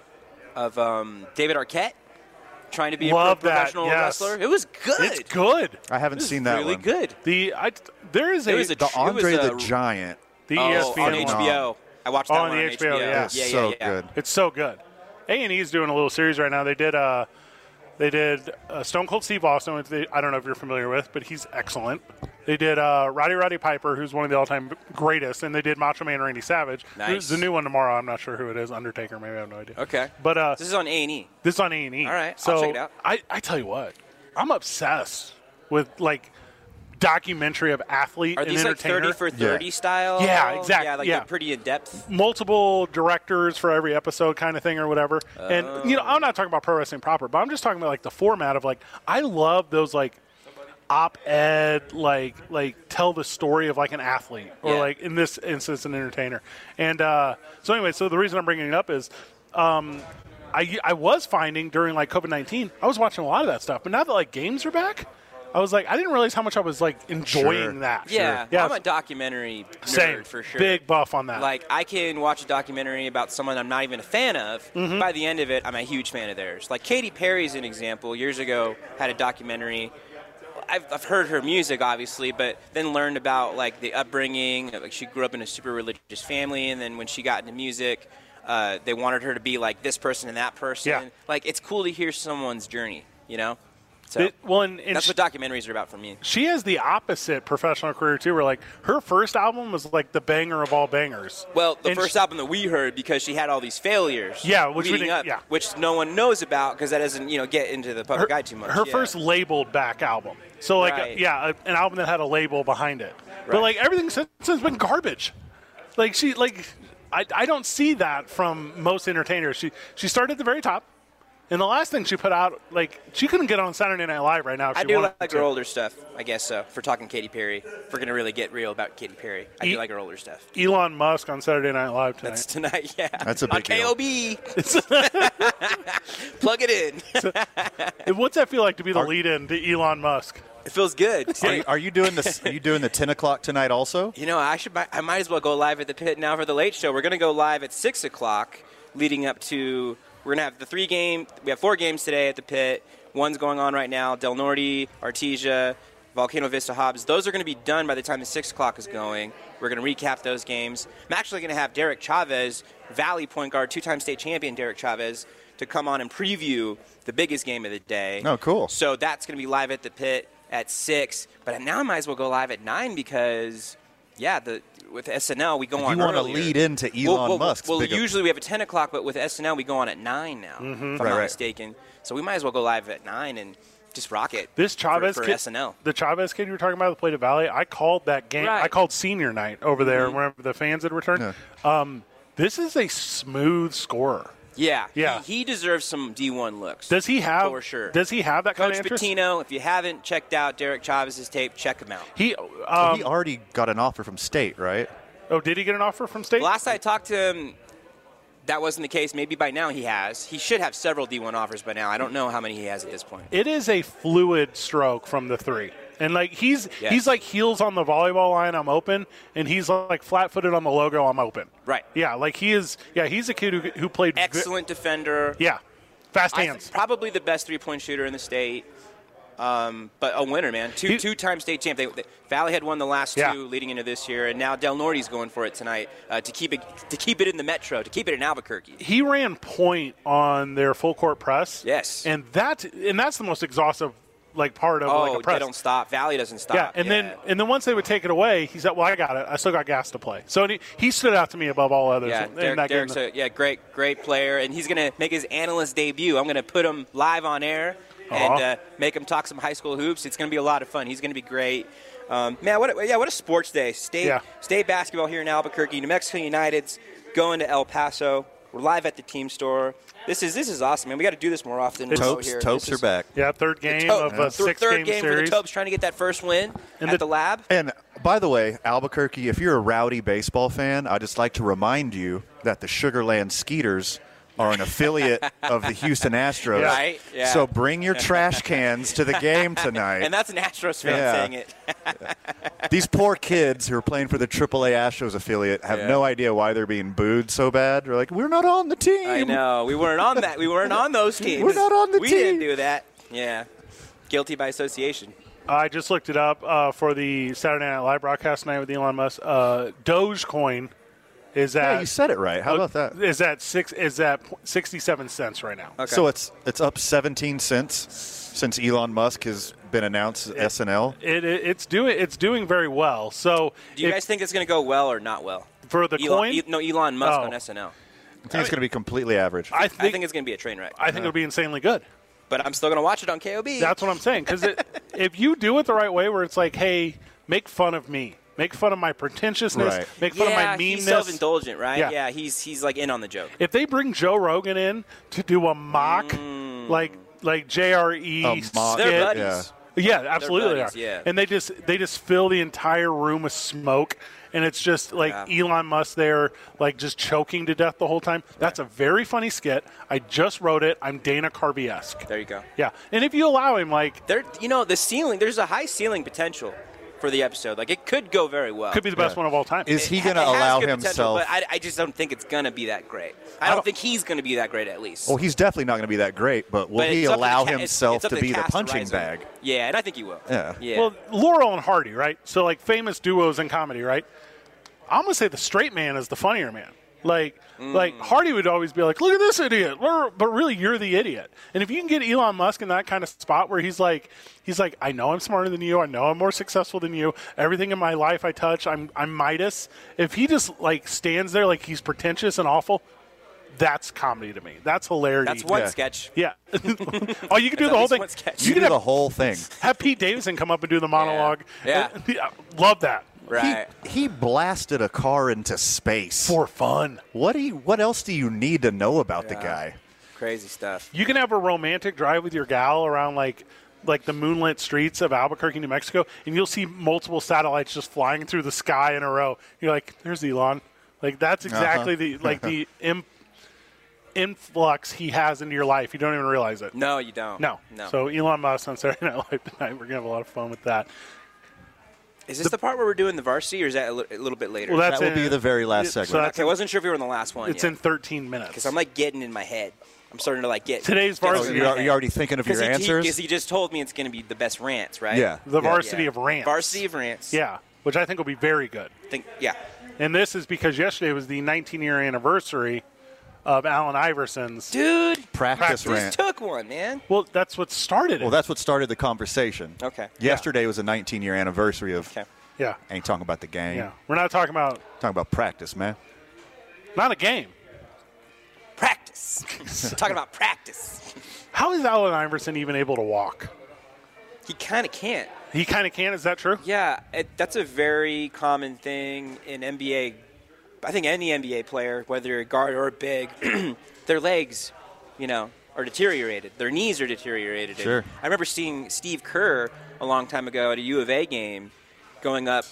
S9: of um, David Arquette trying to be
S7: Love
S9: a pro-
S7: that,
S9: professional
S7: yes.
S9: wrestler. It was good.
S7: It's good.
S8: I haven't
S9: This is
S8: seen that
S9: really
S8: one.
S9: good.
S7: The I, there is
S9: It
S7: a,
S9: was a
S8: The
S9: tr- it
S8: Andre
S9: was
S8: the
S9: a-
S8: Giant.
S7: The E
S9: oh,
S7: ESPN
S9: on
S7: one.
S9: HBO. I watched that
S7: on
S9: one
S7: the
S9: on
S7: HBO. Yeah,
S8: It's so good.
S7: It's so good. A and E is doing a little series right now. They did uh, they did uh, Stone Cold Steve Austin, which they, I don't know if you're familiar with, but he's excellent. They did uh, Roddy Roddy Piper, who's one of the all-time greatest, and they did Macho Man Randy Savage.
S9: Nice.
S7: There's a new one tomorrow. I'm not sure who it is. Undertaker, maybe I have no idea.
S9: Okay.
S7: But uh,
S9: This is on A and E.
S7: this is on A and E.
S9: All right, I'll
S7: so
S9: check it out.
S7: I, I tell you what, I'm obsessed with like documentary of athlete
S9: Are
S7: and
S9: these like
S7: entertainer.
S9: thirty for thirty style?
S7: Yeah, exactly.
S9: Yeah, like
S7: yeah
S9: they're pretty in depth.
S7: multiple directors for every episode kind of thing or whatever.
S9: Oh.
S7: And you know, I'm not talking about pro wrestling proper, but I'm just talking about like the format of like I love those like op-ed like like tell the story of like an athlete or
S10: Yeah.
S7: like in this instance an entertainer. And uh, so anyway, so the reason I'm bringing it up is um I, I was finding during like COVID nineteen, I was watching a lot of that stuff, but now that like games are back, I was like, I didn't realize how much I was like enjoying that.
S9: Yeah,
S7: yeah.
S9: I'm a documentary nerd
S7: Same.
S9: for sure.
S7: Big buff on that.
S9: Like I can watch a documentary about someone I'm not even a fan of.
S7: Mhm.
S9: By the end of it, I'm a huge fan of theirs. Like Katy Perry's an example. Years ago, had a documentary. I've, I've heard her music, obviously, but then learned about like the upbringing. Like she grew up in a super religious family, and then when she got into music, uh, they wanted her to be like this person and that person.
S7: Yeah.
S9: Like it's cool to hear someone's journey, you know. So
S7: It- well, and- and
S9: that's
S7: she-
S9: what documentaries are about for me.
S7: she has the opposite professional career too. Where like her first album was like the banger of all bangers.
S9: Well, the
S7: And
S9: first album that we heard because she had all these failures.
S7: Yeah, which we
S9: leading
S7: didn't-
S9: up,
S7: yeah.
S9: which no one knows about because that doesn't you know get into the public eye too much.
S7: her
S9: yeah.
S7: first labeled back album. So like
S9: Right.
S7: yeah, a- an album that had a label behind it. But
S9: Right.
S7: like everything since has been garbage. Like she like I, I don't see that from most entertainers. She she started at the very top. And the last thing she put out, like she couldn't get on Saturday Night Live right now. If
S9: I
S7: she
S9: do
S7: wanted
S9: like
S7: to.
S9: her older stuff, I guess. So if we're talking Katy Perry, if we're gonna really get real about Katy Perry, I
S7: E-
S9: do like her older stuff.
S7: Elon Musk on Saturday Night Live tonight.
S9: That's tonight, <laughs> yeah.
S7: That's a
S9: on
S7: big deal. <laughs>
S9: KOB. <laughs> Plug it in. <laughs>
S7: And What's that feel like to be the lead-in to Elon Musk?
S9: It feels good.
S8: Are you, are you doing this? Are you doing the ten o'clock tonight also?
S9: You know, I should. buy- I might as well go live at the pit now for the late show. We're going to go live at six o'clock, leading up to. We're going to have the three game. We have four games today at the pit. One's going on right now. Del Norte, Artesia, Volcano Vista Hobbs. Those are going to be done by the time the six o'clock is going. We're going to recap those games. I'm actually going to have Derek Chavez, Valley point guard, two-time state champion Derek Chavez, to come on and preview the biggest game of the day.
S8: Oh, cool.
S9: So that's going to be live at the pit at six. But now I might as well go live at nine because, yeah, the with SNL we go
S8: If
S9: on.
S8: you wanna
S9: earlier.
S8: lead into Elon
S9: well, well,
S8: Musk's
S9: Well,
S8: big-
S9: usually we have a ten o'clock, but with SNL we go on at nine now,
S7: Mhm.
S9: if I'm
S7: Right,
S9: not
S7: right.
S9: mistaken. So we might as well go live at nine and just rock it.
S7: This Chavez
S9: for, for
S7: kid,
S9: SNL.
S7: the Chavez kid you were talking about that played at Valley, I called that game.
S9: Right.
S7: I called senior night over there
S9: Mm-hmm.
S7: whenever the fans had returned. Um, this is a smooth scorer.
S9: Yeah,
S7: Yeah.
S9: He, he deserves some D1 looks.
S7: Does he have?
S9: For sure.
S7: Does he have that kind
S9: Coach
S7: of interest?
S9: Pitino, if you haven't checked out Derek Chavez's tape, check him out.
S7: He
S9: Um,
S7: um,
S8: he already got an offer from state, right?
S7: Oh, did he get an offer from state?
S9: Last I talked to him, that wasn't the case. Maybe by now he has. He should have several D1 offers by now. I don't know how many he has at this point.
S7: It is a fluid stroke from the three. And like he's
S9: Yes.
S7: he's like heels on the volleyball line, I'm open, and he's like flat footed on the logo, I'm open.
S9: Right.
S7: Yeah, like he is. Yeah, he's a kid who, who played ve-
S9: Excellent defender.
S7: yeah, fast
S9: I-
S7: hands.
S9: probably the best three point shooter in the state. Um, but a winner, man. Two two time state champ. They, they- Valley had won the last
S7: Yeah.
S9: two leading into this year, and now Del Norte's going for it tonight uh, to keep it to keep it in the metro, to keep it in Albuquerque.
S7: He ran point on their full court press.
S9: Yes.
S7: And that and that's the most exhaustive like part of
S9: oh,
S7: like a press.
S9: they don't stop. Valley doesn't stop.
S7: Yeah, and then and then once they would take it away, he said, "Well, I got it. I still got gas to play." So he, he stood out to me above all others
S9: Yeah,
S7: in
S9: Derek,
S7: that
S9: Derek's
S7: game.
S9: a, yeah, great, great player, and he's gonna make his analyst debut. I'm gonna put him live on air and
S7: Aw.
S9: uh, make him talk some high school hoops. It's gonna be a lot of fun. He's gonna be great, um, man. What a, yeah, what a sports day. State
S7: Yeah.
S9: state basketball here in Albuquerque. New Mexico United's going to El Paso. We're live at the team store. This is this is awesome, man. We got to do this more often.
S8: It's-
S9: out
S8: Topes-
S9: here.
S8: Topes
S9: This is-
S8: are back.
S7: Yeah, third game
S9: Tope-
S7: of a
S9: third-
S7: six game,
S9: third game for the
S7: series.
S9: Topes, trying to get that first win at the lab.
S8: And by the way, Albuquerque, if you're a rowdy baseball fan, I just like to remind you that the Sugarland Skeeters are an
S9: <laughs>
S8: affiliate of the Houston Astros.
S9: Right, yeah.
S8: So bring your trash cans to the game tonight.
S9: <laughs> And that's an Astros fan
S8: Yeah.
S9: saying it.
S8: These poor kids who are playing for the AAA Astros affiliate have
S9: Yeah.
S8: no idea why they're being booed so bad. They're like, "We're not on the team."
S9: I know. We weren't on that. We weren't on those teams.
S8: <laughs> We're not on the
S9: we
S8: team.
S9: didn't do that. Yeah. Guilty by association.
S7: I just looked it up uh, for the Saturday Night Live broadcast tonight with Elon Musk. Uh, Dogecoin is at.
S8: Yeah, you said it right. How about that?
S7: Is that six? Is that sixty-seven cents right
S9: Uh,
S7: now?
S8: So it's it's up 17 cents since Elon Musk has been announced as SNL.
S7: it, it, it's doing it's doing very well. So
S9: Do you
S7: if-
S9: guys think it's going to go well or not well?
S7: For the
S9: Elon,
S7: coin?
S9: E- no, Elon Musk
S7: Oh.
S9: on SNL.
S8: I think it's going to be completely average.
S7: I think,
S9: I think it's going to be a train wreck.
S7: I think it'll be insanely good.
S9: But I'm still going to watch it on KOB.
S7: That's what I'm saying. Because
S9: <laughs>
S7: if you do it the right way, where it's like, hey, make fun of me, make fun of my pretentiousness,
S9: Right.
S7: make fun
S9: Yeah,
S7: of my meanness.
S9: He's self-indulgent, right?
S7: Yeah.
S9: Yeah. he's he's like in on the joke.
S7: If they bring Joe Rogan in to do a mock, like like JRE,
S9: A mock,
S7: skit-
S9: Mm. They're buddies.
S7: yeah,
S9: They're
S7: absolutely, they
S9: buddies,
S7: are.
S9: yeah.
S7: And they just they just fill the entire room with smoke, and it's just like Elon Musk there, like just choking to death the whole time. That's a very funny skit. I just wrote it. I'm Dana Carvey esque.
S9: There you go.
S7: Yeah, and if you allow him, like
S9: There, you know, the ceiling. There's a high ceiling potential for the episode. Like it could go very well.
S7: could be the best one of all time.
S8: Is he
S9: It
S8: going to
S9: has
S8: allow
S9: good potential,
S8: himself?
S9: But I, I just don't think it's going to be that great. I, don't, think he's going to be that great, at least.
S8: Well, he's definitely not going to be that great, but will
S9: But
S8: he
S9: it's up to the
S8: allow
S9: ca- it's-
S8: himself
S9: it's up
S8: to
S9: to
S8: be
S9: the
S8: the
S9: cast to
S8: punching
S9: rise
S8: bag?
S9: yeah, and I think he will.
S8: Yeah.
S9: Yeah.
S7: Well, Laurel and Hardy, right? So like famous duos in comedy, right? I'm gonna say the straight man is the funnier man. Like,
S9: Mm.
S7: like Hardy would always be like, "Look at this idiot," Laurel- but really you're the idiot. And if you can get Elon Musk in that kind of spot where he's like, he's like, "I know I'm smarter than you. I know I'm more successful than you. Everything in my life I touch, I'm I'm Midas." If he just like stands there like he's pretentious and awful. That's comedy to me. That's hilarity.
S9: That's one sketch.
S7: Yeah. <laughs> oh, you can do
S9: That's
S7: the
S9: at
S7: whole
S9: least
S7: thing.
S9: one sketch.
S8: You
S7: can
S8: do
S7: have
S8: the whole thing. <laughs>
S7: have Pete Davidson come up and do the monologue.
S8: Yeah.
S7: Yeah. Love that.
S8: He, he blasted a car into space
S7: for fun.
S8: What do you, What else do you need to know about the
S7: Yeah.
S8: guy?
S9: Crazy stuff.
S7: You can have a romantic drive with your gal around like like the moonlit streets of Albuquerque, New Mexico, and you'll see multiple satellites just flying through the sky in a row. You're like, there's Elon. Like that's exactly the
S9: Uh-huh.
S7: like <laughs> the im- influx he has into your life. You don't even realize it.
S9: No, you don't.
S7: No.
S9: No.
S7: So Elon Musk on Saturday <laughs> Night Live tonight, we're gonna have a lot of fun with that.
S9: Is this the, part where we're doing the varsity, or is that a, li- a little bit later?
S7: Well, that's That will in- be the
S8: very
S7: last so segment. that's
S9: okay, I wasn't sure if we were in the last one.
S7: it's in 13 minutes.
S9: Because I'm like getting in my head. I'm starting to like get
S7: Today's
S8: Oh,
S9: get
S7: varsity-
S9: in my
S7: You're-
S9: head.
S8: you're already thinking of
S9: 'Cause
S8: your
S9: he-
S8: answers?
S9: He, 'cause he just told me it's going to be the best rants, right?
S8: Yeah.
S7: The varsity of rants.
S9: Varsity of rants.
S7: Yeah, which I think will be very good.
S9: Think yeah.
S7: And this is because yesterday was the 19 year anniversary of Allen Iverson's
S9: dude
S8: Practice rant.
S9: Took one, man.
S7: Well, that's what started it.
S8: Well, that's what started the conversation.
S9: Okay.
S8: Yesterday was a 19 year anniversary of.
S7: Yeah.
S8: Ain't talking about the game.
S7: Yeah. We're not talking about
S8: Talking about practice, man.
S7: not a game.
S8: <laughs>
S9: Practice. Talking about practice.
S7: How is Allen Iverson even able to walk?
S9: He kind of can't.
S7: He kind of can. Is that true?
S9: Yeah, it, that's a very common thing in NBA. I think any NBA player, whether you're a guard or a big, <clears throat> their legs, you know, are deteriorated. Their knees are deteriorated. And
S8: Sure.
S9: I remember seeing Steve Kerr a long time ago at a U of A game, going up,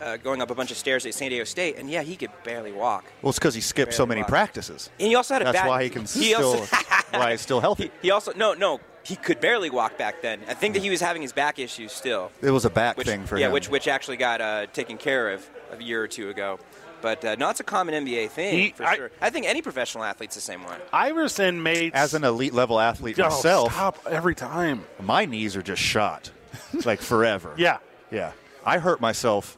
S9: uh, going up a bunch of stairs at San Diego State, and yeah, he could barely walk.
S8: Well, it's because he skipped so many practices.
S9: And he also had a
S8: That's
S9: bad-
S8: why he can
S9: <laughs> he
S8: still.
S9: also-
S8: why he's still healthy.
S9: <laughs> He also no no he could barely walk back then. I think that he was having his back issues still.
S8: It was a back
S9: which,
S8: thing for
S9: yeah,
S8: him.
S9: which which actually got uh, taken care of a year or two ago. But uh, no, it's a common NBA thing
S7: He-
S9: for sure. I think any professional athlete's the same one.
S7: Iverson made
S8: As an elite level athlete
S7: Oh,
S8: myself,
S7: stop every time.
S8: my knees are just shot, <laughs> like forever.
S7: Yeah.
S8: Yeah. I hurt myself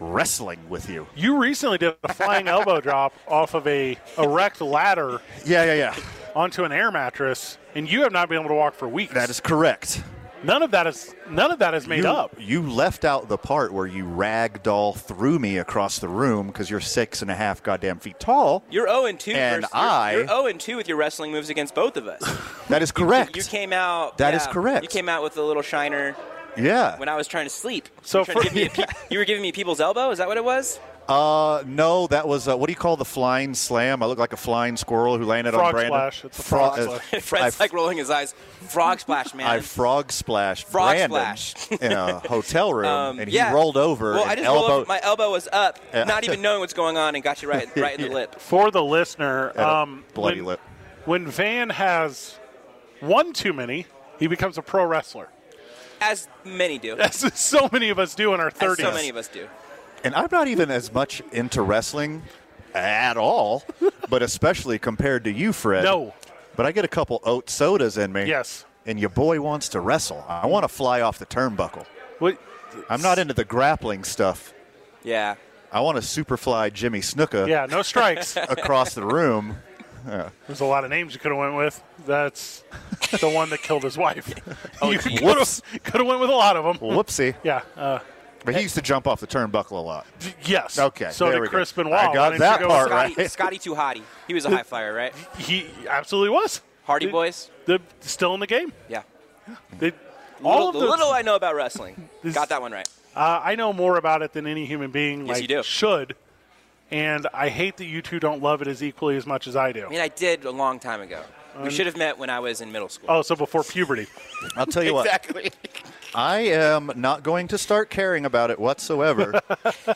S8: wrestling with you.
S7: You recently did a flying elbow drop off of a erect ladder.
S8: Yeah, yeah, yeah.
S7: Onto an air mattress, and you have not been able to walk for weeks. That
S8: is correct.
S7: None of that is none of that is made
S8: you,
S7: up.
S8: You left out the part where you ragdoll threw me across the room because you're six and a half goddamn feet tall.
S9: You're 0 and 2
S8: And
S9: versus,
S8: I-
S9: you're, you're 0 and 2 with your wrestling moves against both of us.
S8: That is correct.
S9: You came out
S8: That
S9: That
S8: is
S9: is
S8: correct.
S9: You came out with a little shiner
S8: yeah.
S9: when I was trying to sleep.
S8: So
S9: you were, trying to
S8: for-
S9: give me a pe- you were giving me people's elbow. Is that what it was? <laughs>
S8: Uh, no, that was uh, what do you call the flying slam? I look like a flying squirrel who landed on
S9: Frog
S8: Brandon.
S9: splash. It's a
S8: Fro-
S9: frog
S8: uh,
S9: <laughs> splash.
S8: fr- I,
S9: Fred's like rolling his eyes. Frog splash,
S8: <laughs>
S9: man.
S8: I frog splashed
S9: Frog
S8: Brandon
S9: splash.
S8: in
S9: <laughs>
S8: a hotel room,
S9: Um,
S8: and he
S9: yeah.
S8: rolled over.
S9: Well,
S8: and
S9: I just
S8: elbowed.
S9: rolled over. My elbow was up,
S8: Yeah.
S9: not even knowing what's going on, and got
S8: <laughs>
S9: you right, right in the lip.
S7: <laughs> For the listener,
S8: Had a
S7: um,
S8: bloody
S7: when,
S8: lip.
S7: When Van has one too many, he becomes a pro wrestler. <laughs>
S9: As
S8: <laughs>
S9: many do.
S7: As so many of us do in our
S9: As
S7: 30s.
S9: so many of us do.
S8: And I'm not even as much into wrestling
S7: <laughs>
S8: at all, but especially compared to you, Fred.
S7: No.
S8: But I get a couple oat sodas in me.
S7: Yes.
S8: And your boy wants to wrestle. I want to fly off the turnbuckle.
S7: What?
S8: I'm not into the grappling stuff.
S9: Yeah.
S8: I want to superfly Jimmy Snuka.
S7: Yeah, no
S9: <laughs>
S7: strikes.
S8: across the
S7: <laughs>
S8: room. Yeah.
S7: There's a lot of names you could have went with. That's the one that killed his
S9: <laughs>
S7: wife. <laughs>
S9: Oh,
S7: you could
S8: Whoops.
S7: have went with a lot of them.
S8: Whoopsie.
S7: Yeah. Uh,
S8: But he used to jump off the turnbuckle a lot.
S7: yes.
S8: Okay.
S7: So
S8: there
S7: did
S8: we go.
S7: Crispin Wall.
S8: I
S7: Why
S8: got
S7: didn't
S8: that
S7: you go with
S8: part
S9: Scotty,
S8: right.
S9: Scotty too hotty. He was a high flyer, right?
S7: He absolutely was.
S9: Hardy Boys.
S7: The, still in the game.
S9: Yeah.
S7: They,
S9: little,
S7: all of
S9: the
S7: those-
S9: little I know about wrestling. Got that one right.
S7: Uh, I know more about it than any human being
S9: Yes,
S7: like,
S9: you do.
S7: should, and I hate that you two don't love it as equally as much as I do.
S9: I mean, I did a long time ago.
S7: Um,
S9: We should have met when I was in middle school.
S7: Oh, so before puberty.
S8: I'll tell you what.
S9: <laughs> exactly.
S8: I am not going to start caring about it
S9: <laughs>
S8: whatsoever,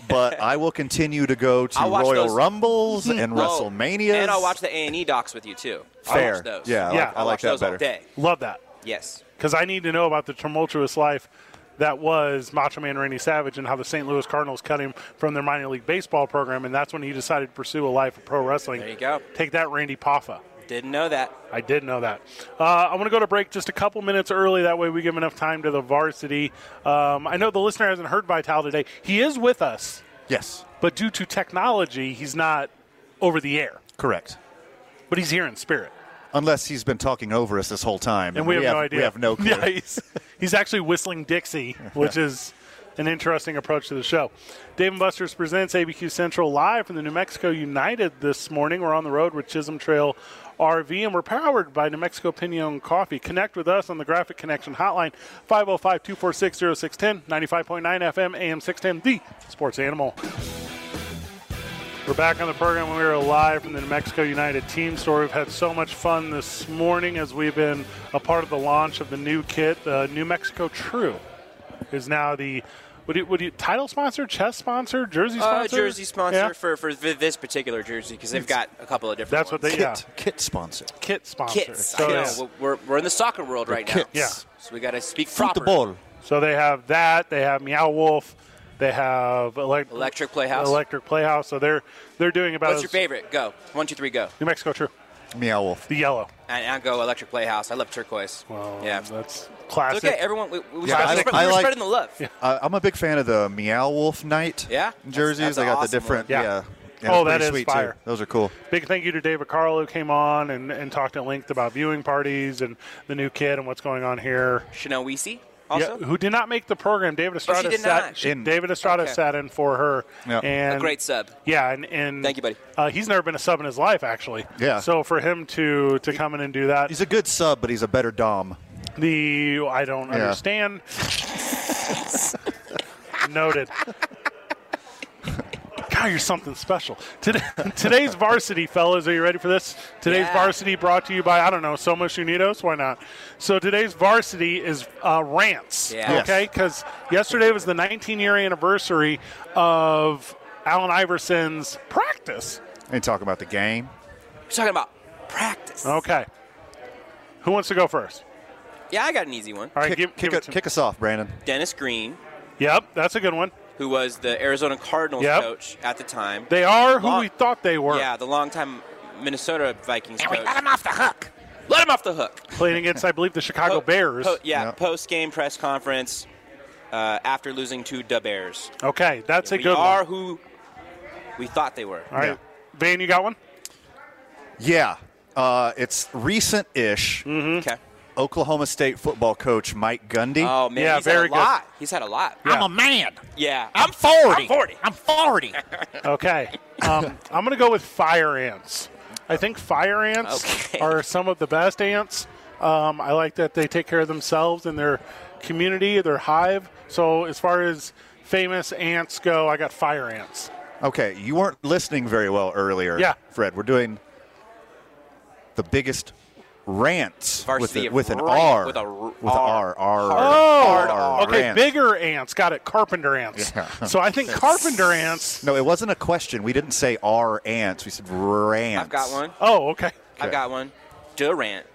S8: but I will continue to go to
S9: I'll watch
S8: Royal
S9: those-
S8: Rumbles
S9: <laughs>
S8: and
S9: Whoa.
S8: <laughs> WrestleManias.
S9: And I'll watch the A and E docs with you too.
S8: Fair.
S9: I'll watch those.
S8: Yeah, I Yeah. like- I
S9: I'll
S8: like
S9: watch
S8: that
S9: those
S8: better.
S9: all day.
S7: Love that
S9: Yes.
S7: because I need to know about the tumultuous life that was Macho Man Randy Savage and how the St. Louis Cardinals cut him from their minor league baseball program, and that's when he decided to pursue a life of pro wrestling.
S9: There you go.
S7: Take that, Randy Poffa.
S9: Didn't know that.
S7: I did know that. Uh, I want to go to break just a couple minutes early. That way, we give enough time to the varsity. Um, I know the listener hasn't heard Vital today. He is with us,
S8: Yes,
S7: but due to technology, he's not over the air.
S8: correct.
S7: But he's here in spirit.
S8: Unless he's been talking over us this whole time,
S7: And we, have, no idea.
S8: We have
S7: <laughs>
S8: no clue.
S7: Yeah, he's, he's actually whistling Dixie, which is an interesting approach to the show. Dave and Buster's presents ABQ Central live from the New Mexico United this morning. We're on the road with Chisholm Trail RV, and we're powered by New Mexico Pinion Coffee. Connect with us on the Graphic Connection Hotline, 505 246 0610, 95.9 FM, AM 610, the sports animal. We're back on the program. We are live from the New Mexico United team store. We've had so much fun this morning as we've been a part of the launch of the new kit. The New Mexico True is now the would you, would you title sponsor, chest sponsor, jersey
S9: Uh,
S7: sponsor,
S9: jersey sponsor
S7: Yeah.
S9: for, for th- this particular jersey because they've got a couple of different.
S7: That's what
S9: ones.
S7: they yeah.
S8: Kit sponsor.
S7: kit sponsor.
S9: Kits.
S7: So,
S9: I know.
S7: it's-
S9: We're, we're- we're in the soccer world right
S7: kits.
S9: now.
S7: Yeah.
S9: So we got to speak proper.
S7: So they have that. They have Meow Wolf. They have elec-
S9: Electric Playhouse.
S7: Electric Playhouse. So they're they're doing about as-
S9: What's your favorite? Go. One, two, three, go.
S7: New Mexico True.
S8: Meow Wolf.
S7: The yellow.
S9: And I go Electric Playhouse. I love turquoise. yeah,
S7: that's
S8: classic.
S9: It's okay, everyone. We, we
S8: Yeah,
S9: spread,
S8: I-
S9: we spread-
S8: I
S9: we're
S8: like-
S9: spreading the love.
S8: Uh, I'm a big fan of the Meow Wolf Knight
S9: Yeah, that's-
S8: jerseys.
S7: that's
S8: they got
S7: awesome
S8: the different,
S7: one.
S8: yeah.
S7: Yeah.
S8: yeah,
S7: Oh,
S8: it's pretty
S7: that is
S8: sweet, too.
S7: fire.
S8: Those are cool.
S7: Big thank you to David Carlo who came on and, and talked at length about viewing parties and the new kid and what's going on here.
S9: Chanel Weesey also.
S7: Yeah, who did not make the program. David Estrada
S9: Oh, did
S7: sat
S9: not.
S7: she- David Estrada
S9: Okay.
S7: sat in for her.
S9: Yeah.
S7: And
S9: A great sub.
S7: Yeah, and, and
S9: Thank you, buddy.
S7: Uh, he's never been a sub in his life, actually.
S8: Yeah.
S7: So for him to to come in and do that,
S8: He's a good sub, but he's a better Dom.
S7: the I don't
S8: Yeah.
S7: understand. Noted. God, you're something special. Today, <laughs> today's varsity, fellas, are you ready for this? Today's
S10: Yeah.
S7: varsity brought to you by I don't know, Soma Unidos. Why not? So today's varsity is uh, rants.
S10: Yeah. Yes.
S7: Okay, because yesterday was the 19 year anniversary of Allen Iverson's practice.
S8: Ain't talking about the game.
S9: We're talking about practice.
S7: Okay. Who wants to go first?
S9: Yeah, I got an easy one.
S7: All right, give,
S8: Kick, kick us off, Brandon.
S9: Dennis Green,
S7: Yep, that's a good one.
S9: who was the Arizona Cardinals
S7: Yep.
S9: coach at the time.
S7: They are who
S9: Long-
S7: we thought they were.
S9: Yeah, the longtime Minnesota Vikings coach.
S6: off the hook.
S9: Let him off the hook.
S7: Playing against, I believe, the Chicago Bears.
S9: Po- yeah, post game press conference uh, after losing to the Bears.
S7: Okay, that's a
S9: we
S7: good
S9: are
S7: one.
S9: who we thought they were.
S7: All right, Van, you got one?
S8: Yeah, uh, it's recent-ish.
S7: Mm-hmm.
S9: Okay.
S8: Oklahoma State football coach Mike Gundy.
S9: Oh man, he's had a lot. He's had a lot.
S8: I'm a
S9: man. Yeah,
S7: I'm 40.
S9: I'm forty.
S7: I'm 40. okay.
S9: <laughs>
S7: Um, I'm going to go with fire ants. I think fire ants are some of the best ants. Um, I like that they take care of themselves and their community, their hive. So, as far as famous ants go, I got fire ants.
S8: Okay, you weren't listening very well earlier.
S7: Yeah.
S8: Fred, we're doing the biggest rants
S7: Varsity
S8: with, a-
S7: of
S8: with an
S7: rant
S8: R.
S7: with a r-
S8: With a
S7: R.
S8: R. R.
S7: oh,
S8: R,
S7: okay.
S8: rant.
S7: Bigger ants. Got it. Carpenter ants.
S8: Yeah.
S7: So, I
S9: <laughs>
S7: think carpenter ants.
S8: No, it wasn't a question. We didn't say R ants. We said rants.
S9: I've got one.
S7: Oh, okay.
S9: I've got one.
S8: <laughs>
S9: Durant.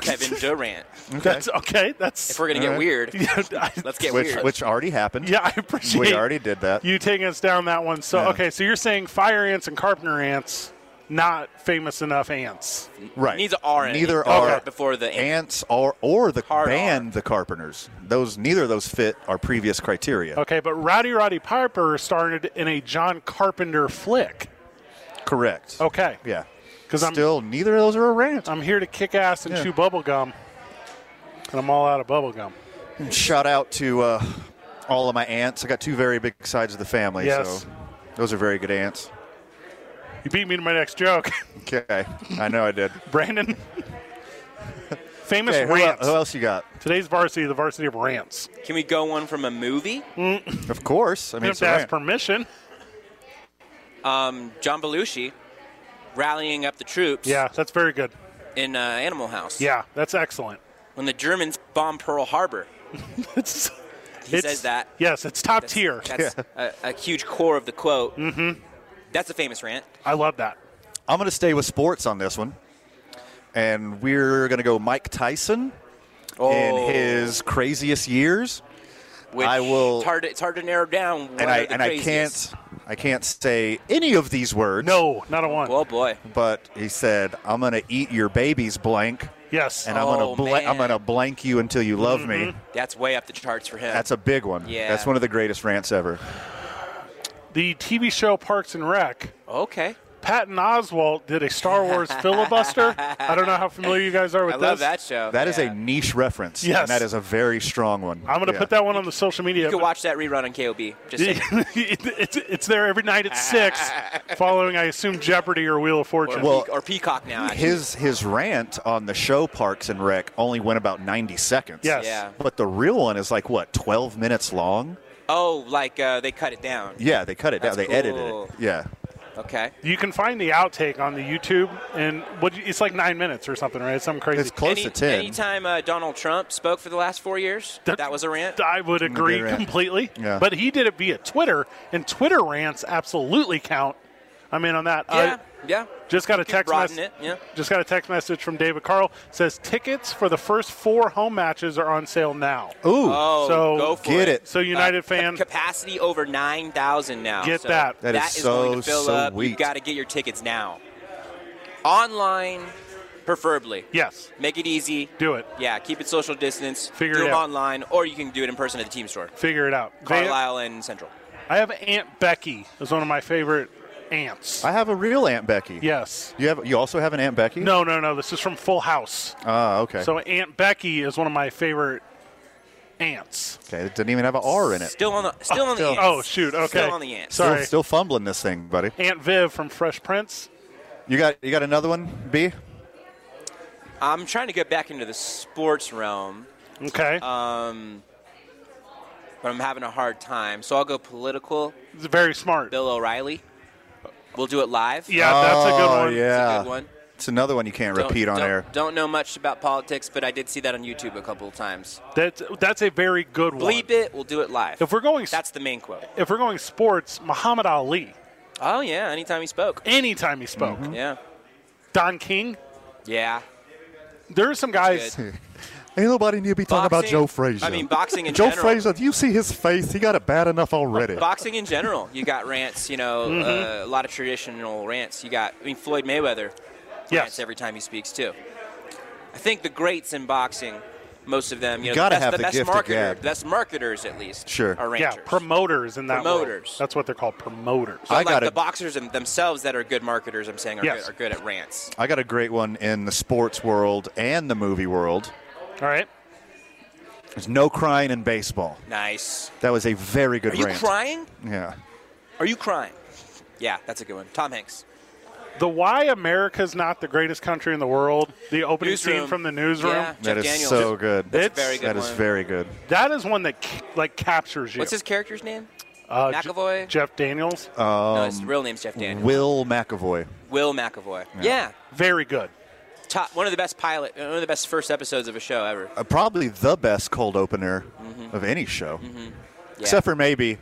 S9: Kevin Durant.
S8: Okay.
S7: That's okay. That's
S9: If we're gonna get
S8: All right. <laughs>
S9: weird, <laughs> let's get
S8: which,
S9: weird.
S8: Which already
S7: <laughs>
S8: happened.
S7: Yeah, I appreciate
S8: We already did that.
S7: You taking us down that one. So
S8: Yeah.
S7: okay, so you're saying fire ants and carpenter ants, not famous enough ants.
S8: right.
S7: Neither are any.
S8: Neither
S7: Okay.
S8: are
S9: before the
S8: ants or or the band the Carpenters. Those neither of those fit our previous criteria.
S7: Okay, but Rowdy Roddy Piper started in a John Carpenter flick.
S8: Correct.
S7: Okay.
S8: Yeah.
S7: Because I'm
S8: still neither of those are a rant.
S7: I'm here to kick ass and
S8: Yeah.
S7: chew bubble gum, and I'm all out of bubble gum.
S8: And shout out to uh, all of my aunts. I got two very big sides of the family.
S7: Yes.
S8: So those are very good aunts.
S7: You beat me to my next joke, <laughs>
S8: Okay. I know I did. <laughs>
S7: Brandon. famous
S8: Okay, who el-
S7: rants.
S8: who else you got?
S7: Today's varsity, the varsity of rants.
S9: Can we go one from a movie?
S8: Of course. I mean,
S7: you have
S8: it's
S7: to
S8: a
S7: ask
S8: rant.
S7: permission.
S9: Um, John Belushi rallying up the troops
S7: Yeah, that's very good.
S9: in uh, Animal House.
S7: Yeah, that's excellent. <laughs>
S9: When the Germans bomb Pearl Harbor. he
S7: it's-
S9: says that.
S7: Yes, it's top tier.
S9: That's a, a huge core of the quote. Mm-hmm. That's a famous rant.
S7: I love that.
S8: I'm going to stay with sports on this one. And we're going to go Mike Tyson
S9: Oh.
S8: in his craziest years.
S9: Which
S8: I will
S9: It's hard. To, it's hard to narrow down. One
S8: and I
S9: of the
S8: and I
S9: craziest.
S8: can't I can't say any of these words.
S7: No, not a one.
S9: Oh boy.
S8: But he said, "I'm going to eat your babies blank."
S7: Yes.
S8: And I'm
S9: Oh,
S8: going to bla-
S9: man.
S8: I'm going to blank you until you love me.
S9: That's way up the charts for him.
S8: That's a big one.
S9: Yeah.
S8: That's one of the greatest rants ever.
S7: The TV show Parks and Rec.
S9: Okay.
S7: Patton Oswalt did a Star
S9: <laughs>
S7: Wars filibuster. I don't know how familiar you guys are with
S9: I
S7: this.
S9: love that show.
S8: That is a niche reference.
S7: Yes.
S8: And that is a very strong one.
S7: I'm going to
S8: Yeah.
S7: put that one on the social media.
S9: You
S7: <laughs>
S9: can watch that rerun on KOB. Just saying.
S7: it's, it's there every night at
S9: <laughs>
S7: six, following I assume Jeopardy or Wheel of Fortune.
S8: Well,
S9: or Peacock now. Actually.
S8: His his rant on the show Parks and Rec only went about 90 seconds.
S9: Yes. Yeah.
S8: But the real one is like what 12 minutes long.
S9: Oh, like uh, they cut it down.
S8: Yeah, they cut it
S9: That's
S8: down. They edited
S9: cool.
S8: it. Yeah.
S9: Okay.
S7: you can find the outtake on the YouTube, and what you- it's like nine minutes or something, right? It's something crazy. It's
S9: Any- Anytime uh, Donald Trump spoke for the last four years, that was a rant.
S7: I would agree completely.
S9: Yeah.
S7: But he did it via Twitter, and Twitter rants absolutely count. I'm in on that.
S9: Yeah,
S7: I-
S9: Uh, yeah.
S7: Just got a
S9: You could
S7: text
S9: broaden
S7: message.
S9: it, yeah.
S7: Just got a text message from David Carl. Says tickets for the first four home matches are on sale now.
S8: Ooh.
S9: Oh,
S7: so
S9: go for
S7: So United
S9: Uh,
S7: fan,
S9: cap- capacity over nine thousand now.
S7: Get
S9: so
S7: that. That
S9: that
S7: is
S9: is going to
S7: so,
S9: fill
S7: so
S9: up.
S7: weak.
S9: You've got to get your tickets now. online, preferably.
S7: Yes.
S9: Make it easy.
S7: Do it.
S9: Yeah, keep it social distance.
S7: Figure
S9: do
S7: it
S9: them
S7: out.
S9: online, or you can do it in person at the team store.
S7: Figure it out. They-
S9: Carlisle and Central.
S7: I have Aunt Becky as one of my favorite aunts.
S8: I have a real Aunt Becky.
S7: Yes.
S8: You have. You also have an Aunt Becky.
S7: No, no, no. This is from Full House.
S8: Ah, okay.
S7: So Aunt Becky is one of my favorite aunts.
S8: okay, it didn't even have an R in it.
S9: Still on the still on the ants.
S7: Oh shoot. Okay.
S9: Still on the ants.
S7: Sorry.
S8: Still, still fumbling this thing, buddy.
S7: Aunt Viv from Fresh Prince.
S8: You got. You got another one, B.
S9: I'm trying to get back into the sports realm.
S7: Okay.
S9: Um, but I'm having a hard time, so I'll go political.
S7: It's very smart.
S9: Bill O'Reilly. We'll do it live.
S8: Oh, Yeah,
S9: That's a good one.
S8: It's another one you can't
S9: Don't-
S8: repeat on
S9: don't-
S8: air.
S9: Don't know much about politics, but I did see that on YouTube a couple of times.
S7: That's that's a very good one.
S9: Bleep it. We'll do it live.
S7: If we're going,
S9: that's the main quote.
S7: If we're going sports, Muhammad Ali.
S9: Oh yeah. Anytime he spoke.
S7: Anytime he spoke.
S8: Mm-hmm.
S9: Yeah.
S7: Don King.
S9: Yeah.
S7: There are some guys.
S8: <laughs> Ain't nobody need to be talking about
S9: Boxing-
S8: Joe Frazier.
S9: I mean, boxing in
S8: Joe
S9: general.
S8: Frazier, do you see his face? He got it bad enough already.
S9: Boxing in general, you got rants. You know,
S8: Mhm.
S9: uh, a lot of traditional rants. You got. I mean, Floyd Mayweather. Rants every time he speaks too. I think the greats in boxing, most of them. You,
S8: You
S9: know,
S8: gotta
S9: the best,
S8: have
S9: the
S8: the
S9: best
S8: gift of
S9: marketer,
S8: gab.
S9: the best marketers at least.
S8: Sure.
S9: Are
S7: Yeah,
S9: ranters.
S7: promoters in that world.
S9: Promoters. Uh,
S7: That's what they're called, promoters.
S9: But like the boxers them- themselves that are good marketers, I'm saying are,
S7: Yes.
S9: good, are good at rants.
S8: I got a great one in the sports world and the movie world.
S7: All right.
S8: There's no crying in baseball.
S9: Nice.
S8: That was a very good
S9: Are you
S8: rant.
S9: crying?
S8: Yeah.
S9: Are you crying? Yeah, that's a good one. Tom Hanks.
S7: The why America's not the greatest country in the world. The opening scene
S9: Newsroom.
S7: from the newsroom.
S9: Yeah.
S8: That
S9: Jeff
S8: is
S9: Daniels.
S8: so good.
S7: That's a It's- very
S9: good
S8: That is
S9: one.
S8: very good.
S7: That is one that ca- like captures you.
S9: What's his character's name?
S7: Uh, Je-
S9: McAvoy?
S7: Jeff Daniels.
S8: Um,
S9: no, his real name's Jeff Daniels.
S8: Will McAvoy.
S9: Will McAvoy. Yeah.
S7: Very good.
S9: Top, one of the best pilot, one of the best first episodes of a show ever.
S8: Uh, probably the best cold opener of any show, except for maybe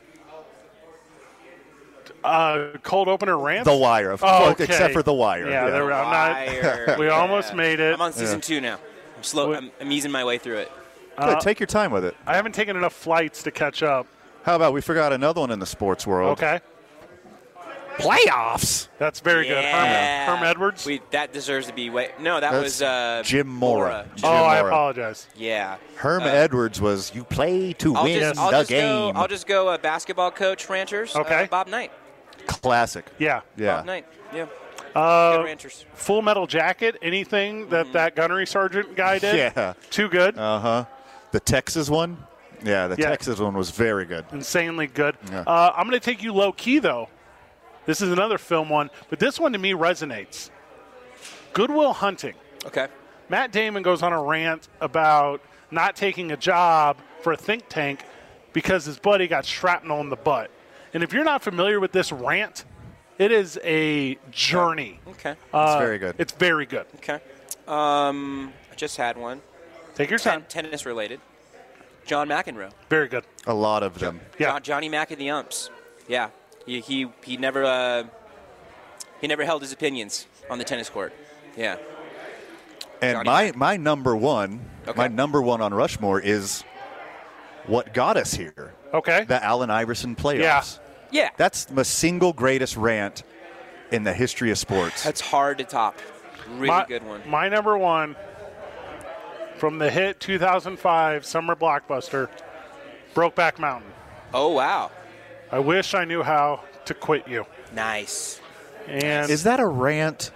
S7: Uh, cold opener rant.
S8: The Wire, of
S7: oh,
S8: course,
S7: okay.
S8: except for The Wire,
S7: Yeah,
S8: yeah.
S7: There, we- I'm not.
S9: Wire.
S7: <laughs> we almost made it.
S9: I'm on season two now. I'm slow. I'm, I'm easing my way through it.
S8: Good, take your time with it.
S7: I haven't taken enough flights to catch up.
S8: How about we forgot another one in the sports world?
S7: Okay.
S8: Playoffs.
S7: That's very good.
S9: Yeah.
S7: Herm, Herm Edwards.
S9: We, that deserves to be way. No, that
S8: That's
S9: was uh,
S8: Jim Mora.
S7: oh,
S8: Jim
S7: I
S8: Mora.
S7: apologize.
S9: Yeah.
S8: Herm
S9: Uh,
S8: Edwards was you play to
S9: I'll
S8: win
S9: just,
S8: the
S9: I'll just
S8: game.
S9: Go, I'll just go uh, basketball coach Ranchers.
S7: Okay.
S9: Uh, Bob Knight.
S8: Classic.
S7: Yeah.
S8: Yeah.
S9: Bob Knight. Yeah.
S7: Uh,
S9: Good Ranchers.
S7: Full Metal Jacket. Anything that that gunnery sergeant guy did.
S8: Mm-hmm. Yeah.
S7: Too good.
S8: Uh huh. The Texas one. Yeah, the
S7: Yeah.
S8: Texas one was very good.
S7: insanely good.
S8: Yeah.
S7: Uh, I'm going to take you low key though. This is another film one, but this one to me resonates. Goodwill Hunting.
S9: Okay.
S7: Matt Damon goes on a rant about not taking a job for a think tank because his buddy got shrapnel in the butt. And if you're not familiar with this rant, it is a journey.
S9: Okay.
S7: Uh,
S8: very good.
S7: It's very good.
S9: Okay. Um, I just had one.
S7: Take your time.
S9: Ten- tennis related. John McEnroe.
S7: Very good.
S8: A lot of them.
S7: Yeah.
S9: John, Johnny Mack and the umps. Yeah. He he, he never uh, he never held his opinions on the tennis court. Yeah.
S8: And
S9: Johnny
S8: my, my number one,
S9: Okay.
S8: my number one on Rushmore is what got us here.
S7: Okay.
S8: The Allen Iverson playoffs.
S7: Yeah.
S9: Yeah.
S8: That's the single greatest rant in the history of sports.
S9: That's hard to top. Really
S7: my,
S9: good one.
S7: My number one from the hit 2005 summer blockbuster, Brokeback Mountain.
S9: Oh wow.
S7: I wish I knew how to quit you.
S9: Nice.
S7: And
S8: is that a rant,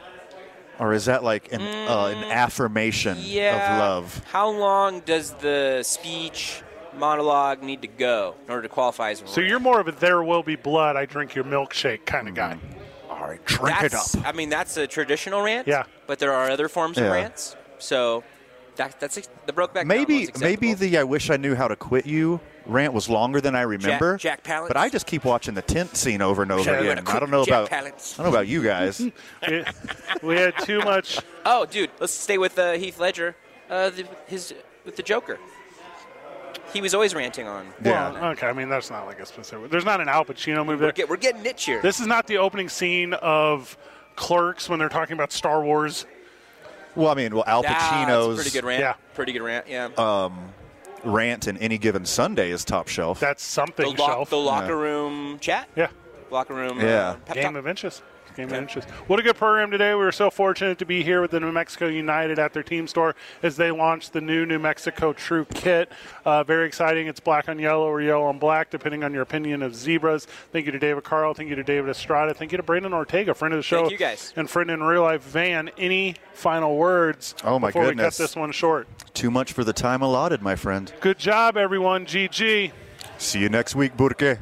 S8: or is that like an uh, an affirmation
S9: Mm, Yeah.
S8: of love?
S9: How long does the speech monologue need to go in order to qualify as a
S7: so you're more of a "There will be blood, I drink your milkshake" kind of guy.
S8: All right, drink
S9: that's,
S8: it up.
S9: I mean, that's a traditional rant.
S7: Yeah.
S9: But there are other forms
S8: Yeah.
S9: of rants. So that, that's ex- the Brokeback Mountain
S8: Maybe
S9: one's acceptable.
S8: maybe the I wish I knew how to quit you rant was longer than I remember.
S9: Jack Palance.
S8: But I just keep watching the tent scene over and over
S9: Sure, I'm
S8: again.
S9: gonna
S8: I don't
S9: quit
S8: know
S9: Jack
S8: about
S9: Palance.
S8: I don't know about you guys.
S9: <laughs> Mm-hmm.
S7: we, we had too much.
S9: Oh, dude, let's stay with uh, Heath Ledger. Uh, the, his with the Joker. He was always ranting on.
S8: Yeah.
S7: Well, okay. I mean, that's not like a specific. There's not an Al Pacino movie
S9: We're,
S7: there.
S9: get, we're getting niche here.
S7: This is not the opening scene of Clerks when they're talking about Star Wars.
S8: well, I mean, well, Al
S9: Ah, that's a
S8: Pacino's Uh,
S9: pretty good rant.
S7: yeah.
S9: Pretty good rant. Yeah.
S8: rant in any given Sunday is top shelf.
S7: That's
S9: the,
S7: something.
S9: lock,
S7: shelf.
S9: the locker room chat.
S7: yeah.
S9: Locker room.
S8: Yeah.
S9: Uh, pep
S7: Game
S9: talk.
S7: of Inches. Game inches. What a good program today. We were so fortunate to be here with the New Mexico United at their team store as they launched the new New Mexico True Kit. Uh, very exciting. It's black on yellow or yellow on black, depending on your opinion of zebras. Thank you to David Carl. Thank you to David Estrada. Thank you to Brandon Ortega, friend of the show.
S9: Thank you, guys.
S7: And friend in real life, Van. Any final words
S8: Oh, my
S7: before we cut
S8: goodness.
S7: this one short?
S8: Too much for the time allotted, my friend.
S7: Good job, everyone. GG.
S8: See you next week, Burke.